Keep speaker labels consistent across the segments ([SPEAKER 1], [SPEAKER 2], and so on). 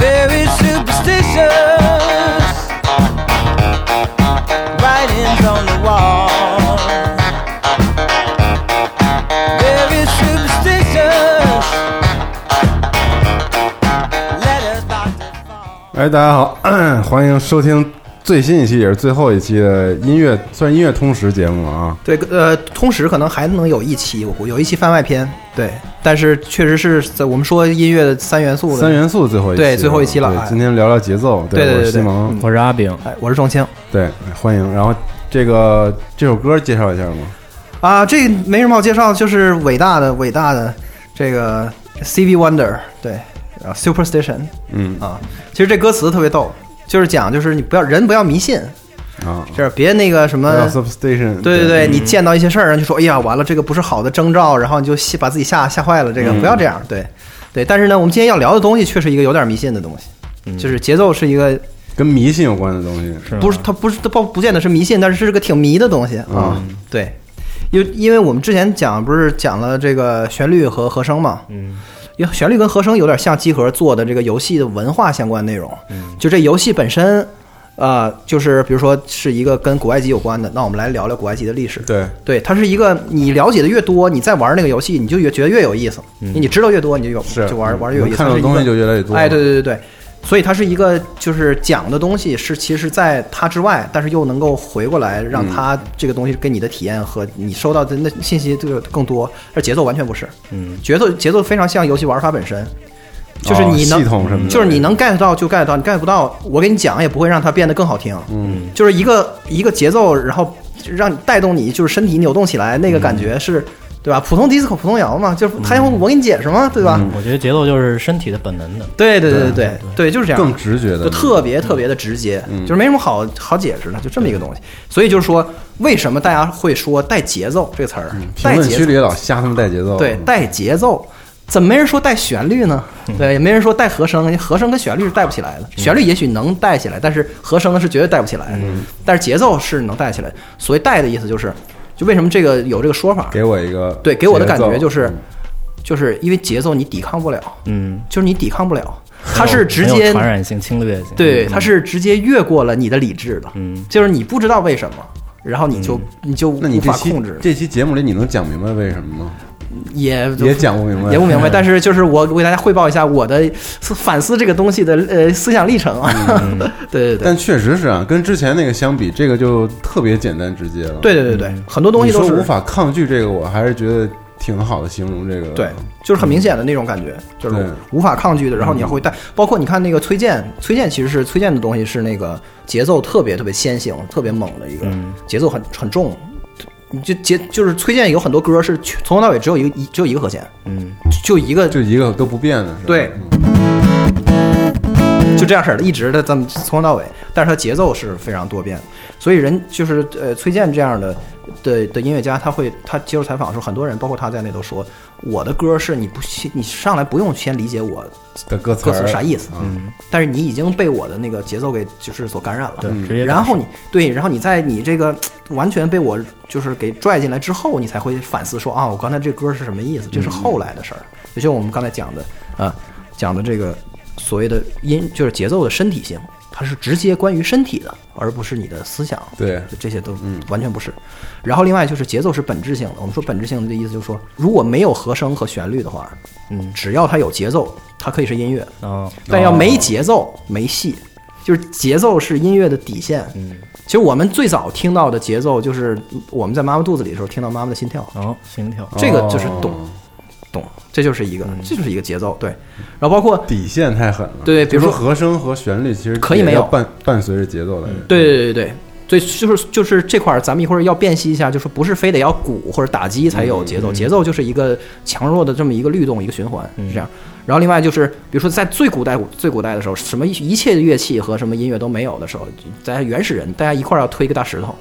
[SPEAKER 1] very superstitious. Writings on the wall. Very superstitious. Letters about to fall.
[SPEAKER 2] 哎，大家好， 欢迎收听最新一期也是最后一期的音乐，算是音乐通识节目啊。
[SPEAKER 3] 对，呃，通识可能还能有一期，我估有一期番外篇，对，但是确实是在我们说音乐的三元素的
[SPEAKER 2] 三，元素最后一期了
[SPEAKER 3] 对最后一期了
[SPEAKER 2] 对
[SPEAKER 3] 哎
[SPEAKER 2] 今天聊聊节奏。
[SPEAKER 3] 对对
[SPEAKER 2] 我
[SPEAKER 3] 对
[SPEAKER 2] 是西
[SPEAKER 3] 对
[SPEAKER 2] 蒙，
[SPEAKER 4] 我是阿炳，
[SPEAKER 3] 哎，我是庄青
[SPEAKER 2] 对，欢迎。然后这个这首歌介绍一下吗？
[SPEAKER 3] 啊，这没什么好介绍，就是伟大的伟大的这个 CV Wonder，对，啊，Superstition
[SPEAKER 2] 嗯
[SPEAKER 3] 啊，其实这歌词特别逗，就是讲就是你不要人不要迷信，
[SPEAKER 2] 啊
[SPEAKER 3] 就是别那个什么。
[SPEAKER 2] ，Substation。
[SPEAKER 3] 呃
[SPEAKER 2] 嗯
[SPEAKER 3] 对对对，你见到一些事儿，然后就说：“哎呀，完了，这个不是好的征兆。”然后你就吓把自己吓吓坏了。这个不要这样，对，对。但是呢，我们今天要聊的东西却是一个有点迷信的东西，就是节奏是一个
[SPEAKER 2] 跟迷信有关的东西。
[SPEAKER 4] 是吗
[SPEAKER 3] 不嗯是，它不是它不不见得是迷信，但是是个挺迷的东西啊。对，因为因为我们之前讲不是讲了这个旋律和和声嘛，嗯，因为旋律跟和声有点像集合做的这个游戏的文化相关内容，嗯，就这游戏本身。呃，就是比如说是一个跟古埃及有关的，那我们来聊聊古埃及的历史。
[SPEAKER 2] 对，
[SPEAKER 3] 对，它是一个你了解的越多，你在玩那个游戏，你就越觉得越有意思，因为你知道越多，你就有
[SPEAKER 2] 嗯是
[SPEAKER 3] 就玩玩越有
[SPEAKER 2] 能
[SPEAKER 3] 意思。
[SPEAKER 2] 看到
[SPEAKER 3] 它
[SPEAKER 2] 的
[SPEAKER 3] 是一
[SPEAKER 2] 东西
[SPEAKER 3] 个
[SPEAKER 2] 就越来越多。
[SPEAKER 3] 哎，对对对对，所以它是一个就是讲的东西是其实在它之外，但是又能够回过来让
[SPEAKER 2] 嗯
[SPEAKER 3] 它这个东西跟你的体验和你收到的那信息这个更多，而节奏完全不是，嗯，节奏节奏非常像游戏玩法本身。就是
[SPEAKER 2] 哦
[SPEAKER 3] 你能、
[SPEAKER 2] 系统什么的
[SPEAKER 3] 就是你能 get 到就 get 到，你 get 不到，我给你讲也不会让它变得更好听。嗯，就是一个一个节奏，然后让你带动你就是身体扭动起来，那个感
[SPEAKER 2] 嗯
[SPEAKER 3] 觉是，对吧？普通 disco 普通摇嘛，就是他要我给你解释嘛，对吧？
[SPEAKER 4] 我
[SPEAKER 2] 嗯
[SPEAKER 4] 觉得节奏就是身体的本能的，
[SPEAKER 3] 对对对对对对，就是这样，
[SPEAKER 2] 更直觉的嗯
[SPEAKER 3] 就特别特别的直接，就是没什么好好解释的，就这么一个东西。所以就是说，为什么大家会说带节奏这个词儿？
[SPEAKER 2] 嗯评
[SPEAKER 3] 带
[SPEAKER 2] 论
[SPEAKER 3] 节
[SPEAKER 2] 区
[SPEAKER 3] 奏，
[SPEAKER 2] 里老瞎他们带节奏。
[SPEAKER 3] 对，带节奏。怎么没人说带旋律呢？对，也没人说带和声，因为和声跟旋律是带不起来的。旋律也许能带起来，但是和声是绝对带不起来的。但是节奏是能带起来的。所谓带的意思就是，就为什么这个有这个说法？
[SPEAKER 2] 给我一个
[SPEAKER 3] 对，给我的感
[SPEAKER 2] 节
[SPEAKER 3] 觉
[SPEAKER 2] 奏
[SPEAKER 3] 就是，就是因为节奏你抵抗不了，
[SPEAKER 4] 嗯，
[SPEAKER 3] 就是你抵抗不了，
[SPEAKER 4] 很
[SPEAKER 3] 它
[SPEAKER 4] 有
[SPEAKER 3] 是直
[SPEAKER 4] 很有
[SPEAKER 3] 接
[SPEAKER 4] 传染性、侵略性，
[SPEAKER 3] 对，
[SPEAKER 4] 嗯
[SPEAKER 3] 它是直接越过了你的理智的，
[SPEAKER 4] 嗯，
[SPEAKER 3] 就是你不知道为什么，然后你就、你就
[SPEAKER 2] 那你
[SPEAKER 3] 无
[SPEAKER 2] 这
[SPEAKER 3] 法
[SPEAKER 2] 期
[SPEAKER 3] 控制，
[SPEAKER 2] 这期节目里你能讲明白为什么吗？
[SPEAKER 3] 也
[SPEAKER 2] 也讲不明白，
[SPEAKER 3] 也不明白。但是就是我我给大家汇报一下我的思反思这个东西的呃思想历程啊， 对对对
[SPEAKER 2] 嗯但确实是啊，跟之前那个相比，这个就特别简单直接了。，
[SPEAKER 3] 对对对对，很多东西
[SPEAKER 2] 嗯
[SPEAKER 3] 都
[SPEAKER 2] 你
[SPEAKER 3] 是
[SPEAKER 2] 说无法抗拒这个，我还是觉得挺好的形容这个。
[SPEAKER 3] 对，就是很明显的那种感觉，
[SPEAKER 2] 嗯
[SPEAKER 3] 就是无法抗拒的。然后你会带，包括你看那个崔健，崔健其实是崔健的东西是那个节奏特别特别先行、特别猛的一个
[SPEAKER 2] 嗯
[SPEAKER 3] 节奏很很重。你就节就是崔健有很多歌是全从头到尾只有一个一只有一个和弦，
[SPEAKER 4] 嗯，
[SPEAKER 3] 就一个
[SPEAKER 2] 就一个都不变的是吧。
[SPEAKER 3] 对就这样式儿的，一直的这么从头到尾，但是它节奏是非常多变的，所以人就是呃崔健这样的的的音乐家，他会他接受采访的时候，很多人包括他在内都说，我的歌是你不先你上来不用先理解我
[SPEAKER 2] 的歌词
[SPEAKER 3] 歌
[SPEAKER 2] 儿
[SPEAKER 3] 词啥意思，
[SPEAKER 2] 嗯，
[SPEAKER 3] 但是你已经被我的那个节奏给就是所感染了，
[SPEAKER 4] 对直接感受
[SPEAKER 3] 然后你对，然后你在你这个完全被我就是给拽进来之后，你才会反思说啊，我刚才这歌是什么意思？这
[SPEAKER 4] 嗯
[SPEAKER 3] 是后来的事儿，就像我们刚才讲的啊，讲的这个所谓的音就是节奏的身体性，它是直接关于身体的，而不是你的思想。
[SPEAKER 2] 对
[SPEAKER 3] 就这些都
[SPEAKER 4] 嗯
[SPEAKER 3] 完全不是。然后另外就是节奏是本质性的，我们说本质性的意思就是说，如果没有和声和旋律的话，
[SPEAKER 4] 嗯，
[SPEAKER 3] 只要它有节奏，它可以是音乐。
[SPEAKER 4] 哦，
[SPEAKER 3] 但要没节奏没戏，就是节奏是音乐的底线。嗯，其实我们最早听到的节奏就是我们在妈妈肚子里的时候听到妈妈的心跳，
[SPEAKER 4] 哦，心跳，
[SPEAKER 3] 这个就是
[SPEAKER 2] 哦
[SPEAKER 3] 懂，懂，这就是一个，这就是一个节奏。对，然后包括
[SPEAKER 2] 底线太狠了。
[SPEAKER 3] 对比如
[SPEAKER 2] 就
[SPEAKER 3] 说
[SPEAKER 2] 说和声和旋律，其实
[SPEAKER 3] 可以没有
[SPEAKER 2] 也要伴伴随着节奏来。
[SPEAKER 3] 对对对对对，所以就是就是这块儿，咱们一会儿要辨析一下，就是不是非得要鼓或者打击才有节奏，节奏就是一个强弱的这么一个律动，一个循环是这样。然后另外就是，比如说在最古代最古代的时候，什么一一切乐器和什么音乐都没有的时候，在原始人大家一块儿要推一个大石头。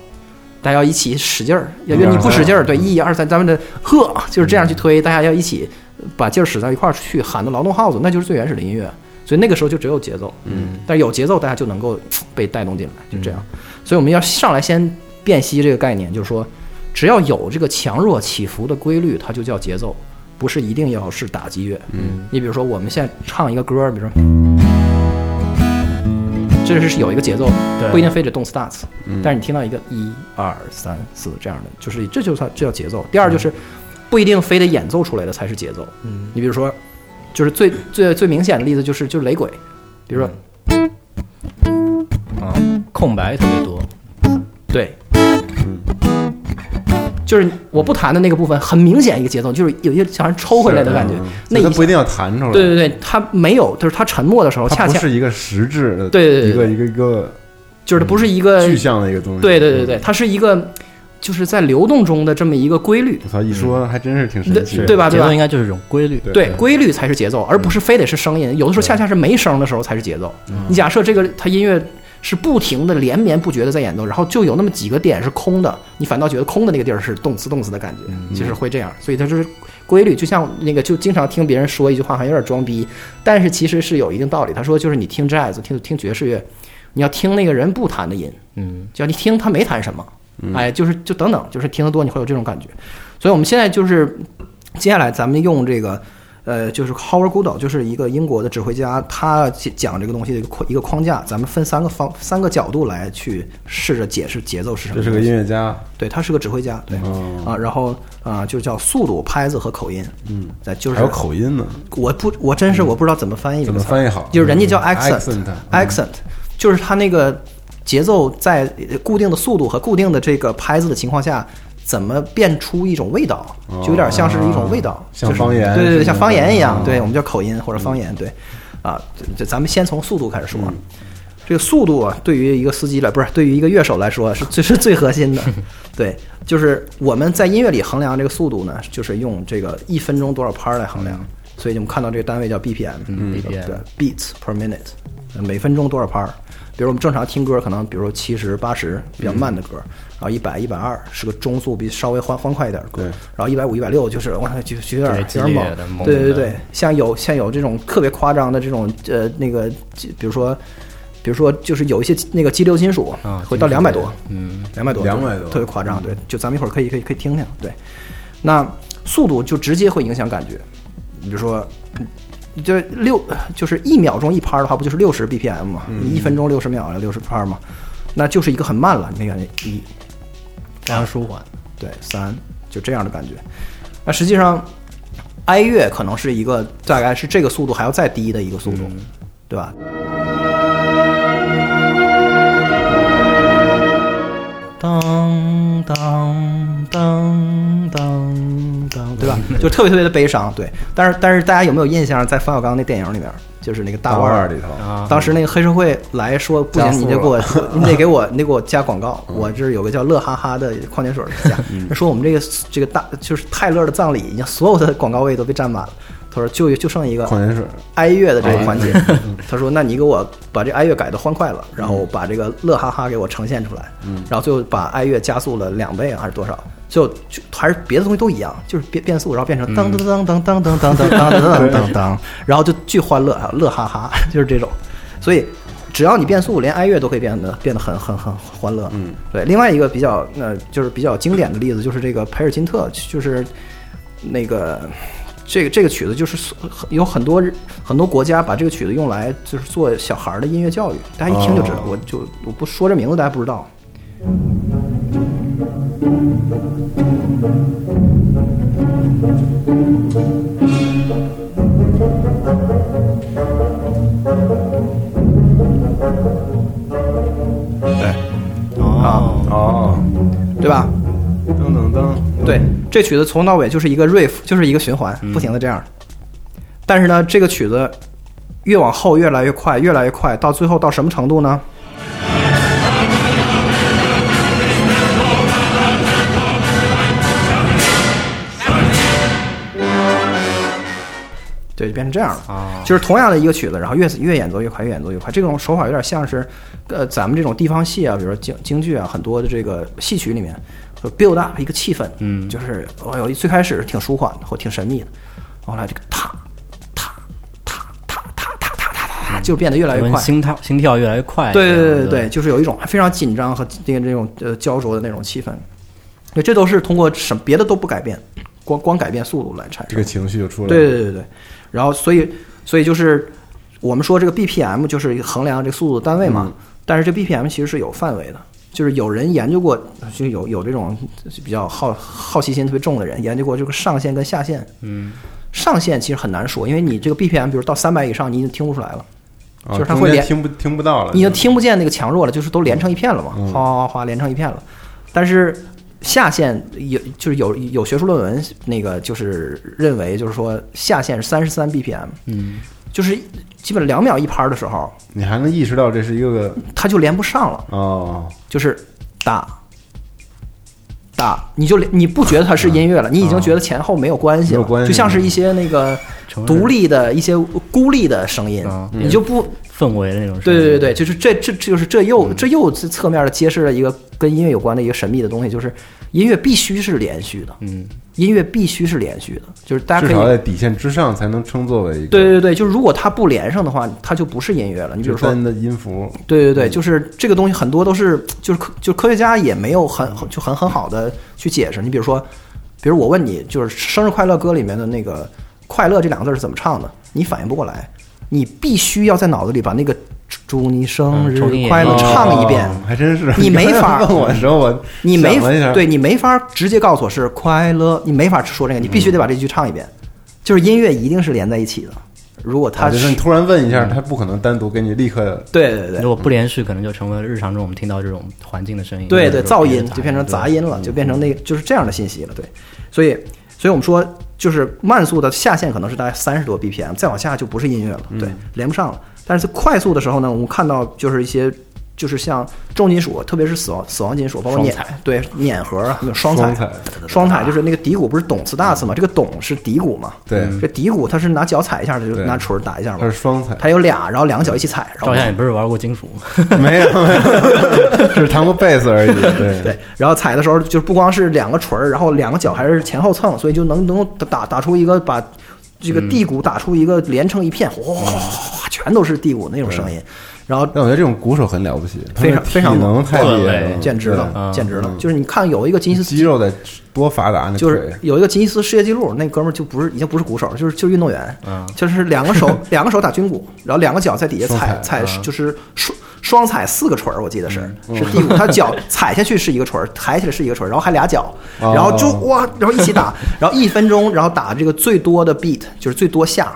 [SPEAKER 3] 大家要一起使劲儿，要
[SPEAKER 2] 一二
[SPEAKER 3] 你不
[SPEAKER 2] 三
[SPEAKER 3] 使劲儿，对，一二三，咱们的呵就是这样去推，大家要一起把劲儿使到一块儿去喊的劳动号子，那就是最原始的音乐。所以那个时候就只有节奏，嗯，但有节奏大家就能够嘖被带动进来，就这样。所以我们要上来先辨析这个概念，就是说，只要有这个强弱起伏的规律，它就叫节奏，不是一定要是打击乐。嗯，你比如说我们现在唱一个歌，比如说。这是有一个节奏，
[SPEAKER 4] 对
[SPEAKER 3] 不一定非得动 starts，、但
[SPEAKER 2] 嗯
[SPEAKER 3] 是你听到一个一二三四这样的，就是这就是它这叫节奏。第二就是不一定非得演奏出来的才是节奏。嗯，你比如说，就是最最最明显的例子就是就是雷鬼，比如说、
[SPEAKER 2] 嗯
[SPEAKER 4] 啊，空白特别多，
[SPEAKER 3] 对，
[SPEAKER 2] 嗯
[SPEAKER 3] 就是我不弹的那个部分，很明显一个节奏，就是有一些像人抽回来的感觉
[SPEAKER 2] 是嗯，所
[SPEAKER 3] 那
[SPEAKER 2] 以它
[SPEAKER 3] 一
[SPEAKER 2] 不一定要弹出来，
[SPEAKER 3] 对对对，它没有，就是它沉默的时候，
[SPEAKER 2] 它
[SPEAKER 3] 恰
[SPEAKER 2] 不
[SPEAKER 3] 恰
[SPEAKER 2] 是一个实质的，
[SPEAKER 3] 对对对
[SPEAKER 2] 一个一个一个
[SPEAKER 3] 就是它不是一个
[SPEAKER 2] 具象的一个东西。
[SPEAKER 3] 对对对对，它是一个就是在流动中的这么一个规律
[SPEAKER 2] 我，操，一说还真是挺神
[SPEAKER 3] 对
[SPEAKER 2] 奇的，
[SPEAKER 3] 对吧？
[SPEAKER 4] 节
[SPEAKER 3] 对吧
[SPEAKER 4] 奏应？该就是一种规律。
[SPEAKER 2] 对
[SPEAKER 3] 对，规律才是节奏，而不是非得是声音。有的时候恰恰是没声的时候才是节奏。你假设这个它音乐是不停的连绵不绝的在演奏，然后就有那么几个点是空的，你反倒觉得空的那个地儿是动次动次的感觉，其实会这样。所以它就是规律，就像那个就经常听别人说一句话，好像有点装逼，但是其实是有一定道理。他说就是你听 jazz 听听爵士乐，你要听那个人不弹的音，
[SPEAKER 4] 嗯，
[SPEAKER 3] 就你听他没弹什么，哎，就是就等等，就是听得多你会有这种感觉。所以我们现在就是接下来咱们用这个。呃，就是 Howard Goodall，就是一个英国的指挥家，他讲这个东西的一个框一个框架，咱们分三个方三个角度来去试着解释节奏是什么
[SPEAKER 2] 这
[SPEAKER 3] 东西。
[SPEAKER 2] 是个音乐哦家，
[SPEAKER 3] 对，他是个指挥家，对、啊，然后啊、就叫速度、拍子和口音，嗯，对，就是
[SPEAKER 2] 还有口音呢，
[SPEAKER 3] 我不，我真是我不知道怎么翻译这
[SPEAKER 2] 怎
[SPEAKER 3] 个
[SPEAKER 2] 么
[SPEAKER 3] 词儿，
[SPEAKER 2] 翻译好
[SPEAKER 3] 就是人家叫
[SPEAKER 2] 嗯
[SPEAKER 3] accent，accent，、
[SPEAKER 2] accent，
[SPEAKER 3] 就是他那个节奏在固定的速度和固定的这个拍子的情况下，怎么变出一种味道，就有点像是一种味道，
[SPEAKER 2] 哦啊像
[SPEAKER 3] 就是
[SPEAKER 2] 方言
[SPEAKER 3] 对对
[SPEAKER 2] 是
[SPEAKER 3] 对，
[SPEAKER 2] 吗
[SPEAKER 3] 像方言一样
[SPEAKER 4] 啊
[SPEAKER 2] 嗯，
[SPEAKER 3] 对我们叫口音或者方
[SPEAKER 4] 嗯
[SPEAKER 3] 言，对，啊，这这咱们先从速度开始说。啊这个速度啊，对于一个司机来，不是对于一个乐手来说，是最是最核心 的。对，就是我们在音乐里衡量这个速度呢，就是用这个一分钟多少拍儿来衡
[SPEAKER 4] 嗯
[SPEAKER 3] 量。所以我们看到这个单位叫 BPM，嗯
[SPEAKER 4] ，BPM
[SPEAKER 3] 对，beats per minute，呃每分钟多少拍儿。比如我们正常听歌，可能比如说七十、八十比较慢的歌，
[SPEAKER 4] 嗯
[SPEAKER 3] 然后一百、一百二是个中速，比稍微欢欢快一点的歌，然后一百五、一百六就是哇，就就有点
[SPEAKER 4] 对
[SPEAKER 3] 有
[SPEAKER 4] 激
[SPEAKER 3] 点
[SPEAKER 4] 烈的
[SPEAKER 3] 猛，
[SPEAKER 4] 猛
[SPEAKER 3] 对对
[SPEAKER 4] 的
[SPEAKER 3] 对，像有像有这种特别夸张的这种呃那个，就比如说。比如说，就是有一些那个激流金属
[SPEAKER 4] 啊
[SPEAKER 3] 会到
[SPEAKER 4] 金
[SPEAKER 3] 两
[SPEAKER 4] 属
[SPEAKER 3] 百
[SPEAKER 4] 类
[SPEAKER 3] 多，嗯，两百多，嗯
[SPEAKER 2] 200多
[SPEAKER 3] 特别夸张，对，就咱们一会儿可以可以可以听听，对，那速度就直接会影响感觉，你比如说，就六就是一秒钟一拍儿的话，不就是六十 BPM 嘛，一分钟六十秒啊六十拍儿嘛，那就是一个很慢了，你感觉一
[SPEAKER 4] 非常舒缓。
[SPEAKER 3] 对三就这样的感觉。那实际上，哀乐可能是一个大概是这个速度还要再低的一个速度，对吧？
[SPEAKER 4] 当当当当当，
[SPEAKER 3] 对吧？
[SPEAKER 2] 嗯
[SPEAKER 3] 就特别特别的悲伤，对。但是但是大家有没有印象，在冯小刚那电影里面，就是那个大
[SPEAKER 2] 大
[SPEAKER 3] 腕
[SPEAKER 2] 腕
[SPEAKER 3] 儿
[SPEAKER 2] 儿里头
[SPEAKER 4] 啊
[SPEAKER 3] 当时那个黑社会来说，不
[SPEAKER 2] 加
[SPEAKER 3] 行，
[SPEAKER 2] 速嗯
[SPEAKER 3] 你得给我，你得 给我，你得给我加广告。我这儿有个叫乐哈哈的矿泉水儿加，说我们这个这个大就是泰勒的葬礼，已经所有的广告位都被占满了。他说就就剩一个
[SPEAKER 2] 矿泉水，
[SPEAKER 3] 哀乐的这个环节， 他说：“那你给我把这哀乐改的欢快了，然后把这个乐哈哈给我呈现出来，然后最后把哀乐加速了两倍啊，还是多少？最后就还是别的东西都一样，就是变变速，然后变成噔噔噔噔噔噔噔噔噔噔噔噔，然后就巨欢乐啊，乐哈哈， 就是这种。所以只要你变速，连哀乐都可以变得变得很很很欢乐。嗯，对。另外一个比较呃，就是比较经典的例子就是这个培尔金特，就是那个这个这个曲子就是所有很多很多国家把这个曲子用来就是做小孩儿的音乐教育，大家一听就知道。
[SPEAKER 2] 哦
[SPEAKER 3] 我就我不说这名字，大家不知道。
[SPEAKER 4] 哦，
[SPEAKER 2] 哦，
[SPEAKER 3] 对吧？
[SPEAKER 2] 噔噔噔，
[SPEAKER 3] 对，这曲子从到尾就是一个 riff，就是一个循环，不停的这样。但是呢，这个曲子越往后越来越快，越来越快，到最后到什么程度呢？对，就变成这样了
[SPEAKER 4] 啊
[SPEAKER 3] 就是同样的一个曲子，然后越越演奏越快，越演奏越快。这种手法有点像是，呃，咱们这种地方戏啊，比如说京京剧啊，很多的这个戏曲里面哦就 build up 一个气氛，嗯，就是我有一最开始挺舒缓的或挺神秘的，啊、后来这个踏踏踏踏踏踏踏踏踏，嗯就变得越来越
[SPEAKER 4] 我们
[SPEAKER 3] 快。
[SPEAKER 4] 心跳心跳越来越快。
[SPEAKER 3] 对对
[SPEAKER 4] 这
[SPEAKER 3] 对
[SPEAKER 4] 样
[SPEAKER 3] 对对，就是有一种非常紧张和那个那种呃焦灼的那种气氛。对，这都是通过什别的都不改变，光光改变速度来产生
[SPEAKER 2] 这个情绪就出来了。
[SPEAKER 3] 对对对对，然后所以所以就是我们说这个 BPM 就是一个衡量这个速度的单位
[SPEAKER 2] 嗯
[SPEAKER 3] 嘛，但是这 BPM 其实是有范围的，就是有人研究过，就有有这种比较好好奇心特别重的人研究过这个上限跟下限。嗯，上限其实很难说，因为你这个 BPM 比如到三百以上，你已经听不出来了。
[SPEAKER 2] 啊，
[SPEAKER 3] 就是它
[SPEAKER 2] 中
[SPEAKER 3] 会
[SPEAKER 2] 间
[SPEAKER 3] 连
[SPEAKER 2] 听不听不到了，
[SPEAKER 3] 已经听不见那个强弱了，就是都连成一片了嘛，哗哗哗哗连成一片了。但是下限有就是有有学术论文那个就是认为就是说下限是三十三 BPM，嗯，就是基本两秒一拍儿的时候，
[SPEAKER 2] 你还能意识到这是一个个
[SPEAKER 3] 它就连不上了，
[SPEAKER 2] 哦，
[SPEAKER 3] 就是打打，你就连你不觉得它是音乐了，你已经觉得前后没有关系
[SPEAKER 2] 没
[SPEAKER 3] 了，
[SPEAKER 2] 有关系
[SPEAKER 3] 就像是一些那个
[SPEAKER 4] 成人
[SPEAKER 3] 独立的一些孤立的声音，
[SPEAKER 4] 啊
[SPEAKER 3] 你就不
[SPEAKER 4] 氛围的那种声
[SPEAKER 3] 对
[SPEAKER 4] 音。
[SPEAKER 3] 对对对，就是这这这就是这又这又这侧面的揭示了一个跟音乐有关的一个神秘的东西，就是音乐必须是连续的，嗯，音乐必须是连续的，就是大家
[SPEAKER 2] 至
[SPEAKER 3] 可
[SPEAKER 2] 少在
[SPEAKER 3] 以
[SPEAKER 2] 底线之上才能称作为一个
[SPEAKER 3] 对对对，就是如果它不连上的话，它就不是音乐了。你比
[SPEAKER 2] 就
[SPEAKER 3] 如
[SPEAKER 2] 是
[SPEAKER 3] 说，
[SPEAKER 2] 单的音符，
[SPEAKER 3] 对对对，
[SPEAKER 2] 嗯
[SPEAKER 3] 就是这个东西很多都是就是科就科学家也没有很就很很好的去解释。你比如说，比如我问你，就是《生日快乐歌》里面的那个“快乐”这两个字是怎么唱的，你反应不过来，你必须要在脑子里把那个“祝你生
[SPEAKER 4] 嗯重新
[SPEAKER 3] 日
[SPEAKER 4] 演绎
[SPEAKER 3] 快乐”唱一遍。
[SPEAKER 2] 啊哦还真是
[SPEAKER 3] 你没法
[SPEAKER 2] 刚才问我的时候，我
[SPEAKER 3] 你没
[SPEAKER 2] 想了一下啊
[SPEAKER 3] 对你没法直接告诉我是快乐，你没法说这个，你必须得把这句唱一遍。就是音乐一定是连在一起的，如果
[SPEAKER 2] 啊
[SPEAKER 3] 它
[SPEAKER 2] 就是
[SPEAKER 3] 是嗯
[SPEAKER 2] 你突然问一下，他不可能单独给你立刻
[SPEAKER 3] 对对对
[SPEAKER 4] 如果不连续，可能就成为日常中我们听到这种环境的声音。
[SPEAKER 3] 对
[SPEAKER 4] 或者
[SPEAKER 3] 对，
[SPEAKER 4] 说
[SPEAKER 3] 噪音就变成杂音了，
[SPEAKER 4] 对
[SPEAKER 3] 就变成那个就是这样的信息了。对，所以所以我们说，就是慢速的下限可能是大概三十多 BPM，再往下就不是音乐了，对，连不上了。但是快速的时候呢，我们看到就是一些。就是像重金属，特别是死亡死亡金属，包括
[SPEAKER 4] 双
[SPEAKER 3] 碾
[SPEAKER 4] 踩
[SPEAKER 3] 对碾核啊，还有双踩
[SPEAKER 2] 双踩，
[SPEAKER 3] 双踩就是那个底鼓不是董次大次嘛？这个董是底鼓嘛？
[SPEAKER 2] 对
[SPEAKER 3] 这底鼓它是拿脚踩一下，就
[SPEAKER 2] 对
[SPEAKER 3] 拿锤儿打一下嘛
[SPEAKER 2] 它是。双踩，
[SPEAKER 3] 它有俩，然后两个脚一起踩，然后
[SPEAKER 4] 照相也不是玩过金属，
[SPEAKER 2] 没有 没有，只是弹过贝斯而已。对
[SPEAKER 3] 对，然后踩的时候就是不光是两个锤儿，然后两个脚还是前后蹭，所以就能能够打打出一个把这
[SPEAKER 2] 嗯
[SPEAKER 3] 个地鼓打出一个连成一片，哗哗哗哗，全都是地鼓那种声音，然后
[SPEAKER 2] 但我觉得这种鼓手很了不起，他
[SPEAKER 3] 非
[SPEAKER 2] 们
[SPEAKER 3] 常非常
[SPEAKER 2] 体能太厉害
[SPEAKER 4] 对
[SPEAKER 2] 了，
[SPEAKER 3] 简直
[SPEAKER 2] 对嗯
[SPEAKER 3] 了，简直了，就是你看有一个吉尼斯
[SPEAKER 2] 肌。肉得多发达，那
[SPEAKER 3] 就是
[SPEAKER 2] 腿
[SPEAKER 3] 有一个吉尼斯世界纪录，那哥们儿就不是已经不是鼓手，就是就是运动员，
[SPEAKER 4] 嗯
[SPEAKER 3] 就是两个 手两个手打军鼓，然后两个脚在底下
[SPEAKER 2] 双
[SPEAKER 3] 踩
[SPEAKER 2] 踩嗯
[SPEAKER 3] 踩，就是双双踩四个锤儿，我记得是是 第五，他脚踩下去是一个锤儿，抬起来是一个锤儿，然后还俩脚，
[SPEAKER 2] 哦
[SPEAKER 3] 然后就哇，然后一起打， 然后一分钟，然后打这个最多的 beat 就是最多下，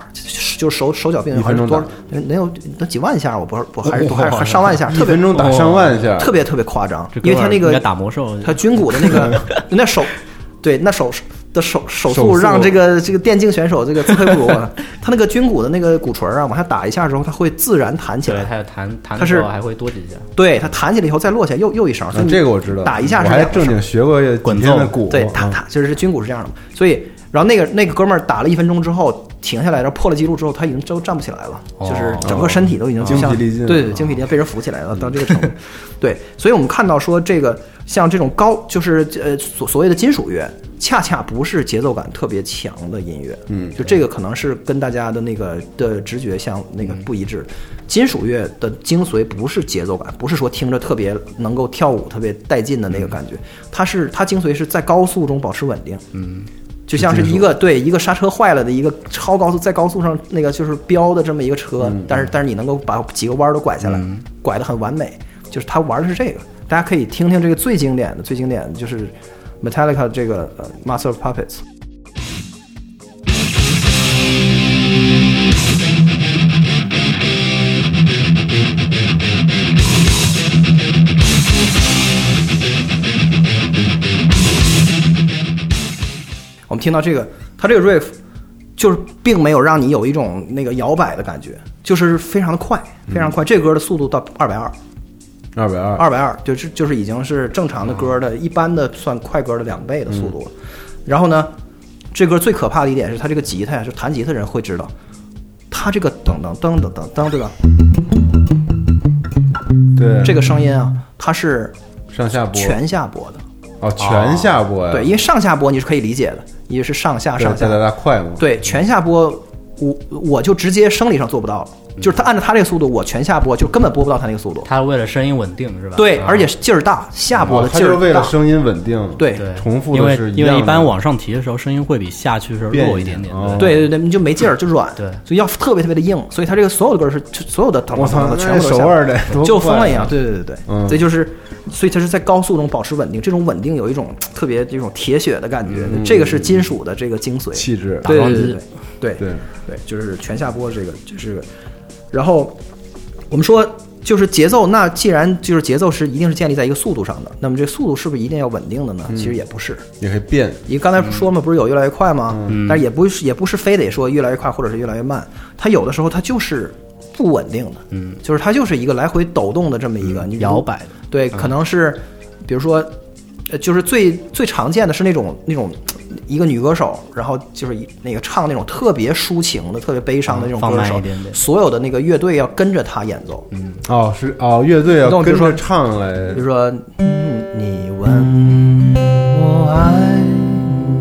[SPEAKER 3] 就是手手脚并用，
[SPEAKER 2] 一
[SPEAKER 3] 好
[SPEAKER 2] 分
[SPEAKER 3] 像
[SPEAKER 2] 钟
[SPEAKER 3] 是
[SPEAKER 2] 打
[SPEAKER 3] 多少能有能几万下，我不我还是还是还是上万下，
[SPEAKER 2] 一
[SPEAKER 3] 特别
[SPEAKER 2] 分钟打上万下，
[SPEAKER 3] 特别特别夸张
[SPEAKER 4] 这，哥
[SPEAKER 3] 因为
[SPEAKER 4] 们
[SPEAKER 3] 他
[SPEAKER 4] 儿
[SPEAKER 3] 那
[SPEAKER 4] 应
[SPEAKER 3] 个
[SPEAKER 4] 该打魔兽
[SPEAKER 3] 他军鼓的 那个那手，对那手的手手
[SPEAKER 2] 手
[SPEAKER 3] 速
[SPEAKER 2] 速
[SPEAKER 3] 让这个这个电竞选手这个自愧不如啊。他那个军鼓的那个鼓槌儿啊，往下打一下之后，它会自然弹起
[SPEAKER 4] 对，
[SPEAKER 3] 来。
[SPEAKER 4] 它有弹
[SPEAKER 3] 它
[SPEAKER 4] 弹的
[SPEAKER 3] 是
[SPEAKER 4] 时候还会多几下。
[SPEAKER 3] 对，它弹起来以后再落下又又一声，所
[SPEAKER 2] 啊
[SPEAKER 3] 以你
[SPEAKER 2] 这个我知道，
[SPEAKER 3] 打一下
[SPEAKER 2] 我
[SPEAKER 3] 是
[SPEAKER 2] 还
[SPEAKER 3] 两个
[SPEAKER 2] 正
[SPEAKER 3] 声
[SPEAKER 2] 经学过几天的鼓，啊嗯
[SPEAKER 3] 对，他他就是军鼓是这样的嘛，所以然后那个那个哥们儿打了一分钟之后停下来，然后破了记录之后，他已经都站不起来了，
[SPEAKER 4] 哦
[SPEAKER 3] 就是整个身体都已经
[SPEAKER 2] 精疲
[SPEAKER 3] 像
[SPEAKER 2] 力尽了
[SPEAKER 3] 对对，精疲力尽被人扶起来了到这个 程度，对，所以我们看到说这个像这种高就是呃所所谓的金属乐，恰恰不是节奏感特别强的音乐，嗯，就这个可能是跟大家的那个的直觉相那个不一致，金属乐的精髓不是节奏感，不是说听着特别能够跳舞、特别带劲的那个感觉，
[SPEAKER 2] 嗯
[SPEAKER 3] 它是它精髓是在高速中保持稳定，嗯。就像是一个对一个刹车坏了的一个超高速在高速上那个就是飙的这么一个车，但是但是你能够把几个弯儿都拐下来，拐得很完美，就是他玩的是这个。大家可以听听这个最经典的最经典的就是 Metallica 这个呃 Master of Puppets。我们听到这个，它这个 riff 就是并没有让你有一种那个摇摆的感觉，就是非常的快，非常快。这歌的速度到二百二，
[SPEAKER 2] 二百二，
[SPEAKER 3] 二百二，就是就是已经是正常的
[SPEAKER 2] 嗯
[SPEAKER 3] 歌的、一般的算快歌的两倍的速度了。然后呢，这歌最可怕的一点是，它这个吉他呀，就弹吉他的人会知道，它这个噔噔噔噔噔噔这个
[SPEAKER 2] 对
[SPEAKER 3] 这个声音啊，它是
[SPEAKER 2] 上下拨
[SPEAKER 3] 全下拨的。
[SPEAKER 2] 哦，全下拨呀，
[SPEAKER 3] 对，因为上下拨你是可以理解的，也是上下
[SPEAKER 2] 对
[SPEAKER 3] 上下
[SPEAKER 2] 带，大家快嘛，
[SPEAKER 3] 对，全下播，我我就直接生理上做不到了，
[SPEAKER 2] 嗯
[SPEAKER 3] 就是他按照他这个速度，我全下播就根本播不到他那个速度。
[SPEAKER 4] 他为了声音稳定是吧？
[SPEAKER 3] 对，
[SPEAKER 4] 啊
[SPEAKER 3] 而且劲儿大，下播
[SPEAKER 2] 嗯
[SPEAKER 3] 的
[SPEAKER 2] 哦它
[SPEAKER 3] 劲
[SPEAKER 2] 就
[SPEAKER 3] 儿
[SPEAKER 2] 是
[SPEAKER 3] 大。
[SPEAKER 2] 为了声音稳定，
[SPEAKER 3] 对
[SPEAKER 4] 对
[SPEAKER 2] 重复的
[SPEAKER 4] 因为
[SPEAKER 2] 是一
[SPEAKER 4] 因
[SPEAKER 2] 样
[SPEAKER 4] 为
[SPEAKER 2] 的
[SPEAKER 4] 一般往上提的时候，声音会比下去的时候
[SPEAKER 2] 变
[SPEAKER 4] 弱
[SPEAKER 2] 一
[SPEAKER 4] 一点点。
[SPEAKER 2] 哦
[SPEAKER 3] 对对对，你就没劲儿，就软，
[SPEAKER 4] 对
[SPEAKER 3] 所以要特别特别的硬，所以他这个所有的歌儿是所有的
[SPEAKER 2] 我操，那
[SPEAKER 3] 全部都是
[SPEAKER 2] 手
[SPEAKER 3] 下
[SPEAKER 2] 腕儿得多
[SPEAKER 3] 就疯
[SPEAKER 2] 快啊
[SPEAKER 3] 了一样，对对对对，
[SPEAKER 2] 嗯
[SPEAKER 3] 所以就是，所以它是在高速中保持稳定，这种稳定有一种特别这种铁血的感觉，这个是金属的这个精髓，
[SPEAKER 2] 嗯气质，
[SPEAKER 3] 对
[SPEAKER 4] 打桩
[SPEAKER 3] 对对
[SPEAKER 4] 机
[SPEAKER 3] 对
[SPEAKER 2] 对
[SPEAKER 3] 对，就是全下播这个就是，然后我们说就是节奏，那既然就是节奏是一定是建立在一个速度上的，那么这速度是不是一定要稳定的呢？其
[SPEAKER 4] 嗯
[SPEAKER 3] 实也不是，
[SPEAKER 2] 也可以变，
[SPEAKER 3] 你刚才说嘛，不是有越来越快吗？
[SPEAKER 4] 嗯
[SPEAKER 3] 但是也不是也不是非得说越来越快或者是越来越慢，它有的时候它就是不稳定的，嗯，就是它就是一个来回抖动的这么一个、你
[SPEAKER 4] 嗯摇摆的，嗯
[SPEAKER 3] 对，可能是比如说，呃，就是最最常见的是那种那种一个女歌手，然后就是一那个唱那种特别抒情的、特别悲伤的那种
[SPEAKER 4] 啊放
[SPEAKER 3] 歌
[SPEAKER 4] 慢
[SPEAKER 3] 手
[SPEAKER 4] 一点，点
[SPEAKER 3] 所有的那个乐队要跟着她演奏，嗯，
[SPEAKER 2] 哦，是哦，乐队要
[SPEAKER 3] 那我就
[SPEAKER 2] 跟
[SPEAKER 3] 说
[SPEAKER 2] 着唱来，
[SPEAKER 3] 比如说、嗯你问我爱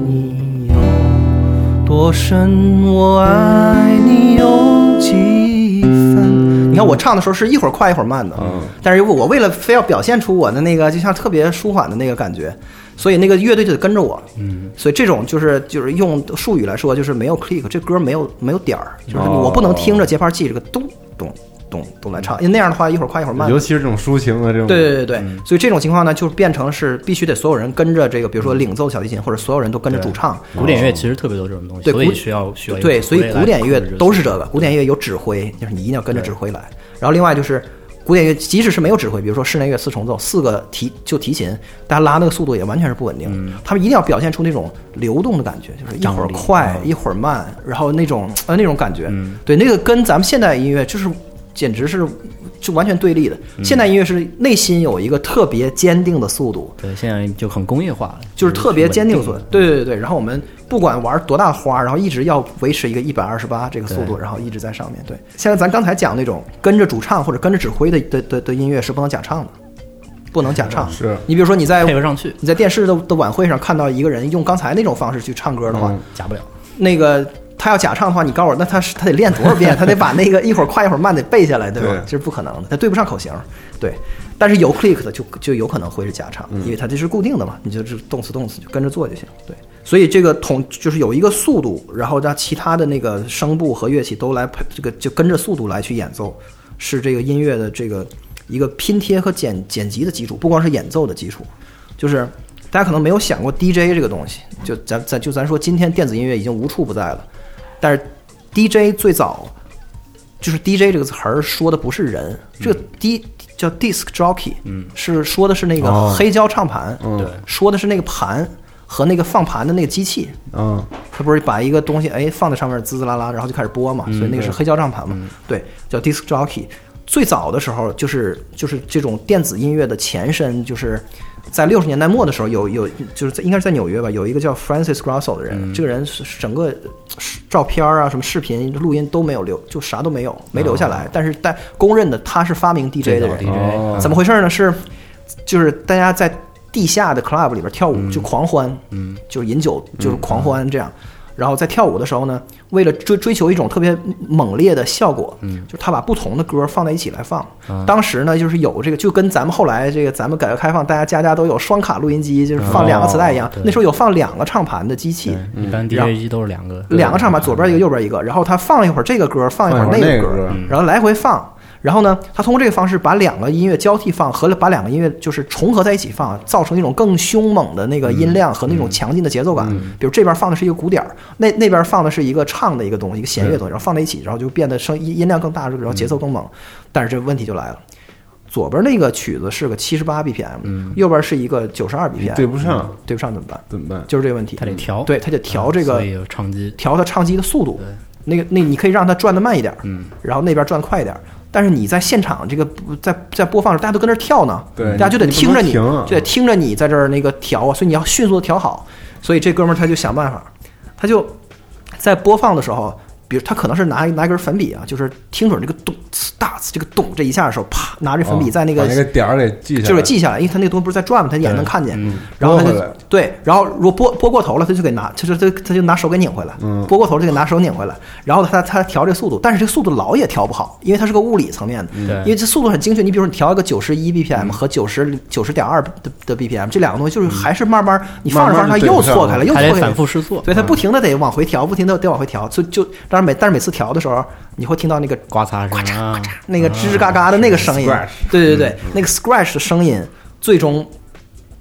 [SPEAKER 3] 你有多深，我爱你有几分？你看我唱的时候是一会儿快一会儿慢的，
[SPEAKER 2] 嗯
[SPEAKER 3] 但是如果我为了非要表现出我的那个就像特别舒缓的那个感觉，所以那个乐队就得跟着我，嗯，所以这种就是就是用术语来说就是没有 click，这歌没有没有点儿，就是
[SPEAKER 2] 哦
[SPEAKER 3] 我不能听着节拍器这个咚咚咚咚来唱，因为那样的话一会儿快一会儿慢，
[SPEAKER 2] 尤其是这种抒情的这种，
[SPEAKER 3] 对对对对，所以这种情况呢，就是变成是必须得所有人跟着这个，比如说领奏小提琴，或者所有人都跟着主唱。
[SPEAKER 4] 古典乐其实特别多这种东西，
[SPEAKER 3] 哦对，
[SPEAKER 4] 所
[SPEAKER 3] 古
[SPEAKER 4] 以需要需要一个
[SPEAKER 3] 对，所以
[SPEAKER 4] 指挥来
[SPEAKER 3] 古典乐
[SPEAKER 4] 控制
[SPEAKER 3] 都是
[SPEAKER 4] 速
[SPEAKER 3] 这
[SPEAKER 4] 度
[SPEAKER 3] 个，古典乐有指挥，就是你一定要跟着指挥来。然后另外就是古典乐，即使是没有指挥，比如说室内乐四重奏，四个提就提琴，大家拉那个速度也完全是不稳定的。他们一定要表现出那种流动的感觉，就是一会儿
[SPEAKER 4] 嗯张力啊
[SPEAKER 3] 快一会儿慢，然后那种呃那种感觉，
[SPEAKER 4] 嗯
[SPEAKER 3] 对，那个跟咱们现代音乐就是简直是就完全对立的。
[SPEAKER 4] 嗯
[SPEAKER 3] 现代音乐是内心有一个特别坚定的速度，
[SPEAKER 4] 对，现在就很工业化了，
[SPEAKER 3] 就是特别坚定速
[SPEAKER 4] 稳
[SPEAKER 3] 度。对对对对，然后我们不管玩多大花，然后一直要维持一个一百二十八这个速度，
[SPEAKER 4] 对
[SPEAKER 3] 然后一直在上面。对，现在咱刚才讲那种跟着主唱或者跟着指挥的的的的音乐是不能假唱的，不能假唱。
[SPEAKER 2] 是
[SPEAKER 3] 你比如说你在
[SPEAKER 4] 配不上去
[SPEAKER 3] 你在电视的的晚会上看到一个人用刚才那种方式去唱歌的话，
[SPEAKER 4] 假不了。
[SPEAKER 3] 那个他要假唱的话，你告诉我，那他是他得练多少遍？他得把那个一会儿快一会儿慢得背下来，对吧？
[SPEAKER 2] 对
[SPEAKER 3] 这是不可能的，他对不上口型。对，但是有 click 的就就有可能会是假唱，因为它这是固定的嘛，你就是动词动词就跟着做就行。对，所以这个统就是有一个速度，然后让其他的那个声部和乐器都来配这个就跟着速度来去演奏，是这个音乐的这个一个拼贴和剪剪辑的基础，不光是演奏的基础，就是大家可能没有想过 DJ 这个东西，就咱咱就咱说，今天电子音乐已经无处不在了，但是 DJ 最早就是 DJ 这个词儿说的不是人，这个 D 叫 disc jockey，嗯，是说的是那个
[SPEAKER 2] 哦
[SPEAKER 3] 黑胶唱盘，
[SPEAKER 2] 对
[SPEAKER 3] 说的是那个盘和那个放盘的那个机器，
[SPEAKER 2] 嗯，
[SPEAKER 3] 他不是把一个东西哎放在上面滋滋啦啦，然后就开始播嘛，所以那个是黑胶唱盘嘛，对，叫 disc jockey。最早的时候就是就是这种电子音乐的前身，就是在六十年代末的时候有有就是在应该是在纽约吧，有一个叫 Francis Grasso 的人，这个人是是整个是照片啊、什么视频、录音都没有留，就啥都没有，没留下来。但是但公认的他是发明 DJ 的人，啊
[SPEAKER 4] 最早 DJ
[SPEAKER 2] 哦
[SPEAKER 3] 怎么回事呢？是就是大家在地下的 club 里边跳舞就狂欢，嗯，就是饮酒就是狂欢这样。然后在跳舞的时候呢，为了追追求一种特别猛烈的效果，嗯，啊就是他把不同的歌放在一起来放。当时呢，就是有这个，就跟咱们后来这个咱们改革开放，大家家家都有双卡录音机，就是放两个磁带一样。那时候有放两个唱盘的机器，
[SPEAKER 4] 一般
[SPEAKER 3] 嗯然后
[SPEAKER 4] DJ 机都是两个，嗯
[SPEAKER 3] 两个唱盘，左边一个，右边一个，然后他放一会儿这个歌，放一会儿
[SPEAKER 2] 放一会儿
[SPEAKER 3] 个
[SPEAKER 2] 那个歌嗯
[SPEAKER 3] 歌，然后来回放。然后呢，他通过这个方式把两个音乐交替放，和把两个音乐就是重合在一起放，造成一种更凶猛的那个音量和那种强劲的节奏感。
[SPEAKER 2] 嗯
[SPEAKER 3] 比如这边放的是一个鼓点儿，那那边放的是一个唱的一个东西，一个弦乐的东西，然后放在一起，然后就变得声音音量更大，然后节奏更猛。但是这问题就来了，左边那个曲子是个七十八 BPM，右边是一个九十二 BPM，
[SPEAKER 2] 嗯对不上
[SPEAKER 3] 对不上怎么办？
[SPEAKER 2] 怎么办？
[SPEAKER 3] 就是这个问题，
[SPEAKER 4] 他得调，
[SPEAKER 3] 嗯
[SPEAKER 4] 嗯
[SPEAKER 3] 对，他得调这
[SPEAKER 2] 啊
[SPEAKER 3] 个
[SPEAKER 4] 所以有唱机，
[SPEAKER 3] 调它唱机的速度。那个那你可以让它转的慢一点，嗯，然后那边转得快一点。但是你在现场这个在在播放的时候，大家都跟这儿跳呢，
[SPEAKER 2] 对
[SPEAKER 3] 大家就得
[SPEAKER 2] 你
[SPEAKER 3] 听着你，
[SPEAKER 2] 你不能停啊
[SPEAKER 3] 就得听着你在这儿那个调啊，所以你要迅速的调好。所以这哥们儿他就想办法，他就在播放的时候，比如他可能是拿拿一根粉笔啊，就是听准这个咚呲大呲这个咚这一下的时候，啪拿着粉笔在那
[SPEAKER 2] 哦把
[SPEAKER 3] 个
[SPEAKER 2] 那个点儿给记下来，嗯
[SPEAKER 3] 就是记下来，因为他那个东西不是在转嘛，他眼能看见。然后他
[SPEAKER 2] 拨
[SPEAKER 3] 就
[SPEAKER 2] 回来
[SPEAKER 3] 对，然后如果拨拨过头了，他就给拿，他就他他就拿手给拧回来，
[SPEAKER 2] 嗯
[SPEAKER 3] 拨过头就给拿手拧回来。然后他他调这个速度，但是这个速度老也调不好，因为它是个物理层面的，
[SPEAKER 2] 嗯
[SPEAKER 4] 对
[SPEAKER 3] 因为这速度很精确。你比如说你调一个九十一 BPM 和九十九十点二的的 BPM 这两个东西，就是还是慢慢你放着放
[SPEAKER 2] 嗯慢慢
[SPEAKER 3] 着
[SPEAKER 2] 就
[SPEAKER 3] 它
[SPEAKER 2] 对
[SPEAKER 3] 又
[SPEAKER 2] 不上
[SPEAKER 3] 错开了，
[SPEAKER 2] 了
[SPEAKER 3] 又错
[SPEAKER 4] 还
[SPEAKER 3] 开
[SPEAKER 4] 得
[SPEAKER 3] 了，
[SPEAKER 4] 反复试做，
[SPEAKER 3] 对，它不停的得往回调，不停的得往回调，就就但是每但是每次调的时候，你会听到那个
[SPEAKER 4] 刮擦声啊，
[SPEAKER 3] 那个吱吱嘎嘎的那个声音
[SPEAKER 2] Scratch，
[SPEAKER 3] 对对
[SPEAKER 4] 嗯
[SPEAKER 3] 对，那个 scratch 的声音最终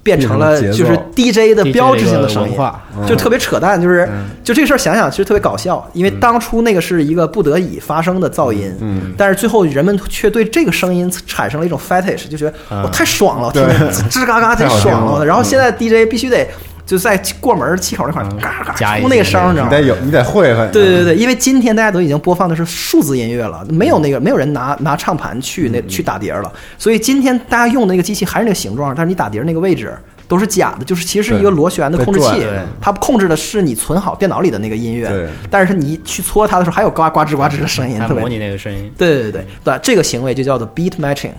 [SPEAKER 3] 变成
[SPEAKER 2] 变成了
[SPEAKER 3] 了
[SPEAKER 2] 节奏
[SPEAKER 3] 就是 DJ 的标志性的声
[SPEAKER 4] DJ 的一个
[SPEAKER 3] 音
[SPEAKER 4] 文化，嗯
[SPEAKER 3] 就特别扯淡，就是就这事儿想想其实特别搞笑，因为当初那个是一个不得已发生的噪音，
[SPEAKER 4] 嗯
[SPEAKER 3] 但是最后人们却对这个声音产生了一种 fetish，就觉得
[SPEAKER 4] 嗯
[SPEAKER 3] 我太爽了，听着
[SPEAKER 2] 对
[SPEAKER 3] 吱吱嘎嘎太
[SPEAKER 2] 太好听
[SPEAKER 3] 爽了，
[SPEAKER 2] 了
[SPEAKER 3] 然后现在 DJ 必须得。就在过门儿气口那块儿，嘎嘎
[SPEAKER 4] 嗯加一
[SPEAKER 3] 出那个
[SPEAKER 4] 些
[SPEAKER 3] 声儿，你知道
[SPEAKER 2] 你
[SPEAKER 3] 吗？
[SPEAKER 2] 得有，你得会嗯会。
[SPEAKER 3] 对
[SPEAKER 4] 嗯
[SPEAKER 3] 对对，因为今天大家都已经播放的是数字音乐了，没有那个没有人拿拿唱盘去
[SPEAKER 4] 嗯
[SPEAKER 3] 那去打碟了，所以今天大家用的那个机器还是那个形状，但是你打碟那个位置都是假的，就是其实是一个
[SPEAKER 2] 对
[SPEAKER 3] 螺旋的控制
[SPEAKER 2] 在转
[SPEAKER 3] 器
[SPEAKER 2] 对，
[SPEAKER 3] 它控制的是你存好电脑里的那个音乐
[SPEAKER 2] 对，
[SPEAKER 3] 但是你一去搓它的时候还有呱呱吱呱吱的声音，
[SPEAKER 4] 它
[SPEAKER 3] 特别
[SPEAKER 4] 模拟那个声音，
[SPEAKER 3] 对对对，对，这个行为就叫做 beat matching，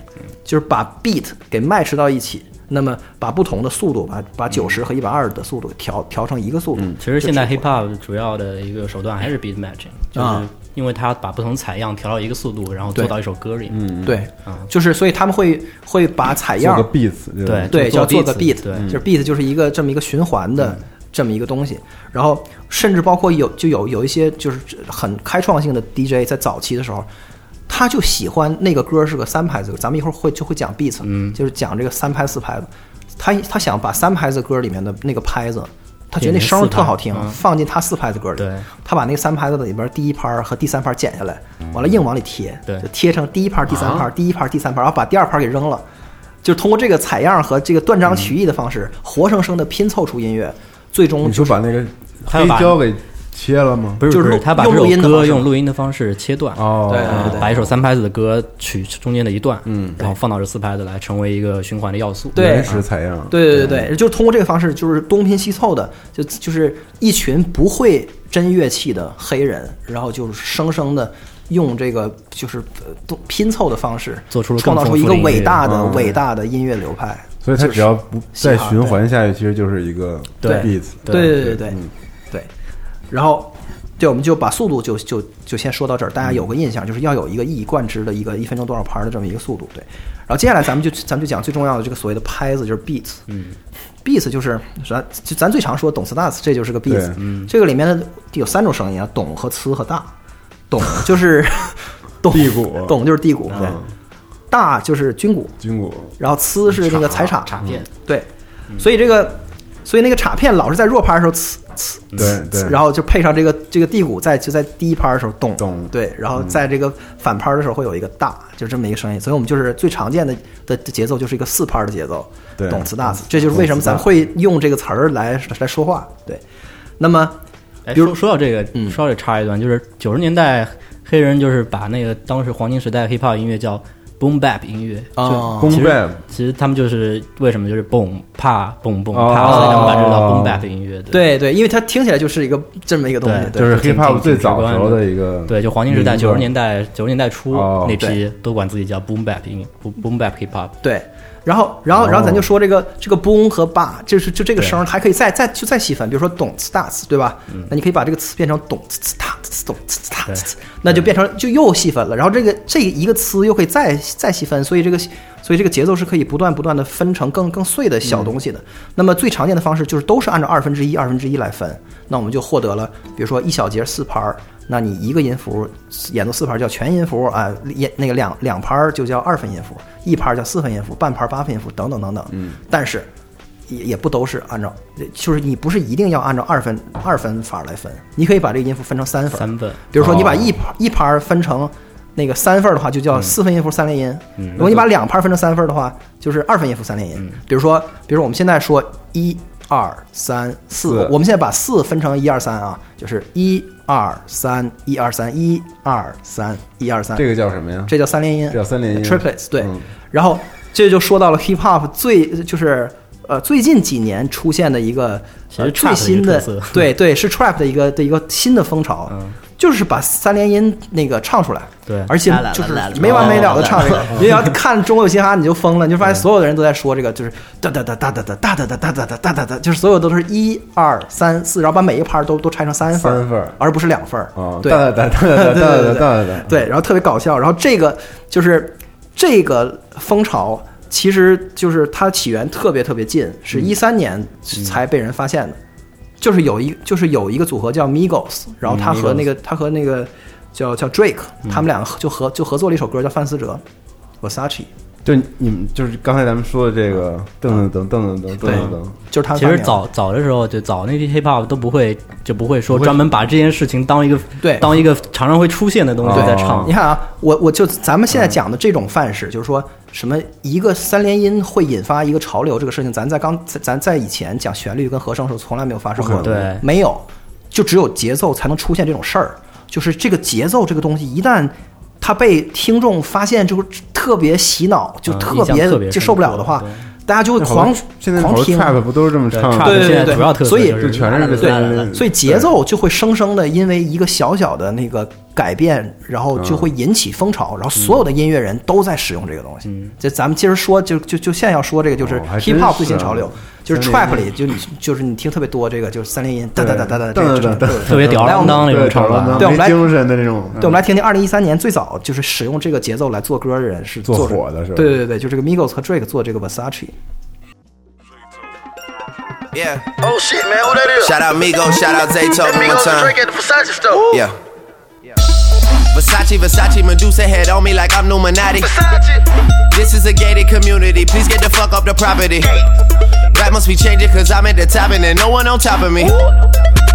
[SPEAKER 3] 就是把 beat 给 match 到一起，那么把不同的速度，把把九十和一百二的速度调调成一个速度。
[SPEAKER 4] 嗯其实现在
[SPEAKER 3] 就只
[SPEAKER 4] hip hop 主要的一个手段还是 beat matching，就是
[SPEAKER 3] 啊
[SPEAKER 4] 因为它把不同采样调到一个速度，然后做
[SPEAKER 3] 对
[SPEAKER 4] 到一首歌里。嗯，
[SPEAKER 3] 对，就是所以他们会会把采
[SPEAKER 2] 做
[SPEAKER 3] 样
[SPEAKER 2] 个 beats，就是
[SPEAKER 4] 对
[SPEAKER 3] 对，
[SPEAKER 4] 就
[SPEAKER 3] 叫
[SPEAKER 4] 做
[SPEAKER 3] 做个
[SPEAKER 4] beat，
[SPEAKER 3] beat，
[SPEAKER 4] 对嗯
[SPEAKER 3] 就是 beat 就是一个这么一个循环的这么一个东西。然后甚至包括有就有有一些就是很开创性的 DJ 在早期的时候。他就喜欢那个歌是个三拍子歌，咱们一会儿会就会讲 beat，嗯，就是讲这个三拍四拍的。他他想把三拍子歌里面的那个拍子，他觉得那声儿特好听
[SPEAKER 4] 变成四，拍嗯
[SPEAKER 3] 放进他四拍子歌里
[SPEAKER 4] 对，
[SPEAKER 3] 他把那个三拍子的里边第一拍儿和第三拍儿剪下来，完了硬往里贴，
[SPEAKER 4] 嗯对
[SPEAKER 3] 就贴成第一拍儿、第三拍
[SPEAKER 4] 啊
[SPEAKER 3] 儿、第一拍儿、第三拍儿，然后把第二拍儿给扔了，就是通过这个采样和这个断
[SPEAKER 4] 嗯
[SPEAKER 3] 章取义的方式，活生生的拼凑出音乐，最终
[SPEAKER 2] 你
[SPEAKER 3] 就
[SPEAKER 2] 就是把那个
[SPEAKER 4] 他要
[SPEAKER 2] 黑
[SPEAKER 4] 把
[SPEAKER 2] 胶给切了吗？
[SPEAKER 4] 不
[SPEAKER 3] 就是
[SPEAKER 4] 不
[SPEAKER 3] 录
[SPEAKER 4] 它把
[SPEAKER 3] 用
[SPEAKER 4] 这
[SPEAKER 3] 录音的
[SPEAKER 4] 首
[SPEAKER 3] 方
[SPEAKER 4] 歌
[SPEAKER 3] 式
[SPEAKER 4] 用录音的方式切断，
[SPEAKER 2] 哦，
[SPEAKER 3] 对
[SPEAKER 4] 呃
[SPEAKER 3] 对对
[SPEAKER 4] 把一首三拍子的歌取中间的一段，嗯，然后放到这四拍子来，成为一个循环的要素。
[SPEAKER 3] 对
[SPEAKER 2] 原始采样，
[SPEAKER 3] 对对对对，就通过这个方式，就是东拼西凑的，就就是一群不会真乐器的黑人，然后就是生生的用这个就是呃都拼凑的方式，
[SPEAKER 4] 做出了更
[SPEAKER 3] 创造出一
[SPEAKER 4] 丰富
[SPEAKER 3] 个
[SPEAKER 4] 的音乐啊
[SPEAKER 3] 伟大的
[SPEAKER 2] 嗯
[SPEAKER 3] 伟大的音乐流派。
[SPEAKER 2] 所以它只要不再
[SPEAKER 3] 嘻哈
[SPEAKER 2] 循环下去，其实就是一个
[SPEAKER 3] 对
[SPEAKER 2] beats，
[SPEAKER 3] 对对对对对，然后。对，我们就把速度就就就先说到这儿，大家有个印象，就是要有一个一以贯之的一个一分钟多少拍的这么一个速度。对，然后接下来咱们就咱们就讲最重要的这个所谓的拍子，就是 beats。嗯，beats 就是咱就咱最常说懂词大词，这就是个 beats
[SPEAKER 2] 对。
[SPEAKER 3] 嗯，这个里面的有三种声音啊，懂和呲和大。懂就是 懂
[SPEAKER 2] 地鼓
[SPEAKER 3] 懂就是地鼓，对，大就是啊军鼓，
[SPEAKER 2] 军鼓
[SPEAKER 3] 然后呲是那个彩镲，
[SPEAKER 4] 插片，
[SPEAKER 3] 对，所以这个，所以那个镲片老是在弱拍的时候呲呲，
[SPEAKER 2] 对对
[SPEAKER 3] 然后就配上这个这个地鼓在就在第一拍的时候咚
[SPEAKER 2] 咚嗯
[SPEAKER 3] 对，然后在这个反拍的时候会有一个大，就这么一个声音，所以我们就是最常见的的的节奏就是一个四拍的节奏，
[SPEAKER 2] 对
[SPEAKER 3] 懂词大词，这就是为什么咱会用这个词儿来来说话，对，那么
[SPEAKER 4] 哎，
[SPEAKER 3] 比如嗯
[SPEAKER 4] 说说到这个，说到这插一段，就是九十年代黑人就是把那个当时黄金时代 hiphop 音乐叫 boom bap 音乐，
[SPEAKER 3] 哦
[SPEAKER 4] 就其实
[SPEAKER 2] Boom bap
[SPEAKER 4] 其实他们就是为什么就是 boom 啪 boom boom
[SPEAKER 2] 哦
[SPEAKER 4] 啪，所以他们把这叫 boom bap 音乐。
[SPEAKER 3] 哦对对，因为它听起来就是一个这么一个东西，对
[SPEAKER 4] 对
[SPEAKER 2] 就是
[SPEAKER 4] 挺
[SPEAKER 2] hip hop
[SPEAKER 4] 挺
[SPEAKER 2] 最
[SPEAKER 4] 挺直
[SPEAKER 2] 早时候
[SPEAKER 4] 观的
[SPEAKER 2] 的一个，
[SPEAKER 4] 对，就黄金时
[SPEAKER 3] 嗯
[SPEAKER 4] 代
[SPEAKER 2] 名
[SPEAKER 4] 九
[SPEAKER 2] 字
[SPEAKER 4] 十年代九十年代初
[SPEAKER 2] 哦
[SPEAKER 4] 那批都管自己叫 boom bap 音 boom bap hip hop。
[SPEAKER 3] 对，然后，然后，
[SPEAKER 2] 哦
[SPEAKER 3] 然后咱就说这个、这个 boom 和 ba，就是就这个声儿，还可以再再就再细分，比如说懂 s t a s 对吧？那你可以把这个词变成懂 s t a s 懂 s t a s 那就变成就又细分了。然后这个这一个词又可以再再细分，所以这个所以这个节奏是可以不断不断的分成更更碎的小东西的。那么最常见的方式就是都是按照二分之一二分之一来分，那我们就获得了，比如说一小节四拍儿。那你一个音符演奏四拍儿叫全音符啊，演那个两两拍儿就叫二分音符，一拍儿叫四分音符，半拍儿八分音符等等等等。嗯，但是也也不都是按照，就是你不是一定要按照二分二分法来分，你可以把这个音符分成三分。
[SPEAKER 4] 三份
[SPEAKER 3] 比如说你把
[SPEAKER 2] 哦
[SPEAKER 3] 一拍、一拍儿分成那个三份儿的话，就叫四分音符三连音。如果你把两拍儿分成三份儿的话，就是二分音符三连音。比如说，比如说我们现在说一二三四，
[SPEAKER 2] 四
[SPEAKER 3] 我们现在把四分成一二三啊，就是一二三一二三一二三一二三，
[SPEAKER 2] 这个叫什么呀？
[SPEAKER 3] 这叫三连音，
[SPEAKER 2] 啊这叫三连音
[SPEAKER 3] triplets 对。
[SPEAKER 2] 嗯
[SPEAKER 3] 然后这就说到了 hip hop 最就是呃最近几年出现的一个
[SPEAKER 4] 其实
[SPEAKER 3] 呃
[SPEAKER 4] trap
[SPEAKER 3] 最新
[SPEAKER 4] 的一
[SPEAKER 3] 的
[SPEAKER 4] 个特色嗯
[SPEAKER 3] 对对是 trap 的一个的一个新的风潮，就是把三连音那个唱出来，
[SPEAKER 4] 对
[SPEAKER 3] 而且就是没完没了
[SPEAKER 4] 哦
[SPEAKER 3] 的唱这个。你要看《中国有嘻哈》，你就疯了，你就发现所有的人都在说这个，就是哒哒哒哒哒哒哒哒哒哒哒哒哒哒哒，就是所有都是一二三四，然后把每一拍都都拆成三份，
[SPEAKER 2] 三份儿
[SPEAKER 3] 而不是两份儿
[SPEAKER 2] 啊，
[SPEAKER 3] 对，
[SPEAKER 2] 哒哒哒哒哒哒哒哒哒，
[SPEAKER 3] 对，然后特别搞笑。然后这个就是这个风潮，其实就是它起源特别特别近，是一三年才被人发现的。就是有一就是有一个组合叫 Migos，然后他和那个、他和那个叫叫 Drake，、他们两个就合就合作了一首歌叫《范思哲》，Versace，
[SPEAKER 2] 就你们就是刚才咱们说的这个噔噔噔噔噔噔噔噔，
[SPEAKER 3] 嗯就是他们
[SPEAKER 4] 其
[SPEAKER 3] 发明
[SPEAKER 4] 实
[SPEAKER 3] 的
[SPEAKER 4] 早早的时候，就早那批 hip hop 都不会，就不会说专门把这件事情当一个
[SPEAKER 3] 对
[SPEAKER 4] 当一个常常会出现的东西
[SPEAKER 2] 对
[SPEAKER 4] 在唱
[SPEAKER 3] 你。看啊，我我就咱们现在讲的这种范式，就是说什么一个三连音会引发一个潮流这个事情，咱在刚咱咱在以前讲旋律跟和声的时候从来没有发生过，
[SPEAKER 4] 不可能对
[SPEAKER 3] 没有，就只有节奏才能出现这种事儿。就是这个节奏这个东西，一旦它被听众发现之后，特别洗脑，就
[SPEAKER 4] 嗯
[SPEAKER 3] 特
[SPEAKER 4] 印象特别
[SPEAKER 3] 就
[SPEAKER 4] 深
[SPEAKER 3] 受不了的话
[SPEAKER 4] 刻，
[SPEAKER 3] 大家就会
[SPEAKER 2] 那好
[SPEAKER 3] 狂
[SPEAKER 2] 多现在好
[SPEAKER 3] 狂
[SPEAKER 2] 多
[SPEAKER 3] 听。啊
[SPEAKER 2] trap 不都是这么唱的？
[SPEAKER 4] trap
[SPEAKER 3] 对对对
[SPEAKER 4] 现在
[SPEAKER 3] 对
[SPEAKER 4] 主要特色
[SPEAKER 3] 所以
[SPEAKER 4] 就
[SPEAKER 2] 就是全是这
[SPEAKER 3] 嗯对
[SPEAKER 2] 三连，
[SPEAKER 3] 所以节奏就会生生的因为一个小小的那个改变，然后
[SPEAKER 2] 嗯
[SPEAKER 3] 就会引起风潮，然后所有的音乐人都在使用这个东西。这咱们接着说，就就就现在要说这个就
[SPEAKER 2] 嗯
[SPEAKER 3] 是
[SPEAKER 2] 哦还真
[SPEAKER 3] hip
[SPEAKER 2] 是
[SPEAKER 3] hop
[SPEAKER 2] 啊
[SPEAKER 3] 最新潮流，就是
[SPEAKER 2] 三连
[SPEAKER 3] trap
[SPEAKER 2] 音
[SPEAKER 3] 里就你就是你听特别多这个就是三连音哒哒哒哒哒
[SPEAKER 2] 对
[SPEAKER 3] 这个这
[SPEAKER 2] 哒哒
[SPEAKER 3] 个
[SPEAKER 2] 哒
[SPEAKER 4] 特别吊儿郎当那种
[SPEAKER 2] 对，
[SPEAKER 4] 唱
[SPEAKER 2] 吵了
[SPEAKER 4] 法。
[SPEAKER 3] 对我
[SPEAKER 2] 没
[SPEAKER 3] 们来
[SPEAKER 2] 精神的那种，
[SPEAKER 3] 对，我们来听听二零一三年最早就是使用这个节奏来做歌的人是
[SPEAKER 2] 做
[SPEAKER 3] 这
[SPEAKER 2] 火的是吧
[SPEAKER 3] 对对对对，就这个 Migos 和 Drake 做这个 Versace。
[SPEAKER 5] Yeah.
[SPEAKER 6] Oh shit, man, who that is?
[SPEAKER 5] Shout out Migo, shout out Zaytoven
[SPEAKER 6] That
[SPEAKER 5] one
[SPEAKER 6] Migos
[SPEAKER 5] time.
[SPEAKER 6] drink at the Versace store.
[SPEAKER 5] Yeah. Versace, Versace, Medusa head on me like I'm Numinati.
[SPEAKER 6] Versace.
[SPEAKER 5] This is a gated community, please get the fuck off the property. Rap must be changing cause I'm at the top and there's no one on top of me.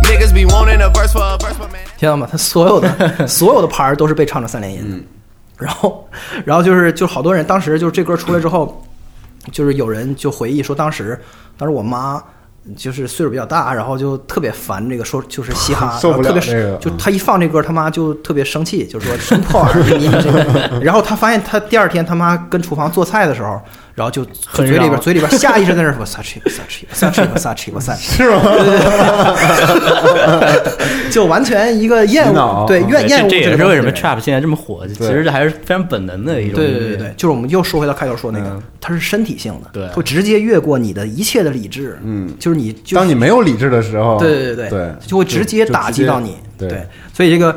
[SPEAKER 5] Niggas be wanting a verse for a verse, but man.
[SPEAKER 3] 听到吗？他所有的所有的牌儿都是被唱成三连音的。然后，然后就是就好多人当时就是这歌出来之后，就是有人就回忆说，当时当时我妈就是岁数比较大，然后就特别烦这个说就是嘻哈，
[SPEAKER 2] 受不了
[SPEAKER 3] 然后特别
[SPEAKER 2] 这个
[SPEAKER 3] 就她一放这歌，他妈就特别生气，就说什么破玩意儿你这个。然后她发现她第二天他妈跟厨房做菜的时候，然后就
[SPEAKER 4] 很
[SPEAKER 3] 嘴里边
[SPEAKER 4] 嚷
[SPEAKER 3] 嘴里边下意识在那儿我撒去我撒去我撒去我撒去我撒去，是吗？ 就完全一个厌
[SPEAKER 2] 洗脑
[SPEAKER 3] 恶，对
[SPEAKER 4] 对
[SPEAKER 3] 厌厌
[SPEAKER 4] 这
[SPEAKER 3] 恶
[SPEAKER 4] 这
[SPEAKER 3] 个
[SPEAKER 4] 也是
[SPEAKER 3] 东
[SPEAKER 4] 为
[SPEAKER 3] 西
[SPEAKER 4] 什么 trap 现在这么火，其实还是非常本能的一种。
[SPEAKER 3] 对对对对，，就是我们又说回到开头说那个
[SPEAKER 4] 嗯，
[SPEAKER 3] 它是身体性的，
[SPEAKER 4] 对
[SPEAKER 3] 会直接越过你的一切的理智，嗯，就是你就
[SPEAKER 2] 当你没有理智的时候，
[SPEAKER 3] 对对
[SPEAKER 2] 对
[SPEAKER 3] 对就会直接打击到你，
[SPEAKER 2] 对，
[SPEAKER 3] 所以这个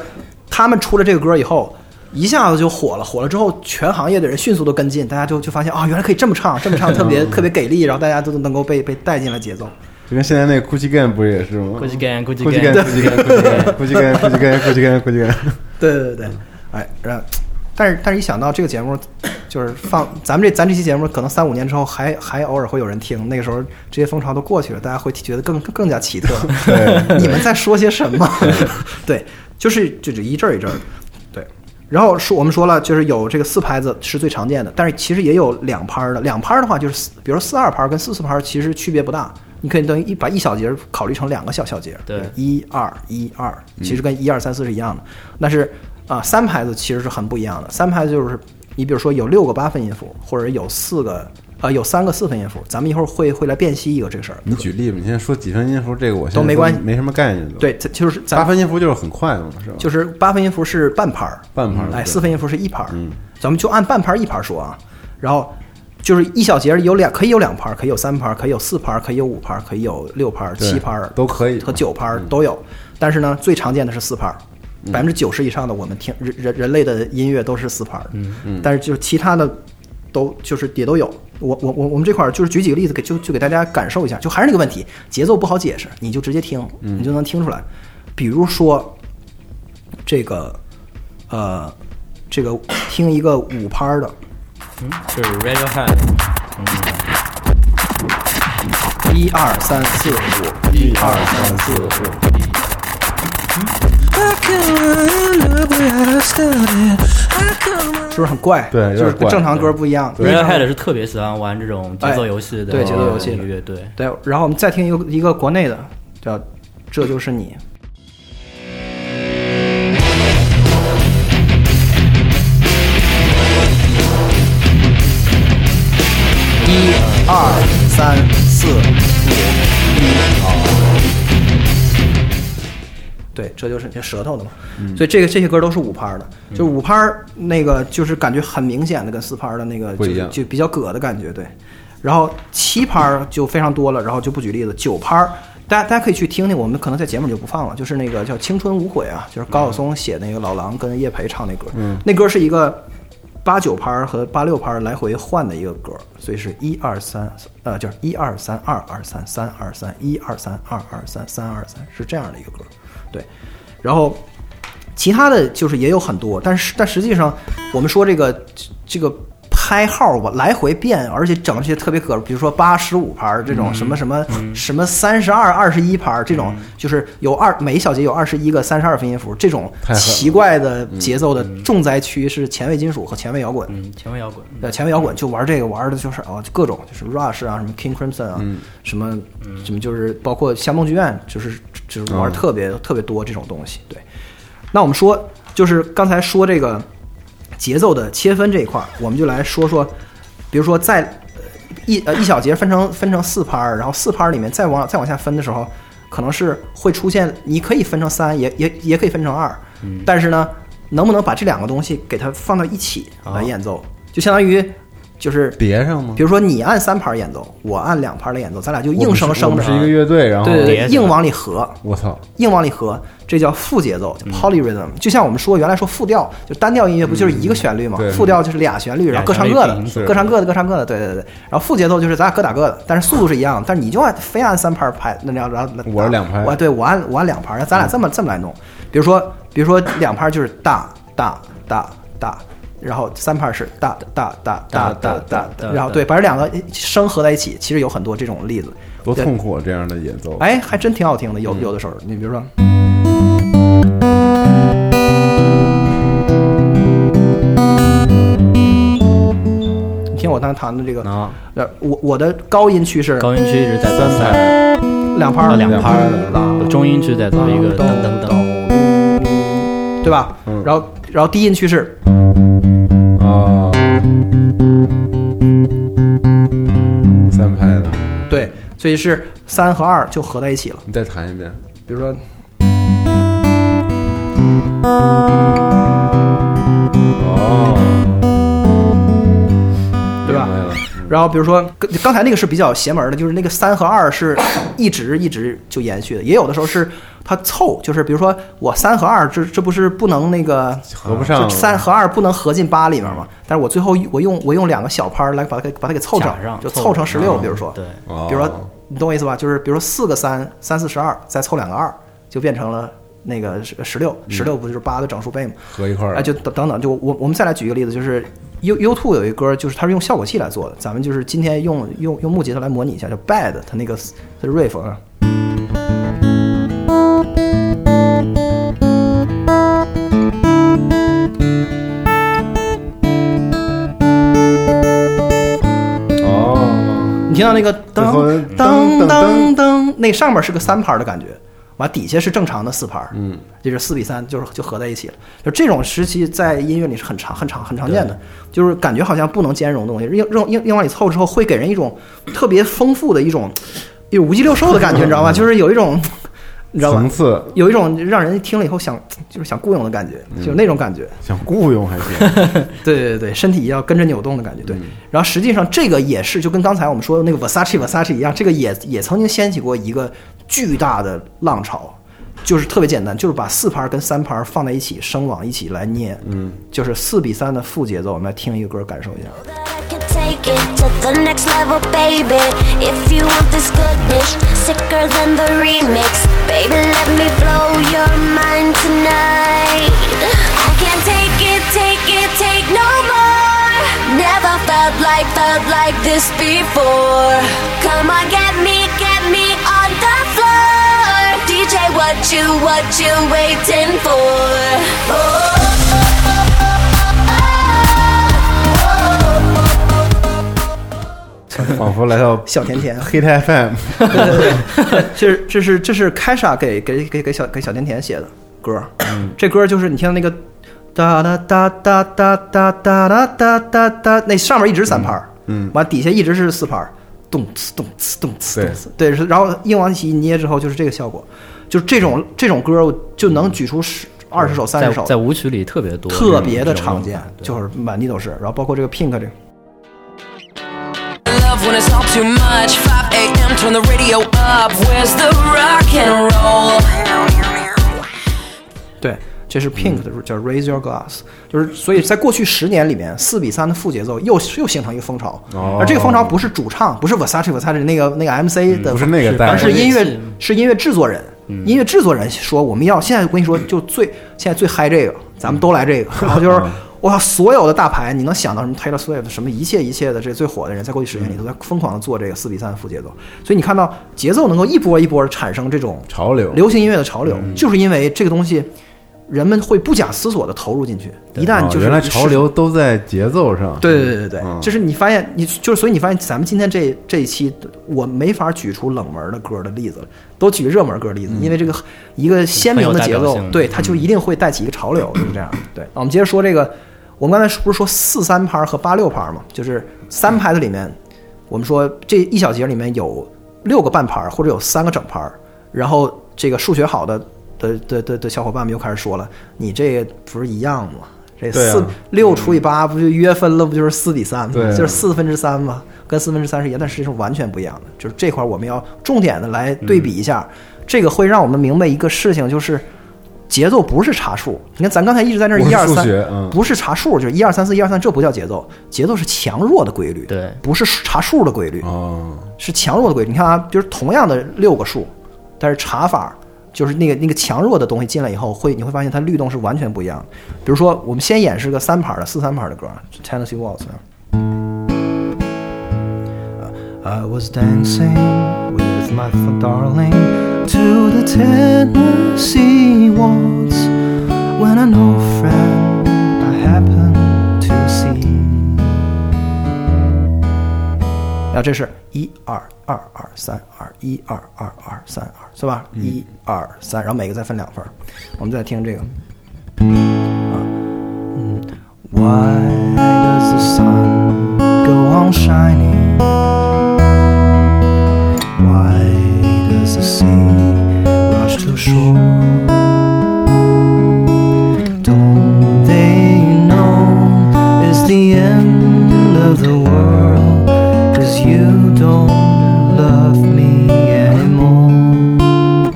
[SPEAKER 3] 他们出了这个歌以后。一下子就火了，火了之后，全行业的人迅速都跟进，大家就就发现啊、原来可以这么唱，这么唱特别特别给力，然后大家都能够被被带进了节奏。
[SPEAKER 2] 就跟现在那个 Gucci Gang 不是也是吗
[SPEAKER 4] Gucci Gang, Gucci
[SPEAKER 2] Gucci
[SPEAKER 4] Gang
[SPEAKER 2] Gang，Gucci Gang，Gucci Gang，Gucci Gang，Gucci Gang，Gucci Gang，
[SPEAKER 3] 对对对对，
[SPEAKER 2] 嗯
[SPEAKER 3] 哎，然后，但是但是一想到这个节目，就是 放咱们这咱这期节目，可能三五年之后还还偶尔会有人听，那个时候这些风潮都过去了，大家会觉得更更加奇特。
[SPEAKER 2] 对
[SPEAKER 3] 你们在说些什么？ 对，就是就是一阵儿一阵儿的，对。然后说我们说了，就是有这个四拍子是最常见的，但是其实也有两拍儿的。两拍儿的话，就是四比如说四二拍儿跟四四拍儿其实区别不大，你可以等于一把一小节儿考虑成两个小小节儿，
[SPEAKER 4] 对
[SPEAKER 3] 一二一二，其实跟一二三四是一样的。但是啊、三拍子其实是很不一样的。三拍子就是你比如说有六个八分音符，或者有四个啊、呃有三个四分音符，咱们一会儿会会来辨析一个这个事儿。
[SPEAKER 2] 你举例吧，你先说几分音符，这个我现在
[SPEAKER 3] 都没关系
[SPEAKER 2] 没什么概念。，
[SPEAKER 3] 对，这就是咱
[SPEAKER 2] 八分音符就是很快嘛，是吧？
[SPEAKER 3] 就是八分音符是半拍儿，
[SPEAKER 2] 半拍儿
[SPEAKER 3] 哎，
[SPEAKER 2] 对嗯
[SPEAKER 3] 四分音符是一拍儿，咱们就按半拍儿一拍儿说啊，然后就是一小节儿有两，可以有两拍儿，可以有三拍儿，可以有四拍儿，可以有五拍儿，可以有六拍儿、
[SPEAKER 2] 对
[SPEAKER 3] 七拍儿
[SPEAKER 2] 都可以嗯
[SPEAKER 3] 和九拍儿都有，但是呢，最常见的是四拍儿。百分之九十以上的我们听人人人类的音乐都是四拍儿，嗯嗯，但是就是其他的都就是也都有。我我我我们这块儿就是举几个例子给就就给大家感受一下，就还是那个问题，节奏不好解释，你就直接听，
[SPEAKER 2] 嗯
[SPEAKER 3] 你就能听出来。比如说这个呃这个听一个五拍儿的，
[SPEAKER 4] 就是 Radiohead。
[SPEAKER 3] 一二三四五，一二三四五。是不是很怪？
[SPEAKER 2] 对有点
[SPEAKER 3] 就是跟
[SPEAKER 2] 怪
[SPEAKER 3] 正常歌不一样。那张
[SPEAKER 4] Radiohead 是特别喜欢玩这种节奏游戏
[SPEAKER 3] 哎
[SPEAKER 4] 的，
[SPEAKER 3] 对节奏游戏
[SPEAKER 4] 乐队。
[SPEAKER 3] 对，然后我们再听一个一个国内的，叫《这就是你》。一二三四五一，对，这就是你舌头的嘛。
[SPEAKER 2] 嗯
[SPEAKER 3] 所以这个这些歌都是五拍儿的，就是五拍儿那个就是感觉很明显的跟四拍儿的那个
[SPEAKER 2] 不
[SPEAKER 3] 就
[SPEAKER 2] 一样
[SPEAKER 3] 就比较葛的感觉，对。然后七拍儿就非常多了，然后就不举例子，九拍儿。大家大家可以去听听，我们可能在节目里就不放了。就是那个叫《青春无悔》啊，就是高晓松写那个老狼跟叶培唱那歌，那歌是一个八九拍儿和八六拍儿来回换的一个歌，所以是一二三，呃，就是一二三二二三三二三一二三二二三三二三是这样的一个歌，对。然后其他的就是也有很多，但是但实际上我们说这个这个拍号吧，来回变，而且整这些特别可，比如说八十五拍儿这
[SPEAKER 2] 嗯
[SPEAKER 3] 种什么什么、什么三十二、二十一拍儿这种，就是有二每一小节有二十一个三十二分音符，这种
[SPEAKER 2] 太狠了嗯
[SPEAKER 3] 奇怪的节奏的重灾区是前卫金属和前卫摇滚。
[SPEAKER 4] 嗯，前卫摇滚，
[SPEAKER 3] 呃，前卫摇滚就玩这个，玩的就是啊，各种就是 Rush 啊，什么 King Crimson 啊，什么什么就是包括香梦剧院，就是就是玩特别、特别多这种东西。对，那我们说就是刚才说这个节奏的切分这一块儿，我们就来说说，比如说在呃一呃一小节分成分成四拍儿，然后四拍儿里面再往再往下分的时候，可能是会出现，你可以分成三，也也也可以分成二，但是呢，能不能把这两个东西给它放到一起来演奏，就相当于就是
[SPEAKER 2] 叠上吗
[SPEAKER 3] 比？如说你按三拍儿演奏，我按两拍儿来演奏，咱俩就
[SPEAKER 2] 我
[SPEAKER 3] 硬
[SPEAKER 2] 们是
[SPEAKER 3] 生
[SPEAKER 2] 我
[SPEAKER 3] 生的
[SPEAKER 2] 们是一个乐队，然后
[SPEAKER 3] 对对
[SPEAKER 4] 叠
[SPEAKER 3] 对，
[SPEAKER 4] 起来
[SPEAKER 3] 硬往里合，
[SPEAKER 2] 我操，
[SPEAKER 3] 硬往里合，这叫副节奏，叫 polyrhythm。就像我们说原来说复调，就单调音乐不就是一个旋律吗
[SPEAKER 2] 对？
[SPEAKER 3] 复调就是俩旋律，然后各唱各
[SPEAKER 4] 俩旋律平
[SPEAKER 3] 的，
[SPEAKER 2] 行
[SPEAKER 3] 各唱各的，各唱各的，对对对。然后副节奏就是咱俩各打各的，但是速度是一样，但是你就按非按三拍儿拍，那然后然后
[SPEAKER 2] 我是两拍
[SPEAKER 3] 我对我按我按两拍儿，然后咱俩这么这么来弄。比如说比如说两拍儿就是大大大大。然后三拍儿是大大大大大大，然后对，把这两个声合在一起，其实有很多这种例子。
[SPEAKER 2] 多
[SPEAKER 3] 对
[SPEAKER 2] 痛苦啊！这样的演奏，
[SPEAKER 3] 哎，还真挺好听的。
[SPEAKER 4] 嗯
[SPEAKER 3] 有有的时候，你比如说，你听我刚才弹的这个，
[SPEAKER 4] 啊
[SPEAKER 3] 呃，我我的高音区是
[SPEAKER 4] 高音区一直在三拍，
[SPEAKER 3] 两拍
[SPEAKER 4] 到
[SPEAKER 3] 儿，
[SPEAKER 4] 两
[SPEAKER 2] 拍
[SPEAKER 4] 拍
[SPEAKER 2] 儿
[SPEAKER 4] 儿，嗯中音区在做一个噔噔噔，
[SPEAKER 3] 对吧？
[SPEAKER 4] 嗯
[SPEAKER 3] 然后然后低音区是，
[SPEAKER 2] 啊，三拍的，
[SPEAKER 3] 对，所以是三和二就合在一起了。
[SPEAKER 2] 你再弹一遍，
[SPEAKER 3] 比如说，
[SPEAKER 2] 哦，
[SPEAKER 3] 对吧
[SPEAKER 2] 明白了
[SPEAKER 3] 然后比如说刚刚才那个是比较邪门的，就是那个三和二是一直一直就延续的，也有的时候是它凑，就是比如说我三和二，这这不是不能那个
[SPEAKER 2] 合不上
[SPEAKER 3] 就三和二不能合进八里面嘛？但是我最后我用我用两个小拍儿来把它给把它给凑整
[SPEAKER 4] 假上，
[SPEAKER 3] 就
[SPEAKER 4] 凑
[SPEAKER 3] 凑成十六，
[SPEAKER 4] 上
[SPEAKER 3] 比如说，
[SPEAKER 4] 对
[SPEAKER 2] 哦
[SPEAKER 3] 比如说你懂我意思吧？就是比如说四个三，三四十二，再凑两个二，就变成了那个十六，十六不就是八的整数倍吗？
[SPEAKER 2] 嗯合一块儿
[SPEAKER 3] 哎，就等等等，就我我们再来举一个例子，就是 U U Two 有一歌，就是它是用效果器来做的，咱们就是今天用用用木吉他来模拟一下，叫 Bad，它那个它的 riff 啊。
[SPEAKER 2] 哦，
[SPEAKER 3] 你听到那个
[SPEAKER 2] 最
[SPEAKER 3] 噔
[SPEAKER 2] 后
[SPEAKER 3] 噔
[SPEAKER 2] 噔噔
[SPEAKER 3] 噔噔，那上面是个三拍的感觉，完底下是正常的四拍，嗯，就是四比三，就是就合在一起了。就这种时期在音乐里是很常、很常、很常见的，就是感觉好像不能兼容的东西，硬硬硬硬往里凑之后，会给人一种特别丰富的一种有五脊六兽的感觉，你知道吧？就是有一种。你知道吧？
[SPEAKER 2] 嗯层次
[SPEAKER 3] 有一种让人听了以后想就是想雇佣的感觉，
[SPEAKER 2] 嗯
[SPEAKER 3] 就是那种感觉。
[SPEAKER 2] 想雇佣还 行，
[SPEAKER 3] 对对对，身体要跟着扭动的感觉。对，然后实际上这个也是就跟刚才我们说的那个 Versace Versace 一样，这个也也曾经掀起过一个巨大的浪潮。就是特别简单，就是把四拍儿跟三拍儿放在一起，声往一起来捏，嗯，就是四比三的副节奏，我们来听一个歌，感受一下。
[SPEAKER 7] I can take it to the next level, baby. If you want this goodness, sicker than the remix, baby, let me blow your mind tonight. I can't take it, take it, take no more. Never felt like, felt like this before. Come on, get me, get me on the floor. DJ, what you, what you waiting for?
[SPEAKER 2] 仿佛来到
[SPEAKER 3] 小甜甜，
[SPEAKER 2] 黑 t FM，
[SPEAKER 3] 这是这是这是凯莎给给给给小给小甜甜写的歌，这歌就是你听那个哒哒哒哒哒哒哒哒哒哒哒，那上面一直是三拍儿，嗯，完底下一直是四拍儿，动次动次动次
[SPEAKER 2] 对
[SPEAKER 3] 动次，对，是然后硬往一起一捏之后就是这个效果，就这种这种歌，我就能举出十二十首、三
[SPEAKER 4] 嗯在
[SPEAKER 3] 十首，
[SPEAKER 4] 在舞曲里特别多，
[SPEAKER 3] 特别的常
[SPEAKER 4] 这
[SPEAKER 3] 见
[SPEAKER 4] 种用法，对
[SPEAKER 3] 就是满地都是。然后包括这个 Pink 这个，
[SPEAKER 8] love when it's all too much. 5 a.m. Turn the radio up. Where's the rock and roll?
[SPEAKER 3] 对，
[SPEAKER 2] 嗯
[SPEAKER 3] 这是 Pink 的叫 Raise Your Glass，就是所以在过去十年里面，四比三的副节奏又又形成一个风潮，
[SPEAKER 2] 哦
[SPEAKER 3] 而这个风潮不是主唱，不是 Versace Versace 那个那个 MC 的，
[SPEAKER 2] 嗯不是那个代
[SPEAKER 3] 而
[SPEAKER 2] 的，
[SPEAKER 3] 是音乐
[SPEAKER 2] 嗯
[SPEAKER 3] 是音乐制作人，音乐制作人说我们要现在我跟你说
[SPEAKER 2] 嗯
[SPEAKER 3] 就最现在最嗨这个，咱们都来 这个，然后
[SPEAKER 2] 嗯
[SPEAKER 3] 就是哇，所有的大牌你能想到什么 Taylor Swift 什么一切一切的这最火的人，在过去十年
[SPEAKER 2] 嗯
[SPEAKER 3] 里都在疯狂的做这个四比三副节奏，所以你看到节奏能够一波一波地产生这种
[SPEAKER 2] 潮流嗯
[SPEAKER 3] 流行音乐的潮流，就是因为这个东西。人们会不假思索的投入进去， 一旦
[SPEAKER 2] 哦
[SPEAKER 3] 就是
[SPEAKER 2] 原来
[SPEAKER 3] 是
[SPEAKER 2] 潮流都在节奏上，
[SPEAKER 3] 对对对对
[SPEAKER 2] 嗯
[SPEAKER 3] 对，就是你发现你就是所以你发现咱们今天这这一期我没法举出冷门的歌的例子了，都举热门歌的例子，因为这个一个鲜明的节
[SPEAKER 4] 很有代表
[SPEAKER 3] 奏
[SPEAKER 4] 性，
[SPEAKER 3] 对它就一定会带起一个潮流，就是这样。对，啊我们接着说这个，我们刚才是不是说四三拍儿和八六拍儿嘛？就是三拍的里面，我们说这一小节里面有六个半拍儿或者有三个整拍儿，然后这个数学好的的的的的小伙伴们又开始说了，你这不是一样吗？这
[SPEAKER 2] 对啊
[SPEAKER 3] 四、六除以八不就约分了？不就是四比三吗？
[SPEAKER 2] 对啊
[SPEAKER 3] 就是四分之三嘛，跟四分之三是一样，但实际上完全不一样的。就是这块儿我们要重点的来对比一下，这个会让我们明白一个事情，就是节奏不是查数。你看，咱刚才一直在那儿
[SPEAKER 2] 不是
[SPEAKER 3] 一二
[SPEAKER 2] 数
[SPEAKER 3] 三
[SPEAKER 2] 学嗯，
[SPEAKER 3] 不是查数，就是一二三四一二三，这不叫节奏，节奏是强弱的规律，
[SPEAKER 4] 对
[SPEAKER 3] 不是查数的规律。
[SPEAKER 2] 哦，
[SPEAKER 3] 是强弱的规律。你看啊，就是同样的六个数，但是查法就是那个那个强弱的东西进来以后，会你会发现它律动是完全不一样的。比如说，我们先演示个三拍的、四三拍的歌，Tennessee Waltz。I was dancing with my darling to the Tennessee Waltz when an old friend I happened to see. 然后这是一二二二三二一二二二三二，是吧？一二三，然后每个再分两份儿。我们再听这个。啊，嗯，Why does the sun go on shining? Why does the sea rush to shore? Don't they know it's the end of the world? Cause you don't love me anymore.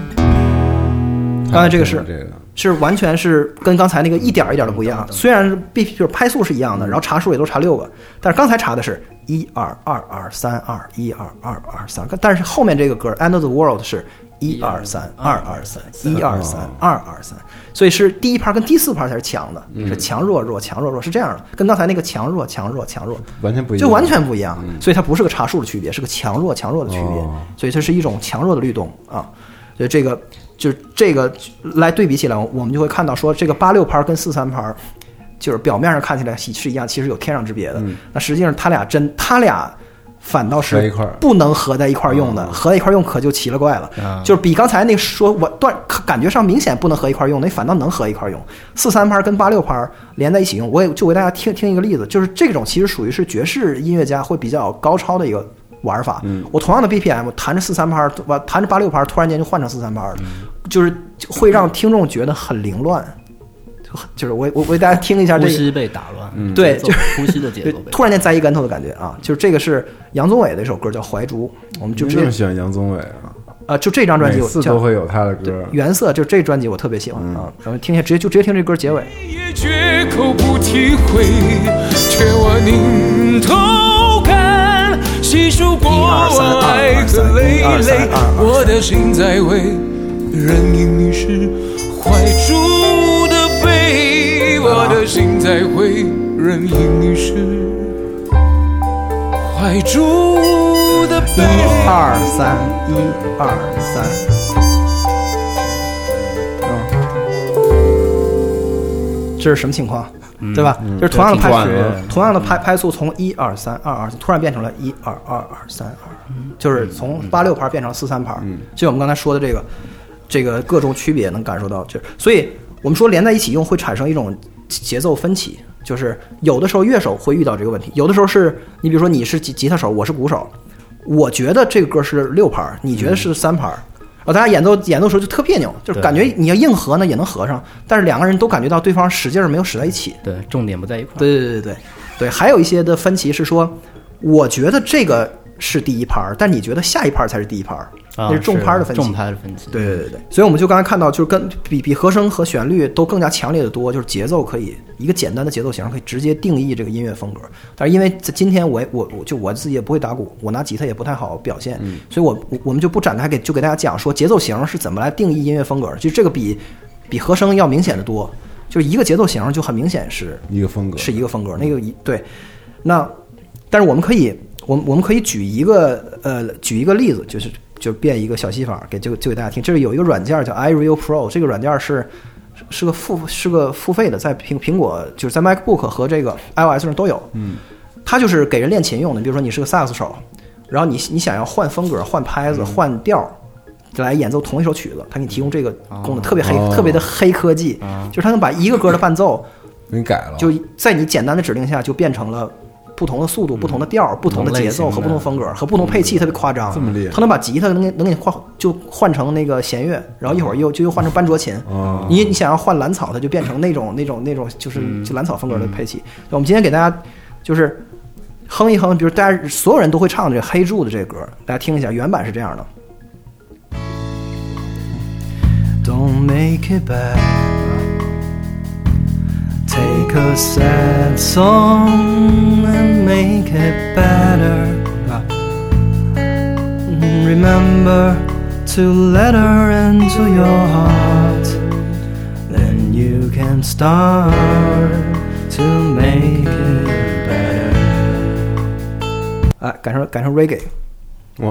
[SPEAKER 3] 刚才这个是
[SPEAKER 2] 这个
[SPEAKER 3] 是完全是跟刚才那个一点儿一点儿都不一
[SPEAKER 2] 嗯
[SPEAKER 3] 样。虽然 B 就是拍速是一样的，然后查数也都查六个，但是刚才查的是一二二二三二一二二二三，但是后面这个歌《End of the World》是一二三二二三一
[SPEAKER 2] 哦
[SPEAKER 3] 二三二二三，所以是第一拍跟第四拍才是强的，
[SPEAKER 2] 嗯
[SPEAKER 3] 是强弱弱强弱弱是这样的，跟刚才那个强弱强弱强弱
[SPEAKER 2] 完全不一样
[SPEAKER 3] 就完全不一样。所以它不是个查数的区别，是个强弱强弱的区别
[SPEAKER 2] 哦，
[SPEAKER 3] 所以这是一种强弱的律动啊。所以这个就是这个来对比起来，我们就会看到说，这个八六拍儿跟四三拍儿，就是表面上看起来是是一样，其实有天壤之别的。那实际上它俩真，它俩反倒
[SPEAKER 2] 合一
[SPEAKER 3] 是
[SPEAKER 2] 块儿嗯
[SPEAKER 3] 不能合在一块儿用的，合在一块儿用可就奇了怪了。
[SPEAKER 2] 啊
[SPEAKER 3] 就是比刚才那说我断感觉上明显不能合一块儿用，那反倒能合一块儿用。四三拍儿跟八六拍儿连在一起用，我也就给大家听听一个例子，就是这种其实属于是爵士音乐家会比较高超的一个玩法。
[SPEAKER 2] 嗯
[SPEAKER 3] 我同样的 BPM 我弹着四三拍儿，我弹着八六拍儿，突然间就换成四三拍儿了，
[SPEAKER 2] 嗯
[SPEAKER 3] 就是就会让听众觉得很凌乱。就很就是我我我给大家听一下这
[SPEAKER 4] 呼
[SPEAKER 3] 个。
[SPEAKER 4] 吸被打乱，
[SPEAKER 3] 嗯对
[SPEAKER 4] 节奏
[SPEAKER 3] 就是
[SPEAKER 4] 呼吸的节
[SPEAKER 3] 对
[SPEAKER 4] 奏，被
[SPEAKER 3] 突然间栽一跟头的感觉啊！就是这个是杨宗纬的一首歌叫《怀竹》，我们就
[SPEAKER 2] 你
[SPEAKER 3] 直
[SPEAKER 2] 这么
[SPEAKER 3] 接
[SPEAKER 2] 喜欢杨宗纬啊？
[SPEAKER 3] 啊，就这张专辑
[SPEAKER 2] 嗯每
[SPEAKER 3] 我
[SPEAKER 2] 次
[SPEAKER 3] 叫
[SPEAKER 2] 都会有嗯他的歌，
[SPEAKER 3] 原色，就这专辑我特别喜欢啊！咱们听一下，直接就直接听这歌结尾。
[SPEAKER 9] 也绝口不提悔，却我拧头看，细数过往爱恨累累，我的心在为人因你是怀中的悲，我的心在为人因你是怀中的
[SPEAKER 3] 一
[SPEAKER 9] 悲。
[SPEAKER 2] 嗯
[SPEAKER 3] 二三，一二三。嗯，这是什么情况？对吧？就是同样的拍
[SPEAKER 2] 这挺短的
[SPEAKER 3] 速，同样的拍拍速从一二三二二，突然变成了一二二二三二，就是从八六拍变成四三拍，就我们刚才说的这个，这个各种区别能感受到，就是所以我们说连在一起用会产生一种节奏分歧，就是有的时候乐手会遇到这个问题，有的时候是你比如说你是吉吉他手，我是鼓手，我觉得这个歌是六拍儿，你觉得是三拍儿，后大家演奏演奏的时候就特别扭，就是
[SPEAKER 4] 对
[SPEAKER 3] 感觉你要硬合呢也能合上，但是两个人都感觉到对方使劲儿没有使在一起。
[SPEAKER 4] 对，重点不在一块儿。
[SPEAKER 3] 对对对对对，还有一些的分歧是说，我觉得这个是第一拍儿，但你觉得下一拍儿才是第一拍儿，
[SPEAKER 4] 啊
[SPEAKER 3] 那是重拍儿的分歧。
[SPEAKER 4] 重拍的分歧。
[SPEAKER 3] 对对对对，所以我们就刚才看到，就是跟比比和声和旋律都更加强烈的多，就是节奏可以一个简单的节奏型可以直接定义这个音乐风格。但是因为在今天我也我我就我自己也不会打鼓，我拿吉他也不太好表现，所以我我我们就不展开给就给大家讲说节奏型是怎么来定义音乐风格的，就这个比比和声要明显的多，就是一个节奏型就很明显是
[SPEAKER 2] 一个风格
[SPEAKER 3] 是一个风格，那个一对，那但是我们可以，我们我们可以举一个呃举一个例子，就是就变一个小戏法给就就给大家听。这是有一个软件叫 iReal Pro，这个软件是是是个付是个付费的，在苹苹果就是在 MacBook 和这个 iOS 上都有。嗯，它就是给人练琴用的。比如说你是个萨克斯手，然后你你想要换风格、换拍子、换调。来演奏同一首曲子，它给你提供这个功能，特别黑，
[SPEAKER 2] 哦
[SPEAKER 3] 特别的黑科技，就是它能把一个歌的伴奏
[SPEAKER 2] 给你改了，
[SPEAKER 3] 就在你简单的指令下就变成了不同的速
[SPEAKER 2] 嗯
[SPEAKER 3] 度、不同的调儿、不同的节奏和不同风格和不同配器，特别夸张。
[SPEAKER 2] 这么厉害
[SPEAKER 3] 它能把吉他能给能给你换，就换成那个弦乐，然后一会儿又就又换成班卓琴。
[SPEAKER 2] 哦
[SPEAKER 3] 你你想要换蓝草，它就变成那种那种那
[SPEAKER 2] 嗯
[SPEAKER 3] 种就是就蓝草风格的配器。我们今天给大家就是哼一哼，比如大家所有人都会唱的这个《黑柱》的这个歌，大家听一下，原版是这样的。Don't make it bad. Take a sad song and make it better. Ah. Remember to let her into your heart. Then you can start to make it better. Ah, 啊，改成改成 reggae。
[SPEAKER 2] 哇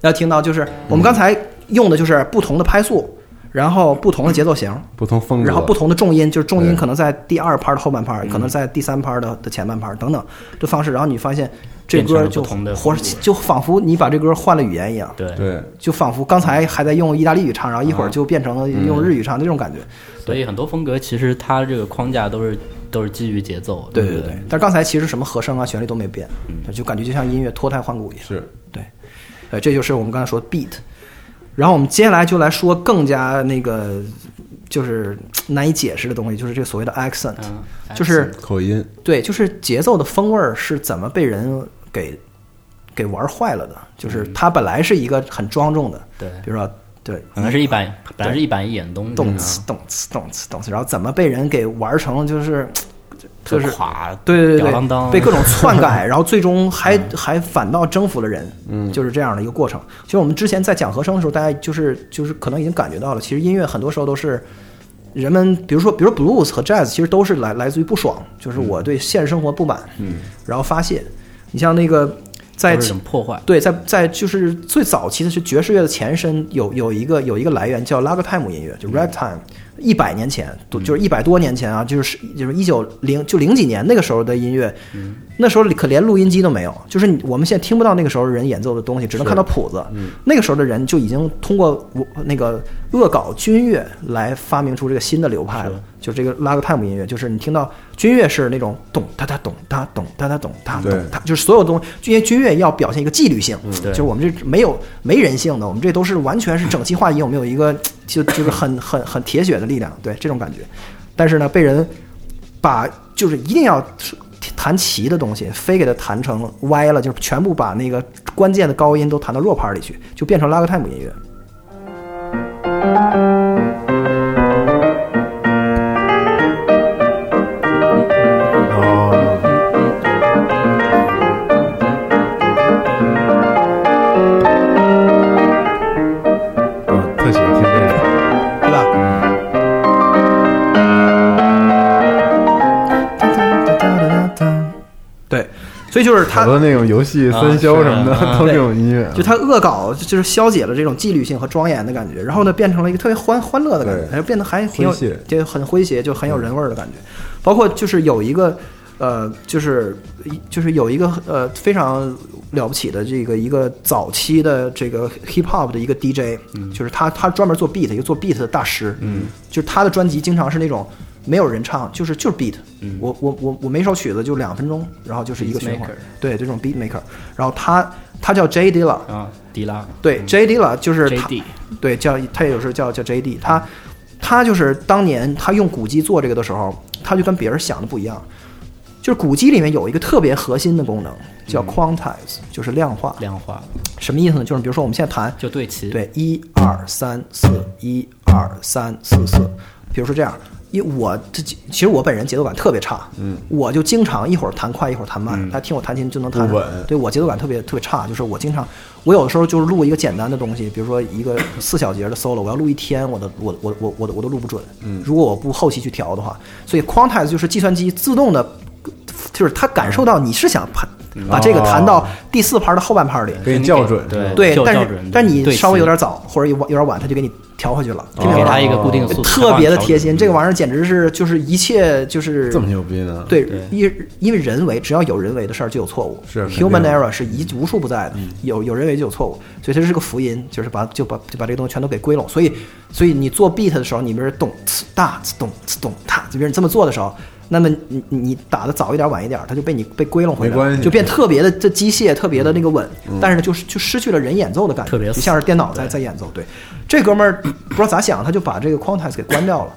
[SPEAKER 3] 要听到就是我们刚才用的就是不同的拍速，然后不同的节奏型，
[SPEAKER 2] 不同风格，
[SPEAKER 3] 然后不同的重音，就是重音
[SPEAKER 2] 对
[SPEAKER 3] 可能在第二拍的后半拍，
[SPEAKER 4] 嗯
[SPEAKER 3] 可能在第三拍的的前半拍等等这方式，然后你发现这
[SPEAKER 4] 变成
[SPEAKER 3] 歌
[SPEAKER 4] 了
[SPEAKER 3] 就
[SPEAKER 4] 不同的
[SPEAKER 3] 活，就仿佛你把这歌换了语言一样。
[SPEAKER 4] 对，嗯
[SPEAKER 2] 对，
[SPEAKER 3] 就仿佛刚才还在用意大利语唱，然后一会儿就变成了用日语唱那种感觉。
[SPEAKER 4] 所以很多风格其实它这个框架都是都是基于节奏。不
[SPEAKER 3] 对。但是刚才其实什么和声啊、旋律都没变，
[SPEAKER 4] 嗯
[SPEAKER 3] 就感觉就像音乐脱胎换骨一样。
[SPEAKER 2] 是
[SPEAKER 3] 对，呃，这就是我们刚才说的 beat。然后我们接下来就来说更加那个就是难以解释的东西，就是这个所谓的 accent，、
[SPEAKER 4] 嗯
[SPEAKER 3] 就是
[SPEAKER 2] 口音，
[SPEAKER 3] 对，就是节奏的风味儿是怎么被人给给玩坏了的？就是它本来是一个很庄重的，
[SPEAKER 4] 嗯对
[SPEAKER 3] 比如说对，
[SPEAKER 4] 本来是一板，本来是一板一眼的东西，啊
[SPEAKER 3] 动次动次动次动次，然后怎么被人给玩成就是
[SPEAKER 4] 就
[SPEAKER 3] 就是是
[SPEAKER 4] 垮，
[SPEAKER 3] 对对
[SPEAKER 4] 吊
[SPEAKER 3] 对
[SPEAKER 4] 郎当，啊嗯
[SPEAKER 3] 对，被各种篡 改，然后最终还还反倒征服了人，嗯，就是这样的一个过程。其实我们之前在讲和声的时候，大家就是就是可能已经感觉到了，其实音乐很多时候都是。人们比如说，比如 blues 和 jazz，其实都是来来自于不爽，就是
[SPEAKER 4] 嗯
[SPEAKER 3] 我对现实生活不满，嗯，然后发泄。你像那个在
[SPEAKER 4] 都是一种破坏。
[SPEAKER 3] 对，在在就是最早期的是爵士乐的前身，有有一个有一个来源叫拉格泰姆音乐，就 ragtime，一百年前，多就是一百多年前啊，就是就是一九零就零几年那个时候的音乐，那时候可连录音机都没有，就是你我们现在听不到那个时候人演奏的东西，只能看到谱子。那个时候的人就已经通过我那个恶搞军乐来发明出这个新的流派了，就是这个拉格派姆音乐，就是你听到军乐是那种咚哒哒咚哒咚哒哒咚哒咚
[SPEAKER 2] 对
[SPEAKER 3] 哒，就是所有东西，因为军乐要表现一个纪律性，就是我们这没有没人性的，我们这都是完全是整齐划一，我们有一个就就是很很很铁血的力量，对这种感觉。但是呢，被人把就是一定要弹齐的东西，非给它弹成歪了，就是全部把那个关键的高音都弹到弱拍里去，就变成拉格泰姆音乐。
[SPEAKER 2] 哦，我啊特喜欢听这个，
[SPEAKER 3] 对吧？对，所以就是
[SPEAKER 2] 好
[SPEAKER 3] 他，
[SPEAKER 2] 多那种游戏
[SPEAKER 4] 啊
[SPEAKER 2] 三消什么
[SPEAKER 4] 是啊
[SPEAKER 2] 的
[SPEAKER 4] 啊
[SPEAKER 2] 都这种音乐啊，
[SPEAKER 3] 就他恶搞，就是消解了这种纪律性和庄严的感觉，然后呢，变成了一个特别欢欢乐的感觉，
[SPEAKER 2] 对
[SPEAKER 3] 然后变得还挺有
[SPEAKER 2] 诙谐，嗯
[SPEAKER 3] 就很诙谐，就很有人味儿的感觉。包括就是有一个，呃，就是就是有一个呃非常了不起的这个一个早期的这个 hip hop 的一个 DJ，、就是
[SPEAKER 2] 嗯
[SPEAKER 3] 他他专门做 beat，一个做 beat 的大师，嗯，就是他的专辑经常是那种。没有人唱，就是就是 beat，、我
[SPEAKER 2] 嗯
[SPEAKER 3] 我我我每首曲子就两分钟，然后就是一个循环
[SPEAKER 4] Beatmaker
[SPEAKER 3] 对，这种 beat maker，然后他他叫 J D 了，
[SPEAKER 4] 啊，迪拉，
[SPEAKER 3] 对 J D 了，就是他
[SPEAKER 4] JD
[SPEAKER 3] 对叫他也有时候叫叫 J D，他他就是当年他用古籍做这个的时候，他就跟别人想的不一样，就是古籍里面有一个特别核心的功能叫 quantize，、就是量化，
[SPEAKER 4] 量化
[SPEAKER 3] 什么意思呢？就是比如说我们现在谈
[SPEAKER 4] 就对齐，，
[SPEAKER 3] 对，一二三四，一二三四四。比如说这样，因为我这其实我本人节奏感特别差，嗯，我就经常一会儿弹快，一会儿弹慢。大家听我弹琴就能弹
[SPEAKER 2] 不
[SPEAKER 3] 出
[SPEAKER 2] 稳
[SPEAKER 3] 来。对我节奏感特别特别差，就是我经常，我有的时候就是录一个简单的东西，比如说一个四小节的 solo，我要录一天，我都我我我我都我都录不准。嗯，如果我不后期去调的话，所以 quantize 就是计算机自动的，就是它感受到你是想把把这个弹到第四拍的后半拍里，
[SPEAKER 2] 给你校准，
[SPEAKER 4] 对
[SPEAKER 3] 对，
[SPEAKER 4] 校
[SPEAKER 3] 但
[SPEAKER 4] 校
[SPEAKER 3] 是
[SPEAKER 4] 准
[SPEAKER 3] 但你
[SPEAKER 4] 对
[SPEAKER 3] 稍微
[SPEAKER 4] 齐
[SPEAKER 3] 有点早或者有有点晚，他就给你调回去了，
[SPEAKER 4] 就给他一个固定的速度，
[SPEAKER 3] 特别的贴心。这个玩
[SPEAKER 4] 意
[SPEAKER 3] 意儿简直是就是一切就是
[SPEAKER 2] 这么牛逼呢？，
[SPEAKER 3] 对
[SPEAKER 4] 对，
[SPEAKER 3] 因因为人为，只要有人为的事儿就有错误。
[SPEAKER 2] 是肯定
[SPEAKER 3] human
[SPEAKER 2] 的嗯
[SPEAKER 3] error 是一无处不在的，
[SPEAKER 4] 嗯
[SPEAKER 3] 有有人为就有错误，所以它是个福音，就是把就把就把这个东西全都给归拢。所以所以你做 beat 的时候，你比如咚呲大呲咚呲咚哒，就比如你这么做的时候。那么你你你打的早一点晚一点，它就被你被归拢回来
[SPEAKER 2] 没关
[SPEAKER 3] 了，
[SPEAKER 2] 系
[SPEAKER 3] 就变特别的这机械，特别的那个稳，但是呢，就是就失去了人演奏的感觉，
[SPEAKER 4] 特别
[SPEAKER 3] 就像是电脑在在演奏。对，这哥们儿 不知道咋想，他就把这个 quantize 给关掉了。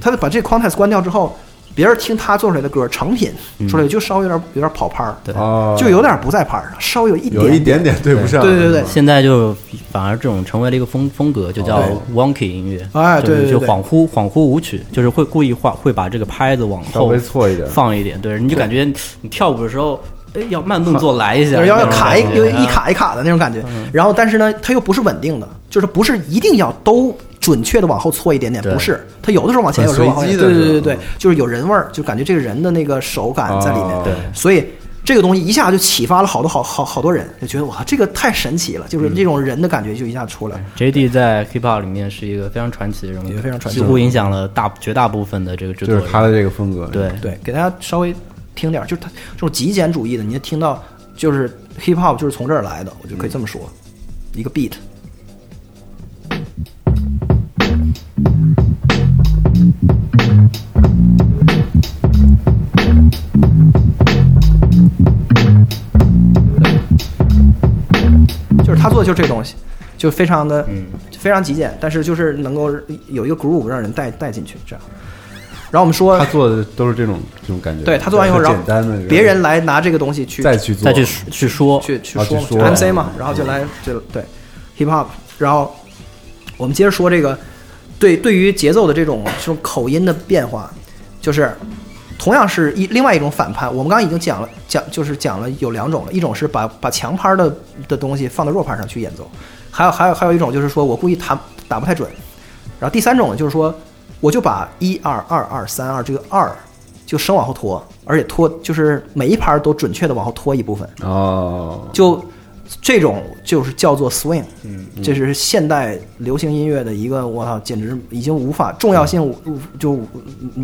[SPEAKER 3] 他就把这 quantize 关掉之后，别人听他做出来的歌成品出来就稍微有点有点跑拍儿，对
[SPEAKER 2] 哦
[SPEAKER 3] 就有点不在拍儿上，稍微有一
[SPEAKER 2] 有一点
[SPEAKER 3] 点
[SPEAKER 2] 点对不上，
[SPEAKER 3] 对对对
[SPEAKER 4] 儿现在就反而这种成为了一个风风格，就叫 wonky 音乐，
[SPEAKER 3] 哎对
[SPEAKER 4] 就是
[SPEAKER 3] 对
[SPEAKER 4] 就
[SPEAKER 3] 对
[SPEAKER 4] 恍惚恍惚舞曲，就是会故意画会把这个拍子往后
[SPEAKER 2] 稍微错一点
[SPEAKER 4] 放一点，对，你就感觉你跳舞的时候，哎，要慢动作来一下，
[SPEAKER 3] 要要
[SPEAKER 4] 那种
[SPEAKER 3] 卡一
[SPEAKER 4] 感觉啊嗯
[SPEAKER 3] 有一，卡一卡的那种感觉。然后，但是呢，它又不是稳定的，就是不是一定要都准确的往后错一点点，
[SPEAKER 4] 对
[SPEAKER 3] 不是。它有的时候往前，有
[SPEAKER 2] 很
[SPEAKER 3] 时候往后，
[SPEAKER 2] 随
[SPEAKER 3] 对
[SPEAKER 2] 机
[SPEAKER 3] 对
[SPEAKER 2] 的
[SPEAKER 3] 对
[SPEAKER 2] 是
[SPEAKER 3] 对
[SPEAKER 2] 吧
[SPEAKER 3] 对，就是有人味儿，就感觉这个人的那个手感在里面
[SPEAKER 2] 哦。
[SPEAKER 4] 对
[SPEAKER 3] 所以这个东西一下就启发了好多好好好多人，就觉得哇，这个太神奇了，
[SPEAKER 4] 嗯
[SPEAKER 3] 就是这种人的感觉就一下出来。
[SPEAKER 4] J.D. 在 hiphop 里面是一个非常传奇的人物，
[SPEAKER 3] 也非常传奇
[SPEAKER 4] 几乎影响了大绝大部分的这个制作
[SPEAKER 2] 就
[SPEAKER 4] 人。
[SPEAKER 2] 是他的这个风格，
[SPEAKER 4] 对，
[SPEAKER 3] 对，给大家稍微听点儿，就是它这种极简主义的，你也听到就是 hip hop 就是从这儿来的，我就可以这么说，一个 beat。就是他做的就是这个东西，就非常的、非常极简，但是就是能够有一个 groove 让人带带进去这样。然后我们说
[SPEAKER 2] 他做的都是这种这种感觉，
[SPEAKER 3] 对他做完以后，
[SPEAKER 2] 很
[SPEAKER 3] 然后
[SPEAKER 2] 简单的，
[SPEAKER 3] 别人来拿这个东西去
[SPEAKER 2] 再去做，
[SPEAKER 4] 再去去说，
[SPEAKER 3] 去去
[SPEAKER 2] 啊
[SPEAKER 3] 说
[SPEAKER 2] 去
[SPEAKER 3] 嘛
[SPEAKER 2] 说
[SPEAKER 3] 就
[SPEAKER 2] 啊
[SPEAKER 3] ，MC 嘛，然后就来就对 hip hop，然后我们接着说这个对对于节奏的这种这种口音的变化，就是同样是一另外一种反叛。我们刚刚已经讲了讲就是讲了有两种了，一种是把把强拍的的东西放到弱拍上去演奏，还有还有还有一种就是说我故意弹打不太准，然后第三种呢，就是说，我就把一二二二三二这个二就生往后拖，而且拖就是每一拍儿都准确的往后拖一部分，
[SPEAKER 2] 哦，
[SPEAKER 3] 就这种就是叫做 swing，这
[SPEAKER 2] 嗯
[SPEAKER 3] 是现代流行音乐的一个，我操，简直已经无法重要性无，无就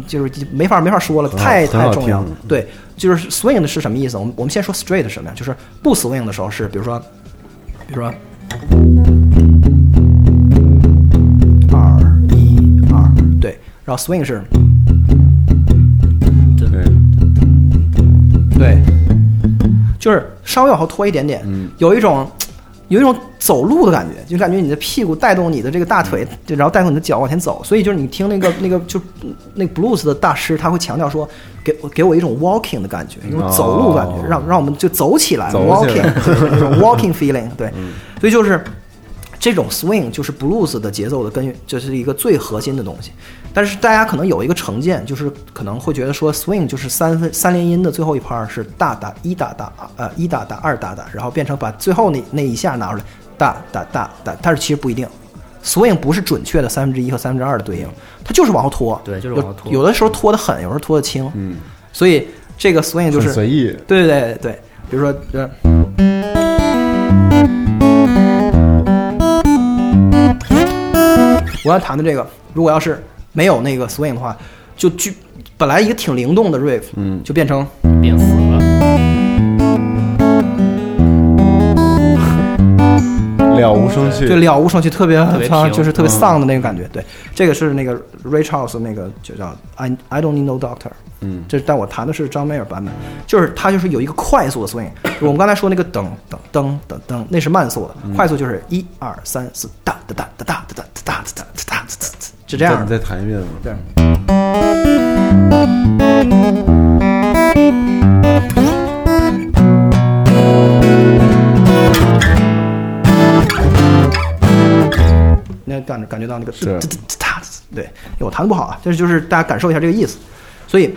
[SPEAKER 3] 就是没法没法说了，太
[SPEAKER 2] 啊很好
[SPEAKER 3] 太重要了
[SPEAKER 2] 听。
[SPEAKER 3] 对，就是 swing 的是什么意思？我们我们先说 straight 是什么呀？就是不 swing 的时候是，比如说，比如说，二一二，对，然后 swing 是，
[SPEAKER 2] 对，
[SPEAKER 3] 对，嗯就是稍微往后拖一点点，有一种有一种走路的感觉，就感觉你的屁股带动你的这个大腿，就然后带动你的脚往前走。所以就是你听那个那个就那个 blues 的大师，他会强调说，给我给我一种 walking 的感觉，一种走路感觉，
[SPEAKER 2] 哦
[SPEAKER 3] 让让我们就走起来
[SPEAKER 2] 走起来
[SPEAKER 3] walking，对一种 walking feeling。对，所以就是。这种 swing 就是 blues 的节奏的根源，就是一个最核心的东西。但是大家可能有一个成见，就是可能会觉得说 swing 就是三分三连音的最后一拍儿是大大一大大呃一大大二大大，然后变成把最后那那一下拿出来大大大大，但是其实不一定。swing 不是准确的三分之一和三分之二的对应，它就是往后拖。
[SPEAKER 4] 对就是往后拖
[SPEAKER 3] 有有的时候拖得狠，有时候拖得轻。嗯，所以这个 swing 就
[SPEAKER 2] 很
[SPEAKER 3] 是
[SPEAKER 2] 随意。
[SPEAKER 3] 对对对对，比如说，呃我要弹的这个，如果要是没有那个 swing 的话，就巨本来一个挺灵动的 riff，嗯，就变成
[SPEAKER 4] 变死了。
[SPEAKER 2] 了无生趣，
[SPEAKER 3] 就了无生趣，特别
[SPEAKER 4] 别
[SPEAKER 3] 操
[SPEAKER 4] 平
[SPEAKER 3] 就是特别丧的那个感觉。对，这个是那个 Ray Charles 那个就叫 I I don't need no doctor。嗯，这但我弹的是张梅尔版本，就是它就是有一个快速的 swing。我们刚才说那个噔噔噔噔噔，那是慢速的，快速就是一二三四哒哒哒哒哒哒哒哒哒哒哒哒，是这
[SPEAKER 2] 这
[SPEAKER 3] 样
[SPEAKER 2] 你
[SPEAKER 3] 的。
[SPEAKER 2] 再弹一遍吗？
[SPEAKER 3] 对，那感感觉到那个
[SPEAKER 2] 是
[SPEAKER 3] 哒哒哒对，我弹的不好啊，但是就是大家感受一下这个意思。所以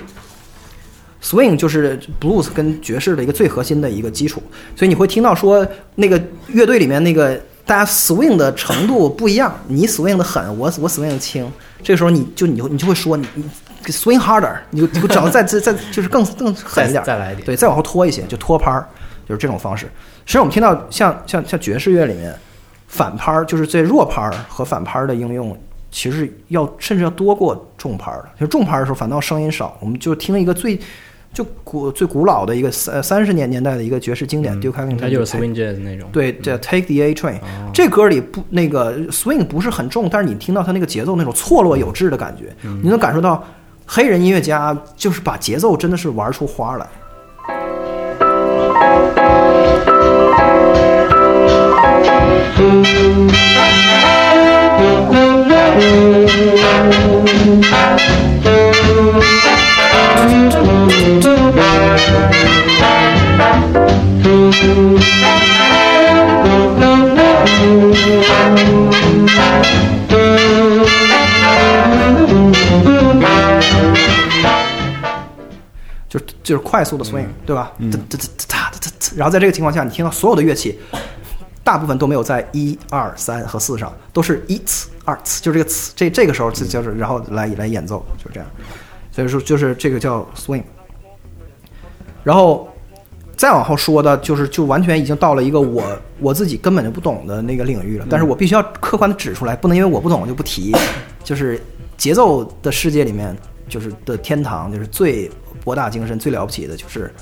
[SPEAKER 3] ，swing 就是 blues 跟爵士的一个最核心的一个基础，所以你会听到说那个乐队里面那个大家 swing 的程度不一样，你 swing 的狠，我我 swing 的轻，这个时候你就你就你就会说你你 swing harder，你就你就只要再再再就是更更狠一点，
[SPEAKER 4] 再再来一点
[SPEAKER 3] 对，再往后拖一些，就拖拍儿，就是这种方式。实际上我们听到像像像爵士乐里面。反拍儿就是这弱拍儿和反拍儿的应用，其实要甚至要多过重拍儿的。就重拍儿的时候，反倒声音少，我们就听一个最就古最古老的一个三呃三十年年代的一个爵士经典，Duke Ellington
[SPEAKER 4] 它就是
[SPEAKER 3] 的 Take-
[SPEAKER 4] swing 嗯哦 jazz 嗯那种。
[SPEAKER 3] 对，叫 Take the A Train，、这歌里不那个 swing 不是很重，但是你听到它那个节奏那种错落有致的感觉，
[SPEAKER 4] 嗯
[SPEAKER 3] 你能感受到黑人音乐家就是把节奏真的是玩出花来。就是就是快速的 swing，、对吧？哒哒哒哒哒哒哒然后在这个情况下，你听到所有的乐器，大部分都没有在一二三和四上，都是一次二次，就这个次，这这个时候就就是然后来来演奏，就是这样。所以说就是这个叫 swing。然后再往后说的，就是就完全已经到了一个我我自己根本就不懂的那个领
[SPEAKER 2] 嗯
[SPEAKER 3] 域了。但是我必须要客观的指出来，不能因为我不懂我就不提。就是节奏的世界里面，就是的天堂，就是最博大精深、最了不起的，就是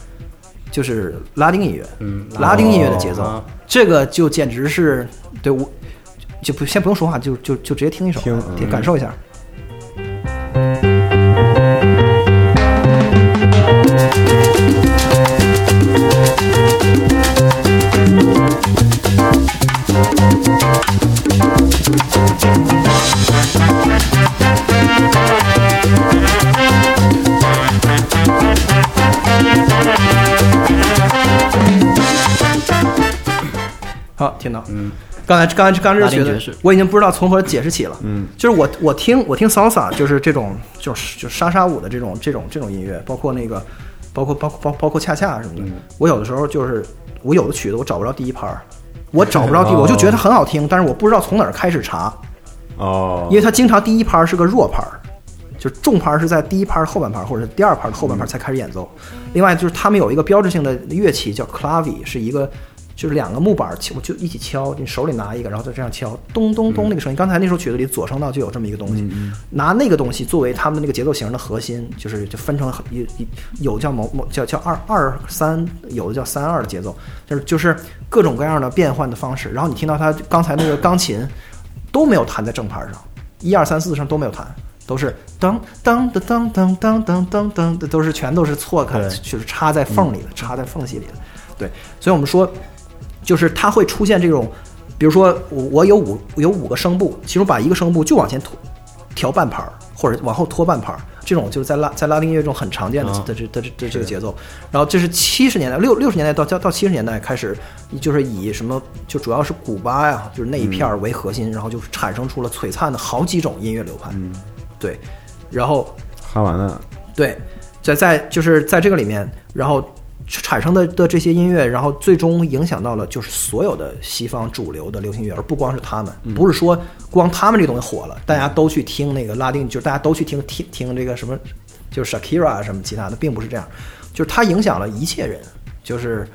[SPEAKER 3] 就是拉丁音乐，嗯，拉丁音乐的节
[SPEAKER 2] 哦
[SPEAKER 3] 奏，这个就简直是对我就不先不用说话，就就就直接听一首，
[SPEAKER 2] 听嗯
[SPEAKER 3] 感受一下。好，听到。嗯，刚才刚才刚才就觉
[SPEAKER 4] 拉丁爵
[SPEAKER 3] 得
[SPEAKER 4] 士，
[SPEAKER 3] 我已经不知道从何解释起了。嗯，就是我我听我听 salsa 就是这种就是就莎莎舞的这种这种这种音乐，包括那个包括包括包包括恰恰什
[SPEAKER 4] 嗯
[SPEAKER 3] 么的。我有的时候就是我有的曲子我找不着第一拍儿，我找 不着第一，
[SPEAKER 2] 哦
[SPEAKER 3] 我就觉得很好听，但是我不知道从哪儿开始查，
[SPEAKER 2] 哦，
[SPEAKER 3] 因为它经常第一拍儿是个弱拍儿。就是重拍儿是在第一拍儿的后半拍儿或者是第二拍儿的后半拍儿才开始演奏，另外就是他们有一个标志性的乐器叫 clavi，是一个就是两个木板儿敲就一起敲，你手里拿一个，然后再这样敲，咚咚咚那个声音。刚才那首曲子里左声道就有这么一个东西，拿那个东西作为他们那个节奏型的核心，就是就分成了一一有叫某某叫叫二二三，有的叫三二的节奏，就是就是各种各样的变换的方式。然后你听到他刚才那个钢琴都没有弹在正拍上，一二三四声都没有弹。都是当当的当当当当当当的，都是全都是错开，就是插在缝里的，插在缝隙里的。对，所以我们说，就是它会出现这种，比如说我我有五有五个声部，其中把一个声部就往前拖，调半拍儿，或者往后拖半拍儿，这种就是在拉在拉丁音乐中很常见的的这的这的这个节奏。然后这是七十年代六六十年代到到到七十年代开始，就是以什么就主要是古巴呀，就是那一片儿为核心，然后就是产生出了璀璨的好几种音乐流派。对，然后
[SPEAKER 2] 哈瓦那，
[SPEAKER 3] 对，在在就是在这个里面，然后产生的的这些音乐，然后最终影响到了就是所有的西方主流的流行乐，而不光是他们，不是说光他们这东西火了，大家都去听那个拉丁，就是大家都去听听听这个什么，就是 Shakira 啊什么其他的，并不是这样，就是它影响了一切人，就是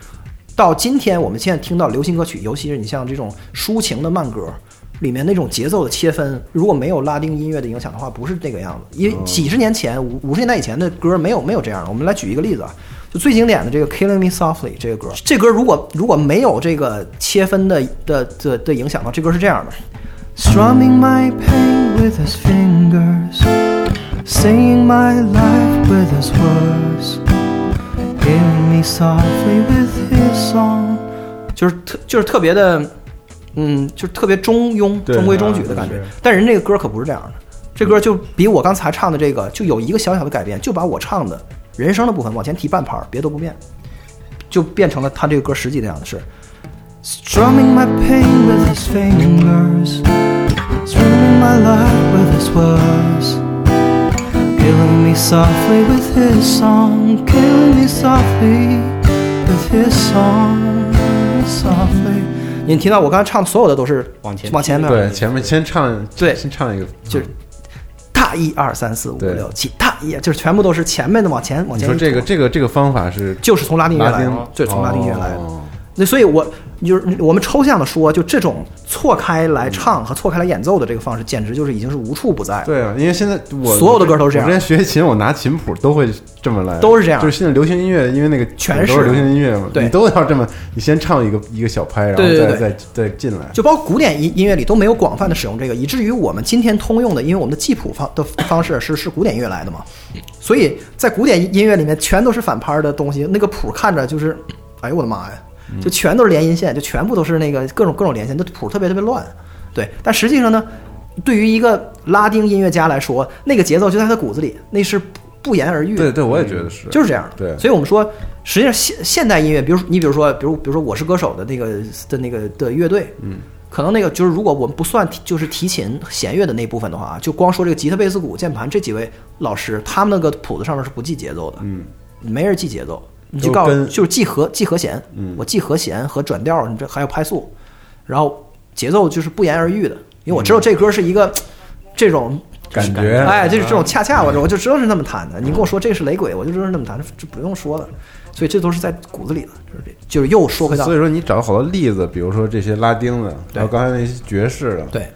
[SPEAKER 3] 到今天我们现在听到流行歌曲，尤其是你像这种抒情的慢歌。里面那种节奏的切分，如果没有拉丁音乐的影响的话，不是这个样子。因为几十年前五五十年代以前的歌没有没有这样的。我们来举一个例子啊，就最经典的这个《Killing Me Softly》这个歌，这歌如果如果没有这个切分的的的的影响的话，这歌是这样的：Strumming my pain with his fingers, singing my life with his words, killing me softly with his song。就是特就是特别的，嗯，就是特别中庸、
[SPEAKER 2] 对啊
[SPEAKER 3] 中规中矩的感觉
[SPEAKER 2] 是。嗯
[SPEAKER 3] 但人这个歌可不是这样的，这歌就比我刚才唱的这个就有一个小小的改变，就把我唱的人声的部分往前提半拍儿，别的不变，就变成了他这个歌实际的样子是。Strumming my pain with his fingers, strumming my life with his words, killing me softly with his song, killing me softly with his song, softly。你听到我刚才唱的所有的都是
[SPEAKER 4] 往前
[SPEAKER 3] 往前面，
[SPEAKER 2] 对，前面先唱，
[SPEAKER 3] 对
[SPEAKER 2] 先唱一个，嗯
[SPEAKER 3] 就是踏一二三四五
[SPEAKER 2] 对
[SPEAKER 3] 六七踏一，就是全部都是前面的往前往
[SPEAKER 2] 你
[SPEAKER 3] 前
[SPEAKER 2] 说
[SPEAKER 3] 一拖。
[SPEAKER 2] 这个这个这个方法是
[SPEAKER 3] 就是从拉丁音乐
[SPEAKER 2] 拉
[SPEAKER 3] 来
[SPEAKER 2] 丁
[SPEAKER 3] 的，就是从拉丁音乐来的
[SPEAKER 2] 哦。
[SPEAKER 3] 那所以我，就是我们抽象的说，就这种错开来唱和错开来演奏的这个方式，简直就是已经是无处不在了。
[SPEAKER 2] 对啊，因为现在我
[SPEAKER 3] 所有的歌都是这样
[SPEAKER 2] 我之前学琴，我拿琴谱都会这么来，
[SPEAKER 3] 都是这样
[SPEAKER 2] 就是现在流行音乐，因为那个
[SPEAKER 3] 全是
[SPEAKER 2] 都是流行音乐嘛，
[SPEAKER 3] 对
[SPEAKER 2] 你都要这么，你先唱一个一个小拍，然后
[SPEAKER 3] 对对
[SPEAKER 2] 再
[SPEAKER 3] 对
[SPEAKER 2] 再再进来。
[SPEAKER 3] 就包括古典音音乐里都没有广泛的使用这个，以至于我们今天通用的，因为我们的记谱方的方式是是古典音乐来的嘛，
[SPEAKER 2] 嗯
[SPEAKER 3] 所以在古典音乐里面全都是反拍儿的东西，那个谱看着就是，哎呦我的妈呀，
[SPEAKER 2] 嗯
[SPEAKER 3] 就全都是连音线，就全部都是那个各种各种连线，那谱特别特别乱，对，但实际上呢，对于一个拉丁音乐家来说，那个节奏就在他骨子里，那是不不言而喻的。
[SPEAKER 2] 对对，我也觉得是，
[SPEAKER 3] 就是这样的。
[SPEAKER 2] 对
[SPEAKER 3] 所以我们说，实际上现现代音乐，比如说你比如说，比如比如说《我是歌手》的那个的那个的乐队，嗯，可能那个就是如果我们不算提就是提琴弦乐的那部分的话啊，就光说这个吉他、贝斯、鼓、键盘这几位老师，他们那个谱子上面是不记节奏的，嗯，没人记节奏，你就
[SPEAKER 2] 都
[SPEAKER 3] 告诉
[SPEAKER 2] 跟
[SPEAKER 3] 就是记和记和弦，嗯，我记和弦和转调，你这还有拍速，然后节奏就是不言而喻的，因为我知道这歌是一个这种
[SPEAKER 2] 感觉
[SPEAKER 3] 哎，就是
[SPEAKER 2] 嗯
[SPEAKER 3] 这种恰恰我就我就知道是那么弹的。你跟我说这是雷鬼，我就知道是那么弹，这这不用说了。所以这都是在骨子里的，就是这就是又说回到
[SPEAKER 2] 所以说你找好多例子，比如说这些拉丁的，还有刚才那些爵士的，，
[SPEAKER 3] 对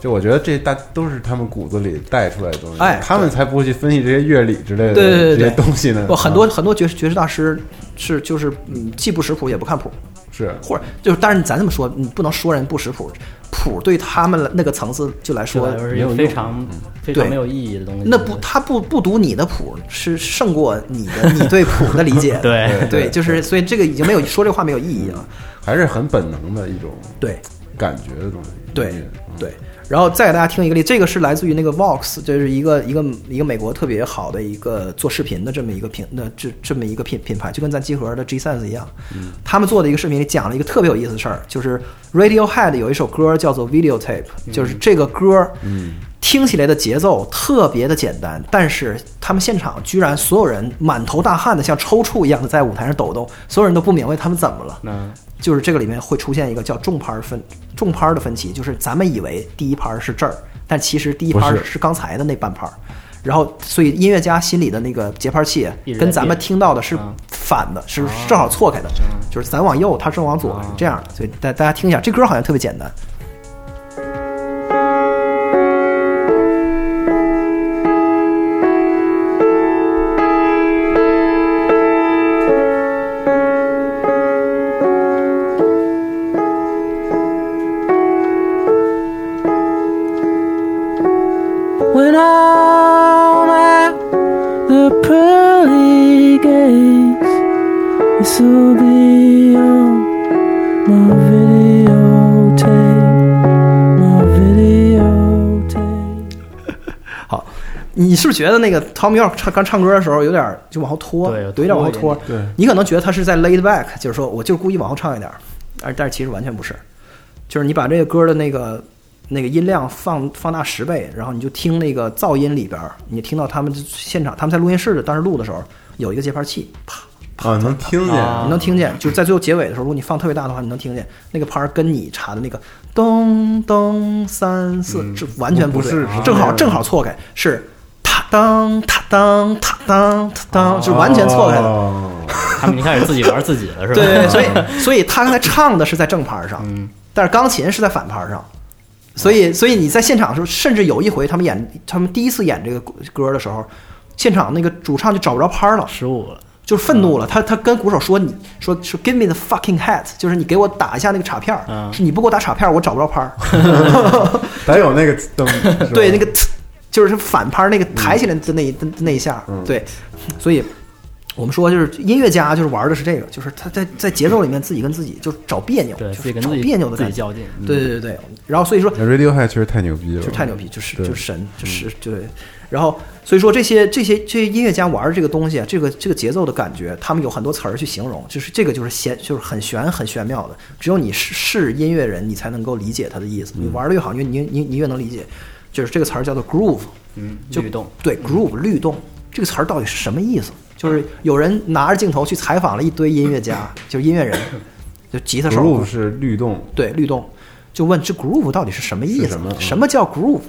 [SPEAKER 2] 就我觉得这大都是他们骨子里带出来的东西，
[SPEAKER 3] 哎
[SPEAKER 2] 他们才不会去分析这些乐理之类的
[SPEAKER 3] 对对对
[SPEAKER 2] 这
[SPEAKER 3] 对
[SPEAKER 2] 些东西呢。
[SPEAKER 3] 不很多
[SPEAKER 2] 啊
[SPEAKER 3] 很多爵士爵士大师是就是嗯既不识谱也不看谱，
[SPEAKER 2] 是
[SPEAKER 3] 或者就是但是咱这么说，你不能说人不识谱，谱对他们来那个层次就来
[SPEAKER 4] 对
[SPEAKER 3] 说
[SPEAKER 4] 吧？是一个非常非
[SPEAKER 3] 对
[SPEAKER 4] 常没有意义的东西。
[SPEAKER 3] 那不，他不不读你的谱，是胜过你的你对谱的理解的。
[SPEAKER 4] 对
[SPEAKER 2] 对
[SPEAKER 3] 对，就是所以这个已经没有说这话没有意义了。
[SPEAKER 2] 还是很本能的一种
[SPEAKER 3] 对，
[SPEAKER 2] 感觉的东西。嗯
[SPEAKER 3] 对
[SPEAKER 2] 音乐
[SPEAKER 3] 对，然后再给大家听一个例，这个是来自于那个 Vox，这是一个一个一个美国特别好的一个做视频的这么一个品，那这这么一个品品牌，就跟咱集合的 G Sense 一样，他们做的一个视频里讲了一个特别有意思的事儿，就是 Radiohead 有一首歌叫做 Videotape，就是这个歌，嗯。听起来的节奏特别的简单，但是他们现场居然所有人满头大汗的像抽搐一样的在舞台上抖动，所有人都不明白他们怎么了。
[SPEAKER 4] 嗯，
[SPEAKER 3] 就是这个里面会出现一个叫重拍儿分重拍儿的分歧，就是咱们以为第一拍儿是这儿，但其实第一拍儿
[SPEAKER 2] 不是
[SPEAKER 3] 是刚才的那半拍儿。然后，所以音乐家心里的那个节拍器
[SPEAKER 4] 一直在
[SPEAKER 3] 跟咱们
[SPEAKER 4] 变
[SPEAKER 3] 听到的是
[SPEAKER 4] 嗯
[SPEAKER 3] 反的，是正好错开的，就是咱往右，他正往左，是这样的。所以大大家听一下，这歌好像特别简单。
[SPEAKER 10] when all at the pearly gates. This will be on my videotape, my videotape.
[SPEAKER 3] 你是不是觉得那个 Tom York 唱刚唱歌的时候有点儿就往后拖，
[SPEAKER 4] 对
[SPEAKER 3] 有点往后拖？
[SPEAKER 4] 拖
[SPEAKER 2] 对
[SPEAKER 3] 你可能觉得他是在 laid back，就是说我就是故意往后唱一点儿，而但是其实完全不是，就是你把这个歌的那个那个音量放放大十倍，然后你就听那个噪音里边儿，你听到他们现场他们在录音室的当时录的时候有一个节拍器，啪，
[SPEAKER 2] 啊，能听见，
[SPEAKER 3] 你能听见，就是在最后结尾的时候，如果你放特别大的话，你能听见那个拍儿跟你查的那个咚咚三四，这完全
[SPEAKER 2] 嗯不
[SPEAKER 3] 对，
[SPEAKER 2] 是是
[SPEAKER 3] 正
[SPEAKER 2] 这
[SPEAKER 3] 好
[SPEAKER 2] 样
[SPEAKER 3] 正好错开，是踏当踏当踏当踏当，就是完全错开的。
[SPEAKER 2] 哦
[SPEAKER 4] 他们一开始自己玩自己的是吧？
[SPEAKER 3] 对对，对所以所以他刚才唱的是在正拍儿上，
[SPEAKER 2] 嗯
[SPEAKER 3] 但是钢琴是在反拍儿上。所以，所以你在现场的时候，甚至有一回他们演，他们第一次演这个歌的时候，现场那个主唱就找不着拍儿了，
[SPEAKER 4] 失误了。
[SPEAKER 3] 就是愤怒了，
[SPEAKER 4] 嗯
[SPEAKER 3] 他他跟鼓手说你说说 give me the fucking hat，就是你给我打一下那个镲片儿，
[SPEAKER 4] 嗯
[SPEAKER 3] 是你不给我打镲片儿，我找不着 拍儿。
[SPEAKER 2] 得有那个 灯，
[SPEAKER 3] 对，那
[SPEAKER 2] 个
[SPEAKER 3] 个呲就是反拍儿那个抬起
[SPEAKER 4] 嗯
[SPEAKER 3] 来的那一、的那一下，对，所以我们说就是音乐家就是玩的是这个，就是他在在节奏里面自己跟自己就找别扭，
[SPEAKER 4] 对
[SPEAKER 3] 就
[SPEAKER 4] 自己
[SPEAKER 3] 是
[SPEAKER 4] 跟
[SPEAKER 3] 找
[SPEAKER 4] 自己
[SPEAKER 3] 别扭的
[SPEAKER 4] 自
[SPEAKER 3] 感
[SPEAKER 4] 己
[SPEAKER 3] 觉。
[SPEAKER 4] 较劲，嗯
[SPEAKER 3] 对对对对，然后所以说
[SPEAKER 2] Radiohead 确实太牛逼了，
[SPEAKER 3] 就太牛逼，就是
[SPEAKER 2] 对
[SPEAKER 3] 就是神，
[SPEAKER 4] 嗯
[SPEAKER 3] 就是对。然后所以说这些这些这些音乐家玩儿这个东西，啊这个这个节奏的感觉，他们有很多词儿去形容，就是这个就是玄，就是很玄很玄妙的。只有你是是音乐人，你才能够理解它的意思。
[SPEAKER 4] 嗯
[SPEAKER 3] 你玩的越好，你你你你越能理解。就是这个词儿叫做 groove，
[SPEAKER 4] 嗯，
[SPEAKER 3] 就
[SPEAKER 4] 律动，
[SPEAKER 3] 对 groove 律动这个词儿到底是什么意思？就是有人拿着镜头去采访了一堆音乐家， 就是音乐人，就吉他手
[SPEAKER 2] groove 是律动，
[SPEAKER 3] 对律动，就问这 groove 到底是什么意思？
[SPEAKER 2] 是什么嗯
[SPEAKER 3] 叫 groove？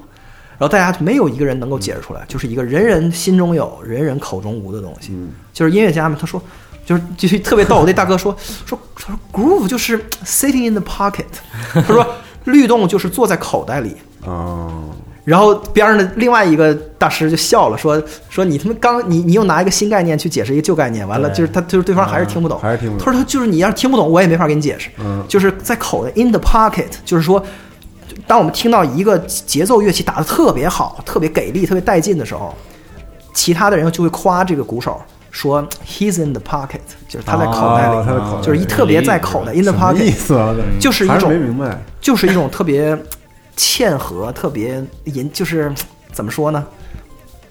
[SPEAKER 3] 然后大家没有一个人能够解释出来，就是一个人人心中有、人人口中无的东西。
[SPEAKER 2] 嗯
[SPEAKER 3] 就是音乐家们，他说，就是就是特别逗。那大哥说说说 groove 就是 sitting in the pocket，他说 律动就是坐在口袋里。
[SPEAKER 2] 哦，
[SPEAKER 3] 然后边上的另外一个大师就笑了，说说你他妈刚你你又拿一个新概念去解释一个旧概念，完了
[SPEAKER 4] 对
[SPEAKER 3] 就是他就是对方还是听不懂，
[SPEAKER 2] 嗯还是听不懂
[SPEAKER 3] 他说他就是你要是听不懂，我也没法给你解释。
[SPEAKER 2] 嗯
[SPEAKER 3] 就是在口袋 in the pocket，就是说，当我们听到一个节奏乐器打得特别好、特别给力、特别带劲的时候，其他的人就会夸这个鼓手说 he's in the pocket，就是他在口袋里，
[SPEAKER 2] 哦他在口袋里
[SPEAKER 3] 就是一特别在口袋 in the
[SPEAKER 2] 什么
[SPEAKER 3] pocket
[SPEAKER 2] 意思啊？这
[SPEAKER 3] 就是一
[SPEAKER 2] 还是
[SPEAKER 3] 种
[SPEAKER 2] 没明白，
[SPEAKER 3] 就是一种特别嵌合、特别引，就是怎么说呢？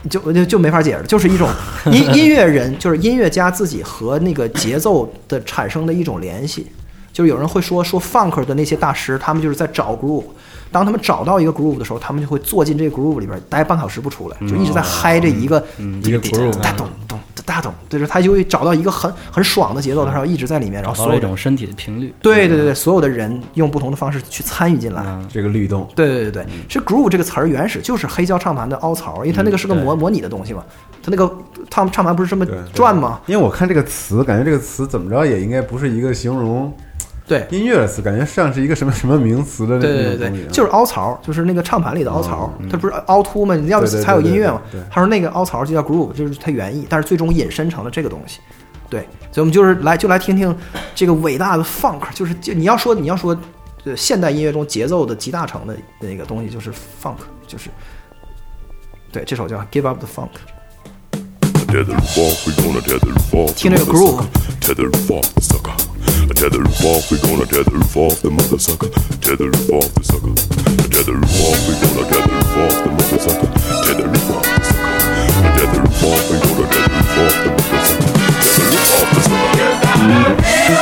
[SPEAKER 3] 就就就没法解释，就是一种音 音乐人，就是音乐家自己和那个节奏的产生的一种联系。就是有人会说说 funk 的那些大师，他们就是在找 groove。当他们找到一个 groove 的时候，他们就会坐进这个 groove 里边，待半小时不出来，就一
[SPEAKER 2] 嗯
[SPEAKER 3] 直在嗨这一个这
[SPEAKER 2] 一个 groove 嗯
[SPEAKER 3] 大咚咚大咚，就是他就会找到一个很很爽的节奏，然后一直在里面，然后
[SPEAKER 4] 找
[SPEAKER 3] 所
[SPEAKER 4] 到
[SPEAKER 3] 有
[SPEAKER 4] 一
[SPEAKER 3] 的
[SPEAKER 4] 种身体的频率。
[SPEAKER 3] 对对
[SPEAKER 2] 嗯
[SPEAKER 3] 对对，所有的人用不同的方式去参与进来，
[SPEAKER 2] 这个律动，
[SPEAKER 3] 对对对对，
[SPEAKER 2] 嗯
[SPEAKER 3] 是 groove 这个词儿原始就是黑胶唱盘的凹槽，因为它那个是个模模拟的东西嘛，它那个唱唱盘不是这么
[SPEAKER 2] 嗯对
[SPEAKER 3] 转吗？？
[SPEAKER 2] 对因为我看这个词，感觉这个词怎么着也应该不是一个形容
[SPEAKER 3] 对
[SPEAKER 2] 音乐的词，感觉像是一个什么什么名词的那
[SPEAKER 3] 对对
[SPEAKER 2] 那种
[SPEAKER 3] 对
[SPEAKER 2] 东西
[SPEAKER 3] 对，
[SPEAKER 2] 啊，嗯
[SPEAKER 3] 就是凹槽，就是那个唱盘里的凹槽，它不是凹凸吗？你要
[SPEAKER 2] 对对对
[SPEAKER 3] 才有音乐嘛
[SPEAKER 2] 对对对。
[SPEAKER 3] 他说那个凹槽就叫 groove，就是它原意，但是最终引申成了这个东西。对，所以我们就是来就来听听这个伟大的 funk，就是就你要说你要说呃现代音乐中节奏的集大成的那个东西就是 funk，就是对这首叫 Give Up the Funk。
[SPEAKER 11] tether ball, we gonna tether ball.
[SPEAKER 3] Tina Groove.
[SPEAKER 11] Tether ball, sucker. A tether ball, we gonna tether ball, the mother sucker. Tether ball, the sucker. A tether ball, we gonna tether ball, the mother sucker. Tether ball, the sucker. A tether ball, we gonna tether ball, the mother sucker. Tether ball, the sucker.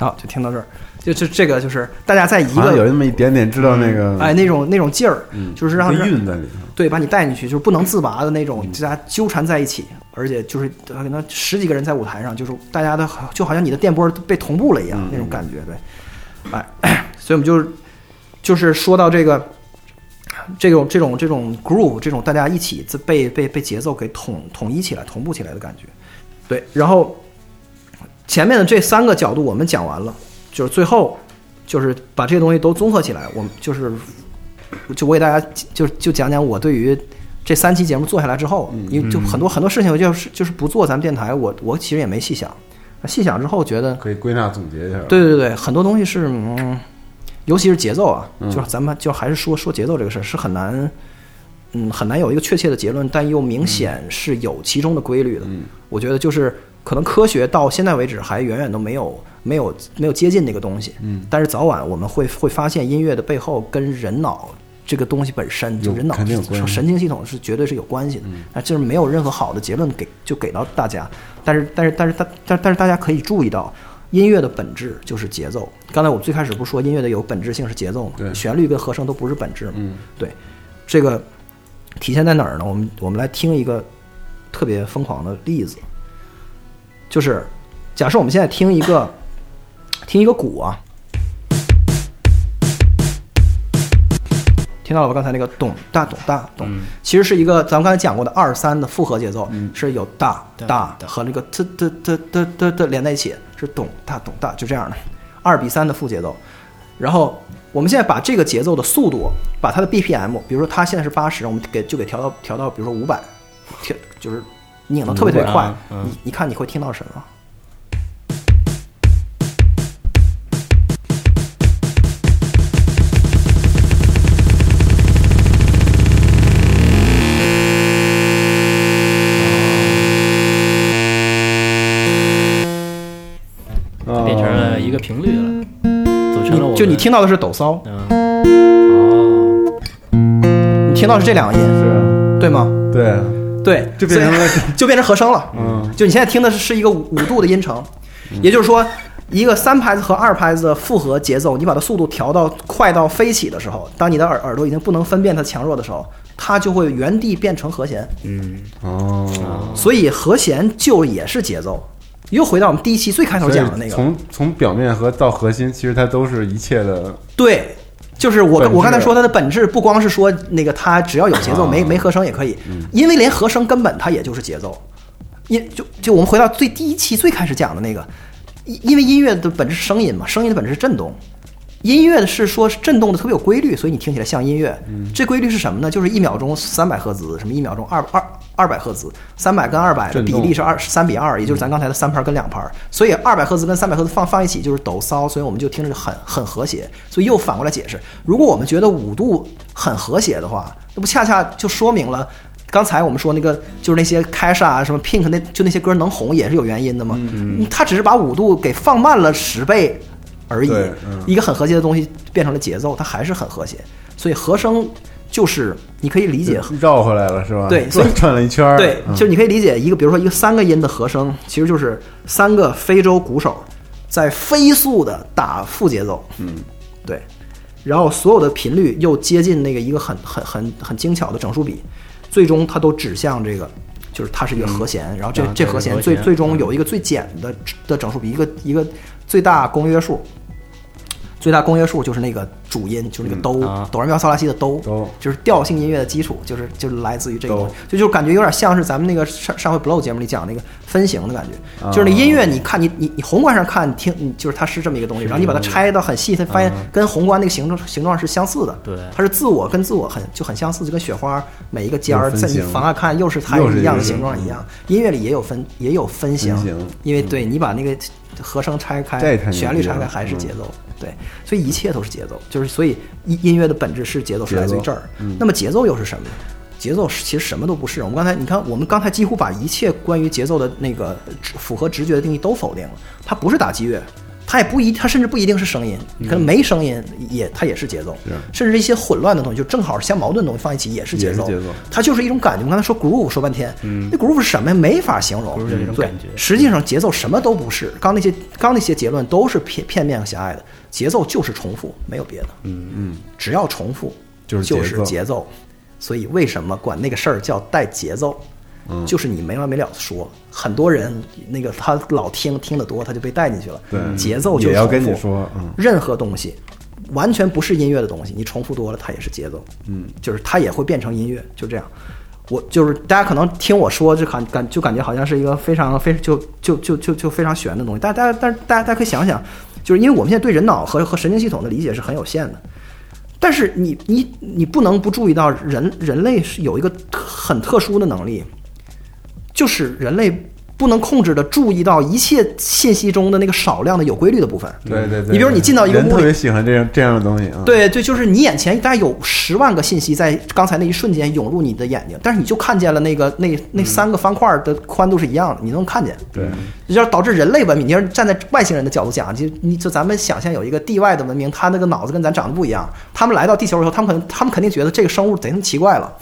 [SPEAKER 3] 好，就听到这儿，就就这个就是大家在一
[SPEAKER 2] 好像
[SPEAKER 3] 个
[SPEAKER 2] 有那么一点点知道那个，
[SPEAKER 3] 哎那种那种劲儿，
[SPEAKER 2] 嗯
[SPEAKER 3] 就是让
[SPEAKER 2] 那
[SPEAKER 3] 人
[SPEAKER 2] 韵在里头。
[SPEAKER 3] 对，把你带进去，就是不能自拔的那种，大家纠缠在一起，而且就是呃可能十几个人在舞台上，就是大家的好就好像你的电波被同步了一样、那种感觉，对，哎，所以我们就是就是说到这个这种这种这种 groove，这种大家一起自被被被节奏给统统一起来、同步起来的感觉，对，然后前面的这三个角度我们讲完了，就是最后就是把这些东西都综合起来，我们就是就我给大家就就讲讲我对于这三期节目做下来之后，
[SPEAKER 2] 嗯
[SPEAKER 3] 因为就很多很多事情，就是就是不做咱们电台，我我其实也没细想，那细想之后觉得
[SPEAKER 2] 可以归纳总结一下。
[SPEAKER 3] 对对对，很多东西是嗯，尤其是节奏啊，
[SPEAKER 2] 嗯
[SPEAKER 3] 就是咱们就还是说说节奏这个事儿是很难，嗯，很难有一个确切的结论，但又明显是有其中的规律的。
[SPEAKER 2] 嗯
[SPEAKER 3] 我觉得就是可能科学到现在为止还远远都没有没有没有接近那个东西，
[SPEAKER 2] 嗯
[SPEAKER 3] 但是早晚我们会会发现音乐的背后跟人脑。这个东西本身就
[SPEAKER 2] 有
[SPEAKER 3] 人脑
[SPEAKER 2] 肯定有关系嗯
[SPEAKER 3] 神经系统是绝对是有关系的，那就是没有任何好的结论给就给到大家，但是但是但是但但但是大家可以注意到，音乐的本质就是节奏。刚才我们最开始不是说音乐的有本质性是节奏吗？
[SPEAKER 2] 对嗯
[SPEAKER 3] 旋律跟和声都不是本质嘛。对，这个体现在哪儿呢？我们我们来听一个特别疯狂的例子，就是假设我们现在听一个听一个鼓啊，听到了吧？刚才那个咚大咚大咚，其实是一个咱们刚才讲过的二三的复合节奏，是有嗯大大和那个嘚嘚嘚嘚嘚嘚连在一起，是咚大咚大，就这样的二比三的副节奏。然后我们现在把这个节奏的速度，把它的 BPM，比如说它现在是八十，我们给就给调到调到，比如说五百，调就是拧的特别特别快
[SPEAKER 4] 500，嗯
[SPEAKER 3] 你你看你会听到什么？
[SPEAKER 4] 它变成了一个频率了，组成了我
[SPEAKER 3] 你就你
[SPEAKER 4] 们
[SPEAKER 3] 听到的是抖骚，哦你听到是这两个音，对吗？
[SPEAKER 2] 对，啊
[SPEAKER 3] 对，
[SPEAKER 2] 就变成了
[SPEAKER 3] 所以 就变成和声了。
[SPEAKER 2] 嗯，
[SPEAKER 3] 就你现在听的是一个五五度的音程，也就是说，一个三拍子和二拍子的复合节奏，你把它速度调到快到飞起的时候，当你的耳耳朵已经不能分辨它强弱的时候，它就会原地变成和弦。
[SPEAKER 4] 嗯
[SPEAKER 2] 哦，
[SPEAKER 3] 所以和弦就也是节奏。又回到我们第一期最开头
[SPEAKER 2] 所以
[SPEAKER 3] 讲的那个，
[SPEAKER 2] 从从表面和到核心，其实它都是一切的
[SPEAKER 3] 对，就是我
[SPEAKER 2] 本质
[SPEAKER 3] 我刚才说它的本质不光是说那个它只要有节奏
[SPEAKER 2] 啊嗯
[SPEAKER 3] 没没和声也可以，因为连和声根本它也就是节奏。因就就我们回到最第一期最开始讲的那个，因因为音乐的本质是声音嘛，声音的本质是震动。音乐是说是震动的特别有规律，所以你听起来像音乐。
[SPEAKER 2] 嗯
[SPEAKER 3] 这规律是什么呢？就是一秒钟三百赫兹，什么一秒钟二二二百赫兹，三百跟二百的
[SPEAKER 2] 震
[SPEAKER 3] 比
[SPEAKER 2] 动嗯
[SPEAKER 3] 例是二三比二，也就是咱刚才的三拍跟两拍。所以二百赫兹跟三百赫兹放放一起就是抖骚，所以我们就听着很很和谐。所以又反过来解释，如果我们觉得五度很和谐的话，那不恰恰就说明了。刚才我们说那个就是那些 Cash 啊，什么 Pink 那就那些歌能红也是有原因的嘛。
[SPEAKER 2] 嗯
[SPEAKER 3] 嗯他只是把五度给放慢了十倍而已
[SPEAKER 2] 对嗯，
[SPEAKER 3] 一个很和谐的东西变成了节奏，它还是很和谐。所以和声就是你可以理解，
[SPEAKER 2] 绕回来了，是吧？
[SPEAKER 3] 对，所以
[SPEAKER 2] 转了一圈儿。
[SPEAKER 3] 对，
[SPEAKER 2] 嗯
[SPEAKER 3] 就是你可以理解一个，比如说一个三个音的和声，其实就是三个非洲鼓手在飞速的打副节奏，嗯，对，然后所有的频率又接近那个一个很很很很精巧的整数比，最终它都指向这个，就是它是一个和弦，然后这
[SPEAKER 4] 啊
[SPEAKER 3] 这
[SPEAKER 4] 对
[SPEAKER 3] 和弦
[SPEAKER 4] 和
[SPEAKER 3] 最
[SPEAKER 4] 弦
[SPEAKER 3] 最终有一个最简的的整数比，一个一个最大公约数。最大公约数就是那个主音，就是那个哆、
[SPEAKER 4] 啊
[SPEAKER 3] 哆来咪发嗦拉西的哆，
[SPEAKER 2] 哆
[SPEAKER 3] 就是调性音乐的基础，就是就是来自于这个
[SPEAKER 2] 哆
[SPEAKER 3] 东西，就就感觉有点像是咱们那个上上回 blow 节目里讲那个分型的感觉，
[SPEAKER 2] 啊
[SPEAKER 3] 就是那音乐，你看你你你宏观上看，你听你就是它是这么一个东西，然后你把它拆到很细，
[SPEAKER 2] 啊
[SPEAKER 3] 它发现跟宏观那个形状形状是相似的，
[SPEAKER 4] 对
[SPEAKER 3] 它是自我跟自我很就很相似，就跟雪花每一个尖儿
[SPEAKER 2] 有分
[SPEAKER 3] 在你
[SPEAKER 2] 型
[SPEAKER 3] 往下看又是它
[SPEAKER 2] 又是
[SPEAKER 3] 一样的
[SPEAKER 2] 一个
[SPEAKER 3] 形状一样，音乐里也有分也有分型
[SPEAKER 2] 分型，嗯
[SPEAKER 3] 因为对你把那个和声拆开
[SPEAKER 2] 这也太牛，逼
[SPEAKER 3] 旋律拆
[SPEAKER 2] 了
[SPEAKER 3] 开还是
[SPEAKER 2] 嗯
[SPEAKER 3] 节奏。对，所以一切都是节奏，就是所以音音乐的本质是节奏，是来自于这儿。
[SPEAKER 2] 嗯
[SPEAKER 3] 那么节奏又是什么？节奏是其实什么都不是。我们刚才你看，我们刚才几乎把一切关于节奏的那个呃直符合直觉的定义都否定了。它不是打击乐，它也不一，它甚至不一定是声音，
[SPEAKER 2] 嗯
[SPEAKER 3] 可能没声音也它也是节奏，甚至一些混乱的东西，就正好是相矛盾的东西放一起也是节奏，
[SPEAKER 2] 也是节奏
[SPEAKER 3] 它就是一种感觉。我刚才说 groove 说半天，
[SPEAKER 2] 嗯
[SPEAKER 3] 那 groove 是什么呀？没法形容，
[SPEAKER 4] 就是一种
[SPEAKER 3] 对
[SPEAKER 4] 感觉
[SPEAKER 3] 实际上节奏什么都不是，刚那些刚那些结论都是片片面和狭隘的，节奏就是重复，没有别的。
[SPEAKER 2] 嗯嗯，
[SPEAKER 3] 只要重复
[SPEAKER 2] 就是节奏
[SPEAKER 3] 是节奏。所以为什么管那个事儿叫带节奏？
[SPEAKER 2] 嗯
[SPEAKER 3] 就是你没完没了的说，很多人那个他老听听得多，他就被带进去了。
[SPEAKER 2] 对
[SPEAKER 3] 节奏就是
[SPEAKER 2] 也要跟
[SPEAKER 3] 重复
[SPEAKER 2] 你说嗯
[SPEAKER 3] 任何东西完全不是音乐的东西，你重复多了，它也是节奏。
[SPEAKER 2] 嗯，
[SPEAKER 3] 就是它也会变成音乐，就这样。我就是大家可能听我说，就感感就感觉好像是一个非常非就就就就就非常玄的东西。但大家但是大家大家可以想想，就是因为我们现在对人脑和和神经系统的理解是很有限的，但是你你你不能不注意到人人类是有一个很特殊的能力，就是人类不能控制的注意到一切信息中的那个少量的有规律的部分。
[SPEAKER 2] 对对对，
[SPEAKER 3] 你比如你进到一个
[SPEAKER 2] 人
[SPEAKER 3] 屋
[SPEAKER 2] 特别
[SPEAKER 3] 里，
[SPEAKER 2] 喜欢这样这样的东西啊，，
[SPEAKER 3] 对对，就是你眼前大概有十万个信息在刚才那一瞬间涌入你的眼睛，但是你就看见了那个那那三个方块的宽度是一样的，你能看见。
[SPEAKER 2] 对，
[SPEAKER 3] 这就是导致人类文明，你要是站在外星人的角度讲，就你就咱们想象有一个地外的文明，他那个脑子跟咱长得不一样，他们来到地球以后，他们可能他们肯定觉得这个生物贼他妈奇怪了，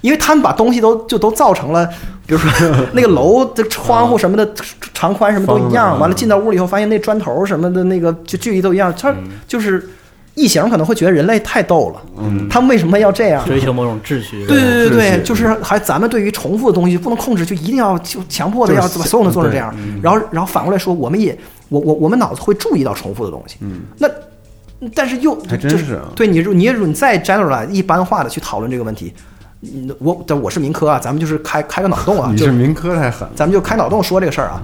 [SPEAKER 3] 因为他们把东西都就都造成了，比如说那个楼的窗户什么的长宽什么都一样，完了进到屋里以后发现那砖头什么的那个就距离都一样，他就是异形可能会觉得人类太逗了，
[SPEAKER 4] 嗯
[SPEAKER 3] 他们为什么要这样？
[SPEAKER 4] 追求某种秩序。
[SPEAKER 3] 对对对对，就是还咱们对于重复的东西不能控制，就一定要就强迫的
[SPEAKER 4] 就
[SPEAKER 3] 要
[SPEAKER 4] 是
[SPEAKER 3] 把所有的做成这
[SPEAKER 4] 对嗯
[SPEAKER 3] 样。然后然后反过来说，我们也我我我们脑子会注意到重复的东西。嗯，那但是又
[SPEAKER 2] 还真
[SPEAKER 3] 就是
[SPEAKER 2] 啊
[SPEAKER 3] 对你如你如你再 generalize 一般化的去讨论这个问题，嗯我但我是民科啊，咱们就是开开个脑洞啊，
[SPEAKER 2] 你
[SPEAKER 3] 就是
[SPEAKER 2] 民科太狠了，
[SPEAKER 3] 咱们就开脑洞说这个事儿啊，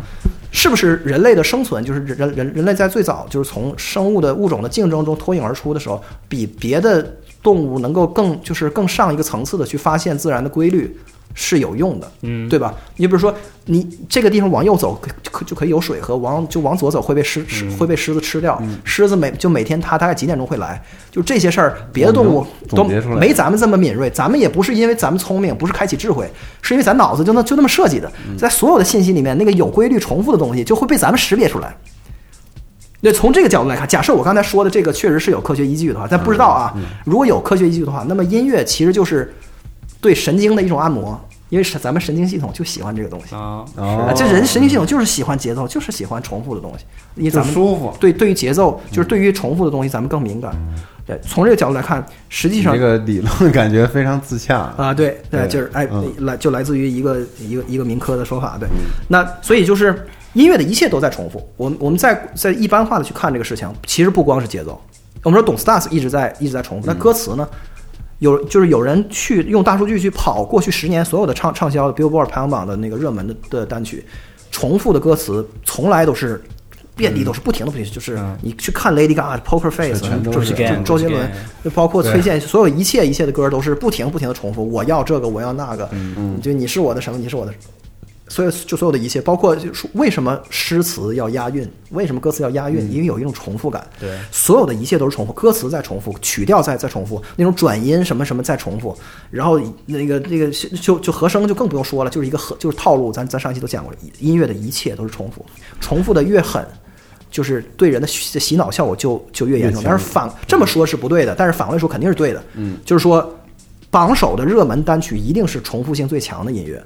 [SPEAKER 3] 是不是人类的生存，就是人人人类在最早就是从生物的物种的竞争中脱颖而出的时候，比别的动物能够更就是更上一个层次的去发现自然的规律是有用的，
[SPEAKER 4] 嗯
[SPEAKER 3] 对吧？你比如说，你这个地方往右走可可就可以有水喝，往就往左走会被狮狮
[SPEAKER 2] 嗯
[SPEAKER 3] 会被狮子吃掉，狮子每就每天它大概几点钟会来，就这些事儿，别的动物都
[SPEAKER 2] 总结出来
[SPEAKER 3] 没咱们这么敏锐，咱们也不是因为咱们聪明，不是开启智慧，是因为咱脑子就那就那么设计的，
[SPEAKER 2] 嗯
[SPEAKER 3] 在所有的信息里面，那个有规律重复的东西就会被咱们识别出来。那从这个角度来看，假设我刚才说的这个确实是有科学依据的话，但不知道啊，
[SPEAKER 2] 嗯
[SPEAKER 3] 如果有科学依据的话，那么音乐其实就是对神经的一种按摩，因为是咱们神经系统就喜欢这个东西
[SPEAKER 4] 啊
[SPEAKER 3] 啊，这人神经系统就是喜欢节奏，就是喜欢重复的东西，因为咱们
[SPEAKER 2] 就舒服。嗯
[SPEAKER 3] 对，对于节奏，就是对于重复的东西，咱们更敏感。对，从这个角度来看，实际
[SPEAKER 2] 你
[SPEAKER 3] 上
[SPEAKER 2] 这个理论感觉非常自洽啊，
[SPEAKER 3] 啊，对，对，
[SPEAKER 2] 对
[SPEAKER 3] 就是哎
[SPEAKER 2] 嗯，
[SPEAKER 3] 来就来自于一个一个一个民科的说法，对。那所以就是音乐的一切都在重复。我们我们在在一般化的去看这个事情，其实不光是节奏。我们说懂 stars 一直在一直在重
[SPEAKER 2] 嗯
[SPEAKER 3] 复，那歌词呢？有就是有人去用大数据去跑过去十年所有的畅畅销的 Billboard 排行榜的那个热门的的单曲，重复的歌词从来都是遍地都是，不停的不停地，就是你去看 Lady Gaga、Poker Face，
[SPEAKER 2] 嗯
[SPEAKER 3] 啊
[SPEAKER 2] 全都
[SPEAKER 3] 就是就
[SPEAKER 2] 这样
[SPEAKER 3] 周杰伦
[SPEAKER 4] 这样，
[SPEAKER 3] 就包括
[SPEAKER 2] 对
[SPEAKER 3] 崔健，所有一切一切的歌都是不停不停的重复，我要这个，我要那个，就你是我的什么，你是我的，所有就所有的一切，包括就是为什么诗词要押韵，为什么歌词要押韵，因为有一种重复感。
[SPEAKER 4] 对
[SPEAKER 3] 所有的一切都是重复，歌词在重复，曲调在在重复，那种转音什么什么在重复，然后那个那个就就和声就更不用说了，就是一个和就是套路，咱咱上一期都讲过了，音乐的一切都是重复，重复的越狠。就是对人的洗洗脑效果就就越严重，
[SPEAKER 2] 越强
[SPEAKER 3] 但是反这么说是不对的，但是反过来说肯定是对的。嗯，就是说，榜首的热门单曲一定是重复性最强的音乐。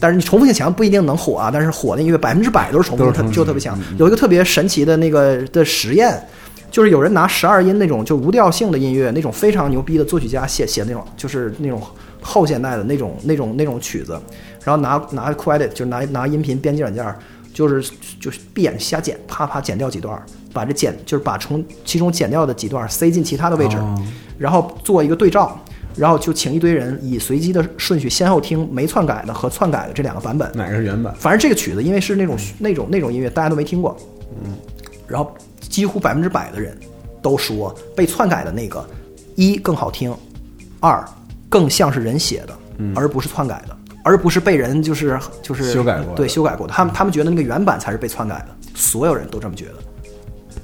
[SPEAKER 3] 但是你重复性强不一定能火啊，但是火的音乐百分之百都是重复
[SPEAKER 2] 都
[SPEAKER 3] 性，
[SPEAKER 2] 是
[SPEAKER 3] 特
[SPEAKER 2] 重复性嗯
[SPEAKER 3] 就特别强。有一个特别神奇的那个的实验，就是有人拿十二音那种就无调性的音乐，那种非常牛逼的作曲家写写那种就是那种后现代的那种那种那种曲子，然后拿拿 credit 就是拿拿音频编辑软件儿，就是就是闭眼瞎剪，啪啪剪掉几段儿，把这剪就是把从其中剪掉的几段儿塞进其他的位置，
[SPEAKER 2] 哦
[SPEAKER 3] 然后做一个对照。然后就请一堆人以随机的顺序先后听没篡改的和篡改的这两个版本，
[SPEAKER 2] 哪个是原版？
[SPEAKER 3] 反正这个曲子因为是那种那种那种音乐，大家都没听过，嗯，然后几乎百分之百的人都说被篡改的那个一更好听，二更像是人写的，而不是篡改的，而不是被人就是就是
[SPEAKER 2] 嗯修改过的
[SPEAKER 3] 对修改过的。他们他们觉得那个原版才是被篡改的，所有人都这么觉得。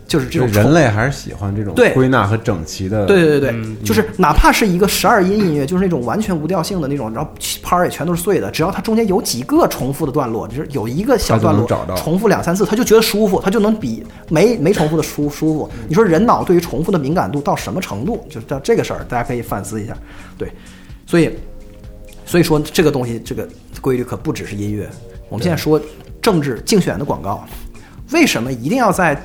[SPEAKER 3] 就是这种
[SPEAKER 2] 就人
[SPEAKER 3] 虫
[SPEAKER 2] 类还是喜欢这种
[SPEAKER 3] 对
[SPEAKER 2] 归纳和整齐的。嗯
[SPEAKER 3] 对对对对，就是哪怕是一个十二音音乐，就是那种完全无调性的那种，然后拍儿也全都是碎的，只要它中间有几个重复的段落，就是有一个小段落
[SPEAKER 2] 它就能找到
[SPEAKER 3] 重复两三次，他就觉得舒服，他就能比没没重复的舒舒服。你说人脑对于重复的敏感度到什么程度？就是到这个事儿，大家可以反思一下。对，所以所以说这个东西，这个规律可不只是音乐。我们现在说政治竞选的广告，为什么一定要在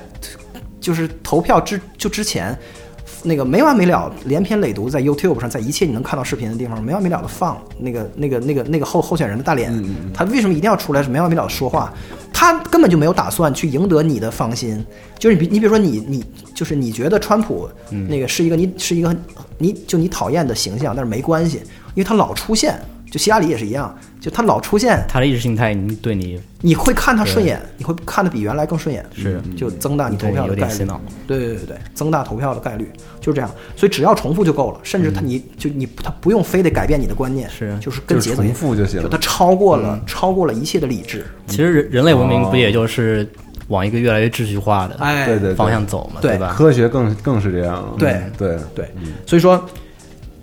[SPEAKER 3] 就是投票之就之前，那个没完没了连篇累牍在 YouTube 上，在一切你能看到视频的地方没完没了的放那个那个那个那个候候选人的大脸，他为什么一定要出来没完没了的说话？他根本就没有打算去赢得你的芳心。就是你比你比如说你你就是你觉得川普
[SPEAKER 10] 嗯
[SPEAKER 3] 那个是一个你是一个很你就你讨厌的形象，但是没关系，因为他老出现。就希拉里也是一样，就他老出现，
[SPEAKER 4] 他的意识形态已经对你
[SPEAKER 3] 你会看他顺
[SPEAKER 4] 对
[SPEAKER 3] 眼，你会看的比原来更顺眼，嗯
[SPEAKER 4] 是
[SPEAKER 3] 就增大你投票的
[SPEAKER 4] 对有点
[SPEAKER 3] 概率
[SPEAKER 4] 洗脑。
[SPEAKER 3] 对对对对，增大投票的概率就是这样。所以只要重复就够了，甚至他你就你他不用非得改变你的观念，是就是跟
[SPEAKER 4] 嗯就是
[SPEAKER 3] 节奏一
[SPEAKER 4] 重
[SPEAKER 3] 样
[SPEAKER 4] 复就行嗯
[SPEAKER 3] 就他超过了超过了一切的理智。
[SPEAKER 4] 其实人人类文明不也
[SPEAKER 3] 就
[SPEAKER 4] 就是往一个越来越秩序化的
[SPEAKER 3] 哎对对对
[SPEAKER 4] 方向走嘛，
[SPEAKER 3] 对嗯
[SPEAKER 4] 吧？
[SPEAKER 2] 科学更更是这样了。
[SPEAKER 3] 对
[SPEAKER 2] 对
[SPEAKER 3] 对，
[SPEAKER 4] 嗯
[SPEAKER 3] 所以说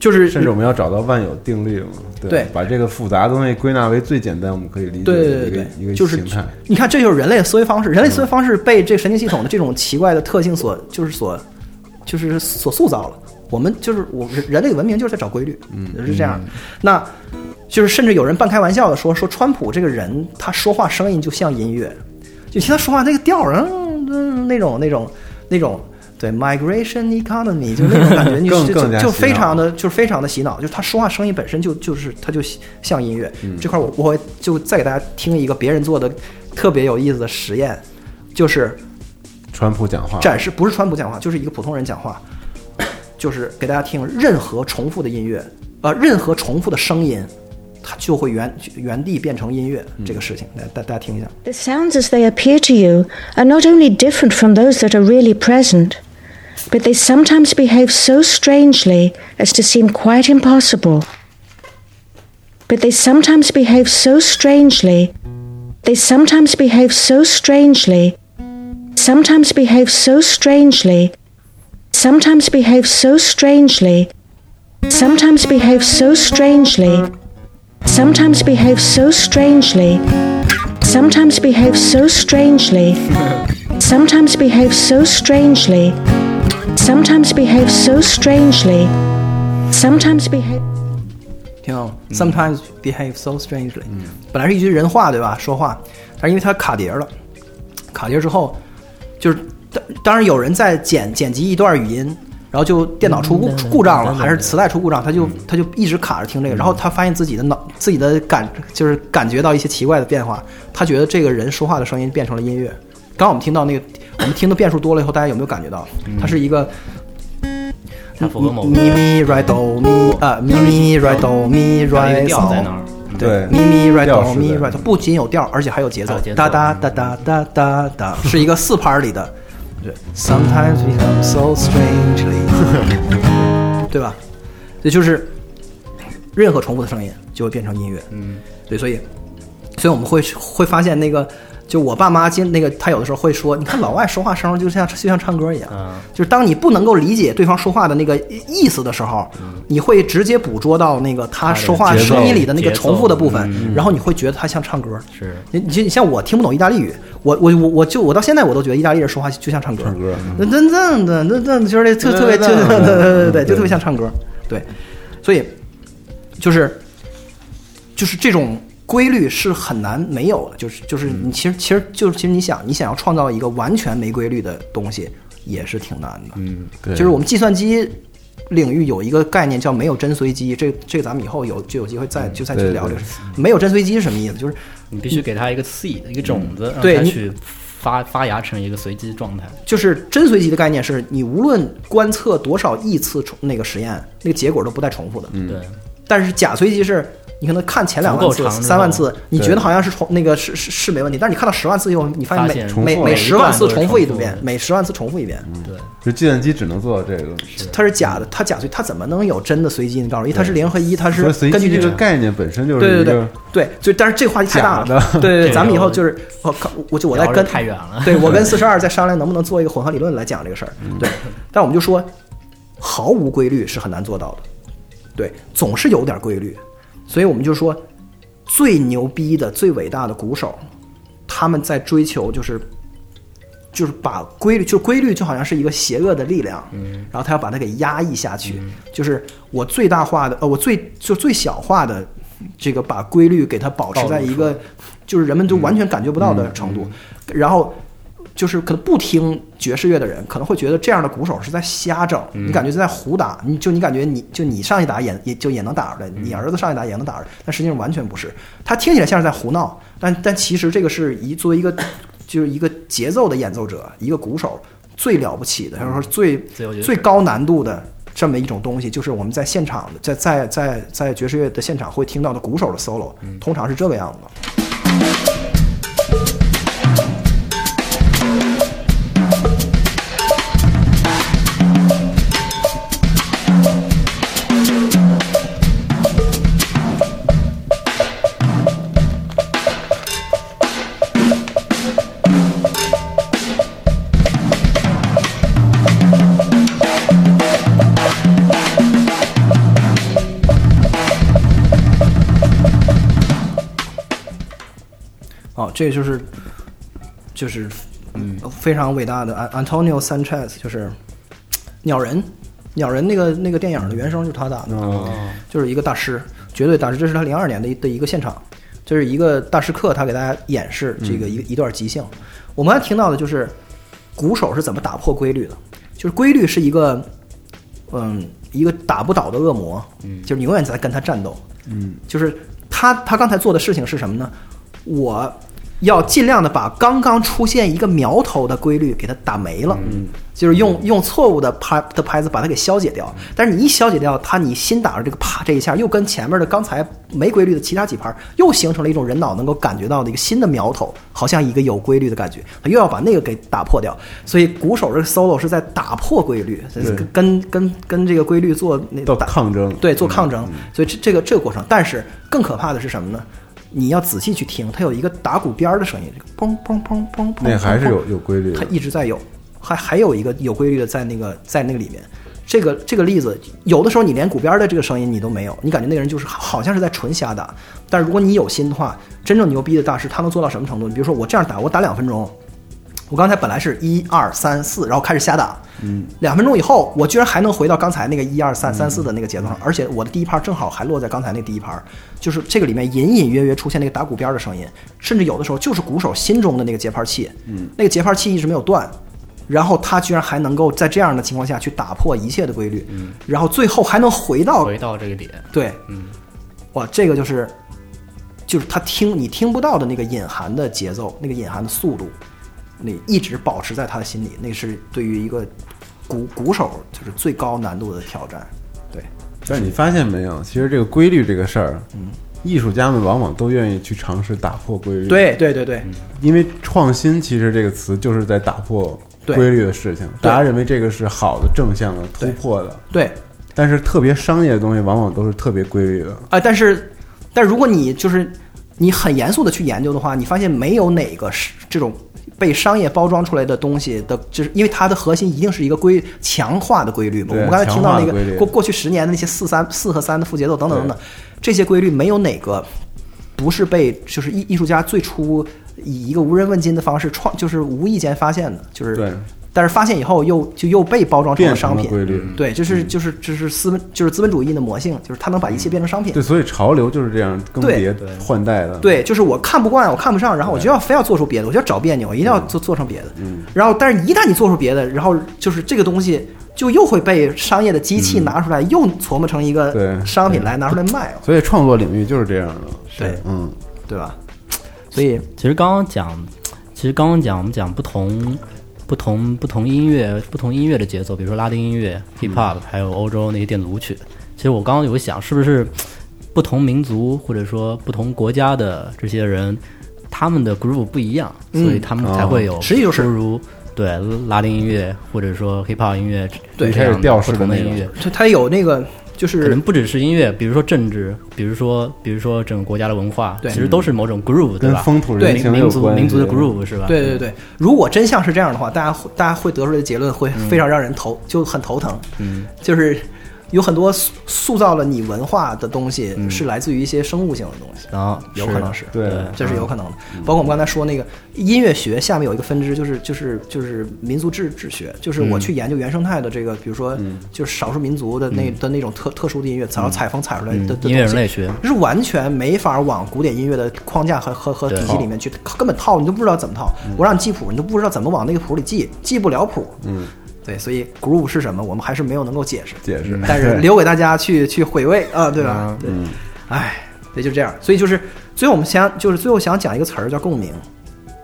[SPEAKER 3] 就是
[SPEAKER 2] 甚至我们要找到万有定律嘛。
[SPEAKER 3] 对
[SPEAKER 2] 把这个复杂的东西归纳为最简单，我们可以理解
[SPEAKER 3] 对
[SPEAKER 2] 的
[SPEAKER 3] 对
[SPEAKER 2] 一
[SPEAKER 3] 对
[SPEAKER 2] 个一
[SPEAKER 3] 对，
[SPEAKER 2] 个
[SPEAKER 3] 就是
[SPEAKER 2] 形态。嗯
[SPEAKER 3] 你看，这就是人类的思维方式。人类思维方式被这个神经系统的这种奇怪的特性所，就是所，就是所塑造了。我们就是我们人类文明就是在找规律，嗯是这样的。那就是甚至有人半开玩笑的说，说川普这个人，他说话声音就像音乐，就听他说话那个调儿，嗯嗯，那种那种那种。对，migration economy 就那种 感觉，你
[SPEAKER 2] 更
[SPEAKER 3] 就
[SPEAKER 2] 更加
[SPEAKER 3] 就就
[SPEAKER 2] 洗
[SPEAKER 3] 非
[SPEAKER 2] 脑
[SPEAKER 3] 常的就是非常的洗脑，就是他说话声音本身就就是他就像音乐。这块我我会就再给大家听一个别人做的特别有意思的实验，就是
[SPEAKER 2] 川普讲话
[SPEAKER 3] 展示不是川普讲话，就是一个普通人讲话，就是给大家听任何重复的音乐，呃，任何重复的声音，它就会原原地变成音乐这个事情，大大大家听一下。
[SPEAKER 12] The sounds as they appear to you are not only different from those that are really present, but they sometimes behave so strangely as to seem quite impossible. But they sometimes behave so strangely, they sometimes behave so strangely, sometimes behave so strangely, sometimes behave so strangely, sometimes behave so strangely, sometimes behave so strangely. Sometimes behave so strangely. Sometimes behave so strangely. Sometimes behave so strangely. Sometimes behave.
[SPEAKER 3] 听到吗？Sometimes behave so strangely、本来是一句人话，对吧？说话，但是因为它卡碟了，卡碟之后，就是当当然有人在剪剪辑一段语音，然后就电脑出故故障了，还是磁带出故障，他就他就一直卡着听这个，然后他发现自己的脑自己的感就是感觉到一些奇怪的变化，他觉得这个人说话的声音变成了音乐。刚刚我们听到那个，我们听的变数多了以后，大家有没有感觉到，它是一个
[SPEAKER 4] 它符合某个
[SPEAKER 3] 咪咪 right do 咪啊咪咪 right do 咪
[SPEAKER 4] 它的
[SPEAKER 3] right
[SPEAKER 4] 一个调
[SPEAKER 3] so
[SPEAKER 4] 在那儿
[SPEAKER 3] 对
[SPEAKER 4] 对
[SPEAKER 3] 咪咪 right
[SPEAKER 4] 调
[SPEAKER 3] do
[SPEAKER 4] 式
[SPEAKER 3] 咪
[SPEAKER 4] 的
[SPEAKER 3] right do 不仅有调，而且还有节奏
[SPEAKER 4] 还有节，奏
[SPEAKER 3] 哒哒哒哒哒哒哒，是一个四拍儿里的。对，Sometimes become so strangely，对吧？这就是任何重复的声音就会变成音乐。嗯，对，所以所以我们会会发现那个。就我爸妈今那个，他有的时候会说，你看老外说话声儿就像就像唱歌一样，就是当你不能够理解对方说话的那个意思的时候，你会直接捕捉到那个他说话
[SPEAKER 4] 他的节奏
[SPEAKER 3] 声音里的那个
[SPEAKER 4] 节奏
[SPEAKER 3] 重复的部分，
[SPEAKER 4] 嗯
[SPEAKER 3] 然后你会觉得他像唱歌。
[SPEAKER 4] 是
[SPEAKER 3] 你你就你像我听不懂意大利语，我我我我就我到现在我都觉得意大利人说话就像唱歌，唱歌，噔噔噔噔噔，就是就特别就对对对对，就特别像唱歌，对，所以就是就是这种规律是很难没有的，就是就是你其实其实就是其实你想你想要创造一个完全没规律的东西也是挺难的，嗯，
[SPEAKER 2] 对
[SPEAKER 3] 就是我们计算机。领域有一个概念叫没有真随机，这这个咱们以后有就有机会再就再去
[SPEAKER 4] 对
[SPEAKER 3] 聊这
[SPEAKER 4] 对
[SPEAKER 3] 个事。没有真随机是什么意思？就是
[SPEAKER 4] 你必须给它一个 seed 一个种子，
[SPEAKER 3] 对
[SPEAKER 4] 让它
[SPEAKER 3] 你
[SPEAKER 4] 去发发芽成一个随机状态。
[SPEAKER 3] 就是真随机的概念是你无论观
[SPEAKER 4] 嗯
[SPEAKER 3] 测多少亿次重那个实验，那个结果都不带重复的。
[SPEAKER 4] 对，
[SPEAKER 3] 但是假随机是你可能看前两万
[SPEAKER 4] 足够
[SPEAKER 3] 次、
[SPEAKER 4] 长之后
[SPEAKER 3] 三万次，你
[SPEAKER 4] 对
[SPEAKER 3] 觉得好像是重那个是是是没问题，但是你看到十万次以后，你发
[SPEAKER 4] 发
[SPEAKER 3] 现
[SPEAKER 4] 现
[SPEAKER 3] 每
[SPEAKER 4] 重
[SPEAKER 3] 每
[SPEAKER 4] 复
[SPEAKER 3] 每
[SPEAKER 4] 了
[SPEAKER 3] 十万次
[SPEAKER 4] 一段嗯都是
[SPEAKER 3] 重复一
[SPEAKER 4] 重复
[SPEAKER 3] 遍
[SPEAKER 4] 的，
[SPEAKER 3] 每十万次重复一遍，对。
[SPEAKER 2] 就计算机只能做到这个。
[SPEAKER 3] 它是假的，它假随，它怎么能有真的随机？你告诉我，因为它是零和一，它是
[SPEAKER 2] 所以随
[SPEAKER 3] 根据
[SPEAKER 2] 机
[SPEAKER 3] 你
[SPEAKER 2] 这个
[SPEAKER 3] 查
[SPEAKER 2] 概念本身就是
[SPEAKER 3] 对对
[SPEAKER 2] 一
[SPEAKER 3] 对
[SPEAKER 2] 个
[SPEAKER 3] 对，就但是这话题太大了
[SPEAKER 2] 假的，
[SPEAKER 3] 对对
[SPEAKER 2] 这
[SPEAKER 3] 对，
[SPEAKER 2] 个
[SPEAKER 3] 咱们以后就是我靠，我就我在
[SPEAKER 4] 聊
[SPEAKER 3] 跟
[SPEAKER 4] 着太远了
[SPEAKER 3] 对我 跟四十二再商量能不能做一个混合理论来讲这个事儿，
[SPEAKER 2] 嗯
[SPEAKER 3] 对，但我们就说毫无规律是很难做到的，对，总是有点规律，所以我们就说最牛逼的、最伟大的鼓手，他们在追求就是就是把规律，就规律就好像是一个邪恶的力量，嗯，然后他要把它给压抑下去，就是我最大化的，呃，我最就最小化的这个把规律给它保持在一个就是人们就完全感觉不到的程度，然后。就是可能不听爵士乐的人，可能会觉得这样的鼓手是在瞎整，
[SPEAKER 4] 嗯
[SPEAKER 3] 你感觉在胡打，你就你感觉你就你上一打也也就也能打出来，你儿子上一打也能打出来，但实际上完全不是。他听起来像是在胡闹，但但其实这个是一作为一个就是一个节奏的演奏者，一个鼓手最了不起的，或者说最
[SPEAKER 4] 自由爵士
[SPEAKER 3] 最高难度的这么一种东西，就是我们在现场的在在在在爵士乐的现场会听到的鼓手的 solo，通
[SPEAKER 4] 嗯
[SPEAKER 3] 常是这个样子的。哦，这就是就是嗯非常伟大的安 Antonio Sanchez，就是鸟人，鸟人那个那个电影的原声就是他打的，
[SPEAKER 2] 哦
[SPEAKER 3] 就是一个大师，绝对大师。这是他零二年的一的一个现场，这是一个大师课，他给大家演示这个一、一段即兴。我们还听到的就是鼓手是怎么打破规律的，就是规律是一个嗯一个打不倒的恶魔，就是你永远在跟他战斗。
[SPEAKER 2] 嗯
[SPEAKER 3] 就是他他刚才做的事情是什么呢？我要尽量的把刚刚出现一个苗头的规律给它打没了，就是用用错误的拍的拍子把它给消解掉。但是你一消解掉它，你新打的这个啪这一下，又跟前面的刚才没规律的其他几拍，又形成了一种人脑能够感觉到的一个新的苗头，好像一个有规律的感觉，他又要把那个给打破掉。所以鼓手这个 solo 是在打破规律，
[SPEAKER 2] 对
[SPEAKER 3] 跟跟跟这个规律做那
[SPEAKER 2] 到
[SPEAKER 3] 打
[SPEAKER 2] 抗争。嗯
[SPEAKER 3] 对，做抗争。所以这这个这个过程，但是更可怕的是什么呢？你要仔细去听，它有一个打鼓边儿的声音，这个嘣嘣嘣嘣嘣，
[SPEAKER 2] 那还是
[SPEAKER 3] 砰
[SPEAKER 2] 有有规律的
[SPEAKER 3] 它一直在有，还还有一个有规律的在那个在那个里面。这个这个例子，有的时候你连鼓边儿的这个声音你都没有，你感觉那个人就是好好像是在纯瞎打。但是如果你有心的话，真正牛逼的大师他能做到什么程度？你比如说我这样打，我打两分钟，我刚才本来是一二三四，然后开始瞎打，嗯，两分钟以后，我居然还能回到刚才那个一二三三四的那个节奏上，而且我的第一拍正好还落在刚才那第一拍，就是这个里面隐隐约约出现那个打鼓边儿的声音，甚至有的时候就是鼓手心中的那个节拍器，嗯，那个节拍器一直没有断，然后他居然还能够在这样的情况下去打破一切的规律，嗯，然后最后还能回到
[SPEAKER 4] 回到这个点，
[SPEAKER 3] 对，
[SPEAKER 4] 嗯，
[SPEAKER 3] 哇，这个就是就是他听你听不到的那个隐含的节奏，那个隐含的速度，你一直保持在他的心里，那是对于一个鼓鼓手就是最高难度的挑战。对，
[SPEAKER 2] 但是你发现没有，其实这个规律这个事儿，
[SPEAKER 3] 嗯
[SPEAKER 2] 艺术家们往往都愿意去尝试打破规律。
[SPEAKER 3] 对对对对，
[SPEAKER 2] 因为创新其实这个词就是在打破
[SPEAKER 3] 对
[SPEAKER 2] 规律的事情，大家认为这个是好的、正向的、突破的。
[SPEAKER 3] 对，
[SPEAKER 2] 但是特别商业的东西往往都是特别规律的。
[SPEAKER 3] 啊，但是，但如果你就是你很严肃的去研究的话，你发现没有哪个是这种被商业包装出来的东西的，就是因为它的核心一定是一个规强化的规律嘛。我
[SPEAKER 2] 对
[SPEAKER 3] 们刚才听
[SPEAKER 2] 强
[SPEAKER 3] 到
[SPEAKER 2] 化的
[SPEAKER 3] 那个
[SPEAKER 2] 规律
[SPEAKER 3] 过过去十年的那些四三四和三的副节奏等等等等，这些规律没有哪个不是被就是艺艺术家最初以一个无人问津的方式创，就是无意间发现的，就是
[SPEAKER 2] 对。
[SPEAKER 3] 但是发现以后又就又被包装成
[SPEAKER 2] 变
[SPEAKER 3] 了
[SPEAKER 2] 成
[SPEAKER 3] 商
[SPEAKER 2] 了
[SPEAKER 3] 品，
[SPEAKER 2] 规律嗯
[SPEAKER 3] 对，这是就是这是资本就是资本主义的魔性，就是它能把一切变成商品。
[SPEAKER 2] 对，所以潮流就是这样更迭
[SPEAKER 3] 对
[SPEAKER 2] 换代的。
[SPEAKER 3] 对，就是我看不惯，我看不上，然后我就要非要做出别的，我就要找别扭，我一定要做做成别的。
[SPEAKER 2] 嗯，
[SPEAKER 3] 然后，但是一旦你做出别的，然后就是这个东西就又会被商业的机器拿出来，又琢磨成一个
[SPEAKER 2] 嗯对
[SPEAKER 3] 商品来拿出来卖。
[SPEAKER 2] 所以创作领域就是这样的。
[SPEAKER 3] 对，
[SPEAKER 2] 嗯，
[SPEAKER 3] 对吧？所以
[SPEAKER 4] 其实刚刚讲，其实刚刚讲我们讲不同。不同不同音乐不同音乐的节奏，比如说拉丁音乐、hip hop，还有欧洲那些电子舞曲。其实我刚刚有想，是不是不同民族或者说不同国家的这些人，他们的 groove 不一样，
[SPEAKER 3] 嗯
[SPEAKER 4] 所以他们才会有
[SPEAKER 3] 哦实际就是
[SPEAKER 4] 诸如对拉丁音乐或者说 hip hop 音乐
[SPEAKER 3] 对
[SPEAKER 4] 这样
[SPEAKER 3] 开始调
[SPEAKER 4] 不
[SPEAKER 3] 式的
[SPEAKER 4] 同的
[SPEAKER 3] 那
[SPEAKER 4] 音
[SPEAKER 3] 种
[SPEAKER 4] 乐，
[SPEAKER 3] 它它有那个就是
[SPEAKER 4] 可能不只是音乐，比如说政治，比如说比如说整个国家的文化，
[SPEAKER 3] 对
[SPEAKER 4] 其实都是某种 groove
[SPEAKER 2] 跟
[SPEAKER 4] 对吧？
[SPEAKER 2] 风土人
[SPEAKER 4] 对
[SPEAKER 2] 情有
[SPEAKER 4] 民族
[SPEAKER 2] 关
[SPEAKER 4] 民族的
[SPEAKER 2] 系
[SPEAKER 4] groove 是吧？
[SPEAKER 3] 对对对，如果真相是这样的话，大家会大家会得出来的结论会
[SPEAKER 2] 嗯
[SPEAKER 3] 非常让人头、就很头疼，
[SPEAKER 4] 嗯，
[SPEAKER 3] 就是有很多塑塑造了你文化的东西
[SPEAKER 2] 嗯
[SPEAKER 3] 是来自于一些生物性的东西，
[SPEAKER 4] 啊，
[SPEAKER 3] 有可能是，
[SPEAKER 4] 对，嗯
[SPEAKER 3] 这是有可能的。包括我们刚才说那个音乐学下面有一个分支，就是就是就是民族志志学，就是我
[SPEAKER 4] 嗯
[SPEAKER 3] 去研究原生态的这个，比如说就是少数民族的那
[SPEAKER 4] 嗯
[SPEAKER 3] 的那种特特殊的音乐，然后采风采出来
[SPEAKER 4] 嗯
[SPEAKER 3] 的的
[SPEAKER 4] 音乐
[SPEAKER 3] 东西
[SPEAKER 4] 人类学
[SPEAKER 3] 是完全没法往古典音乐的框架和和和
[SPEAKER 4] 对
[SPEAKER 3] 体系里面去，根本套你都不知道怎么套。我让你记谱，你都不知道怎么往那个谱里记，记不了谱。
[SPEAKER 2] 嗯，
[SPEAKER 3] 对，所以 groove 是什么，我们还是没有能够解释。嗯
[SPEAKER 2] 解 释，
[SPEAKER 3] 但是留给大家去去回味啊，对吧？对，
[SPEAKER 2] 嗯
[SPEAKER 3] 哎，对，就这样。所以就是最后我们想，就是最后想讲一个词儿叫共鸣，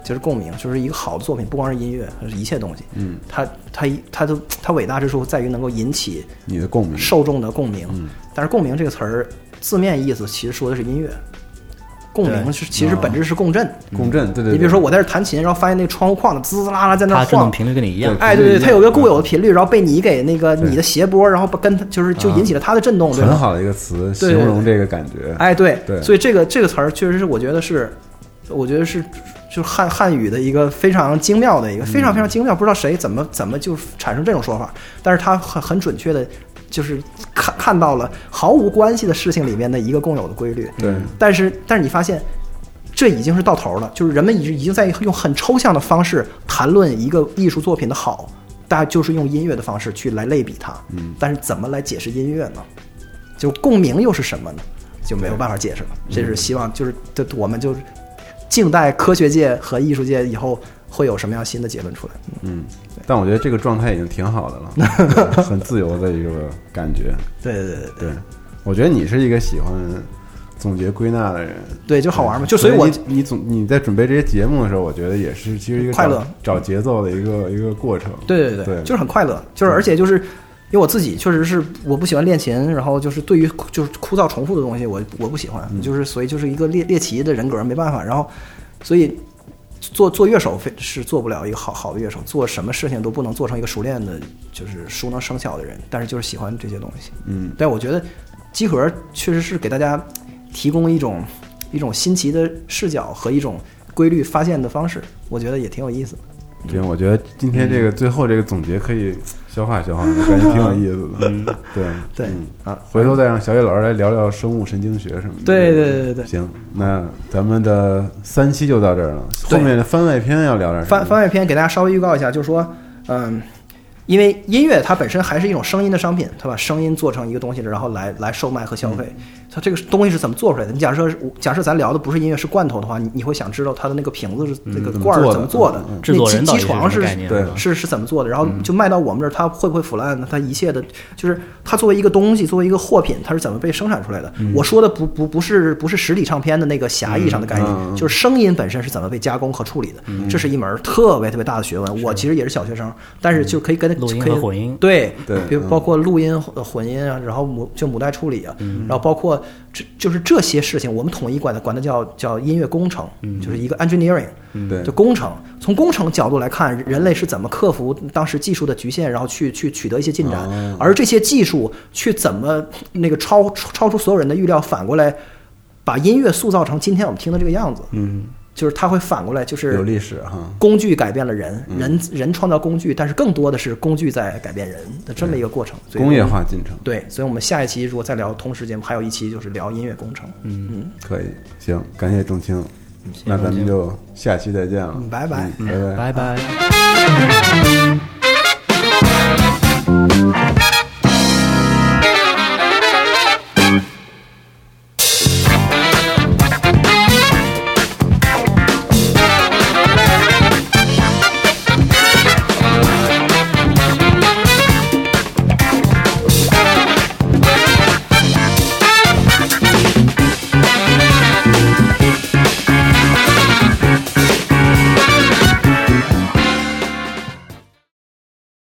[SPEAKER 3] 就是共鸣，就是一个好的作品，不光是音乐，它是一切东西。
[SPEAKER 2] 嗯，
[SPEAKER 3] 它它一它都它伟大之处在于能够引起
[SPEAKER 2] 你的共鸣，
[SPEAKER 3] 受众的共鸣。
[SPEAKER 2] 嗯
[SPEAKER 3] 但是共鸣这个词儿字面意思其实说的是音乐，共鸣
[SPEAKER 2] 对哦
[SPEAKER 3] 是其实本质是共振。
[SPEAKER 2] 共振，对对。对
[SPEAKER 3] 你比如说，我在这弹琴，然后发现那个窗户框子滋滋啦啦在那儿
[SPEAKER 4] 它振
[SPEAKER 3] 晃，
[SPEAKER 4] 动频率跟你一样，
[SPEAKER 3] 哎，对对，它有一个固有的频率，然后被你给那个你的谐波，然后跟它就是就引起了它的震动，对吧？
[SPEAKER 2] 啊很好的一个词
[SPEAKER 3] 对
[SPEAKER 2] 形
[SPEAKER 3] 对
[SPEAKER 2] 容这个感觉，
[SPEAKER 3] 哎，对，
[SPEAKER 2] 对，
[SPEAKER 3] 所以这个这个词儿确实是我觉得是，我觉得是就是汉汉语的一个非常精妙的一个非常非常精妙，不知道谁怎么怎么就产生这种说法，但是他很很准确的，就是看看到了毫无关系的事情里面的一个共有的规律。
[SPEAKER 2] 对，
[SPEAKER 3] 但是但是你发现。这已经是到头儿了，就是人们已经已经在用很抽象的方式谈论一个艺术作品的好，大家就是用音乐的方式去来类比它。
[SPEAKER 2] 嗯
[SPEAKER 3] 但是怎么来解释音乐呢？就共鸣又是什么呢？就没有办法解释了。这是希望，就是这我们就是静待科学界和艺术界以后会有什么样新的结论出来。
[SPEAKER 2] 嗯，但我觉得这个状态已经挺好的了， 对很自由的一个感觉。
[SPEAKER 3] 对对对
[SPEAKER 2] 对，我觉得你是一个喜欢总结归纳的人，
[SPEAKER 3] 对就好玩嘛就所以我
[SPEAKER 2] 你你总你在准备这些节目的时候，我觉得也是其实一个
[SPEAKER 3] 快乐
[SPEAKER 2] 找找节奏的一个一个过程。
[SPEAKER 3] 对对对，
[SPEAKER 2] 对，
[SPEAKER 3] 就是很快乐，就是而且就是因为我自己确实是我不喜欢练琴，然后就是对于就是枯燥重复的东西我我不喜欢，就是所以就是一个猎猎奇的人格没办法，然后所以做做乐手非是做不了一个好好的乐手，做什么事情都不能做成一个熟练的，就是熟能生巧的人，但是就是喜欢这些东西。
[SPEAKER 2] 嗯，
[SPEAKER 3] 但我觉得集合确实是给大家提供一种一种新奇的视角和一种规律发现的方式，我觉得也挺有意思的。
[SPEAKER 2] 对，我觉得今天
[SPEAKER 3] 嗯
[SPEAKER 2] 这个最后这个总结可以消化消化，我感觉挺有意思 的。嗯，对
[SPEAKER 3] 对
[SPEAKER 2] 啊，回头再让小野老师来聊聊生物神经学什么的。
[SPEAKER 3] 对对对对对
[SPEAKER 2] 行，那咱们的三期就到这儿了，后
[SPEAKER 3] 对
[SPEAKER 2] 面的番外篇要聊点什么？
[SPEAKER 3] 番番外篇给大家稍微预告一下，就是说，嗯，因为音乐它本身还是一种声音的商品，它把声音做成一个东西，然后来来售卖和消费。它这个东西是怎么做出来的？你假设是假设咱聊的不是音乐，是罐头的话，你你会想知道它的那个瓶子是那个
[SPEAKER 2] 怎么
[SPEAKER 3] 罐儿
[SPEAKER 2] 做
[SPEAKER 3] 怎么
[SPEAKER 2] 的
[SPEAKER 3] 做的
[SPEAKER 2] 嗯嗯，
[SPEAKER 3] 那
[SPEAKER 2] 制作人
[SPEAKER 3] 机
[SPEAKER 2] 到
[SPEAKER 3] 机
[SPEAKER 2] 底是
[SPEAKER 3] 床
[SPEAKER 2] 什
[SPEAKER 3] 是
[SPEAKER 2] 么概念对
[SPEAKER 3] 是是怎么做的，然后就卖到我们这儿，它会不会腐烂呢？它一切的，就是它作为一个东西，作为一个货品，它是怎么被生产出来的？
[SPEAKER 2] 嗯
[SPEAKER 3] 我说的不不不是不是实体唱片的那个狭义上的概念，
[SPEAKER 2] 嗯嗯嗯
[SPEAKER 3] 就是声音本身是怎么被加工和处理的，
[SPEAKER 2] 嗯
[SPEAKER 3] 这是一门特别特别大的学问。我其实也是小学生，但是就可以跟
[SPEAKER 4] 录音
[SPEAKER 3] 可以
[SPEAKER 4] 和混音
[SPEAKER 3] 对
[SPEAKER 4] 对
[SPEAKER 3] 比如
[SPEAKER 4] 嗯
[SPEAKER 3] 包括录音、呃混音啊，然后母就母带处理啊，然后包括这就是这些事情，我们统一管它管它叫叫音乐工程，就是一个 engineering。
[SPEAKER 2] 对
[SPEAKER 3] 就工程，从工程角度来看，人类是怎么克服当时技术的局限，然后去去取得一些进展，
[SPEAKER 2] 哦
[SPEAKER 3] 而这些技术去怎么那个超超出所有人的预料，反过来把音乐塑造成今天我们听的这个样子，
[SPEAKER 2] 嗯，
[SPEAKER 3] 就是它会反过来，就是
[SPEAKER 2] 有历史哈。嗯
[SPEAKER 3] 工具改变了人，人人创造工具，但是更多的是工具在改变人的这么一个过程。所以
[SPEAKER 2] 工业化进程
[SPEAKER 3] 对，所以我们下一期如果再聊同时节目，还有一期就是聊音乐工程。嗯嗯，
[SPEAKER 2] 可以，行，感谢仲青，那咱们就下期再见了，
[SPEAKER 3] 嗯拜拜
[SPEAKER 2] 嗯拜拜，
[SPEAKER 4] 拜拜。
[SPEAKER 3] 拜。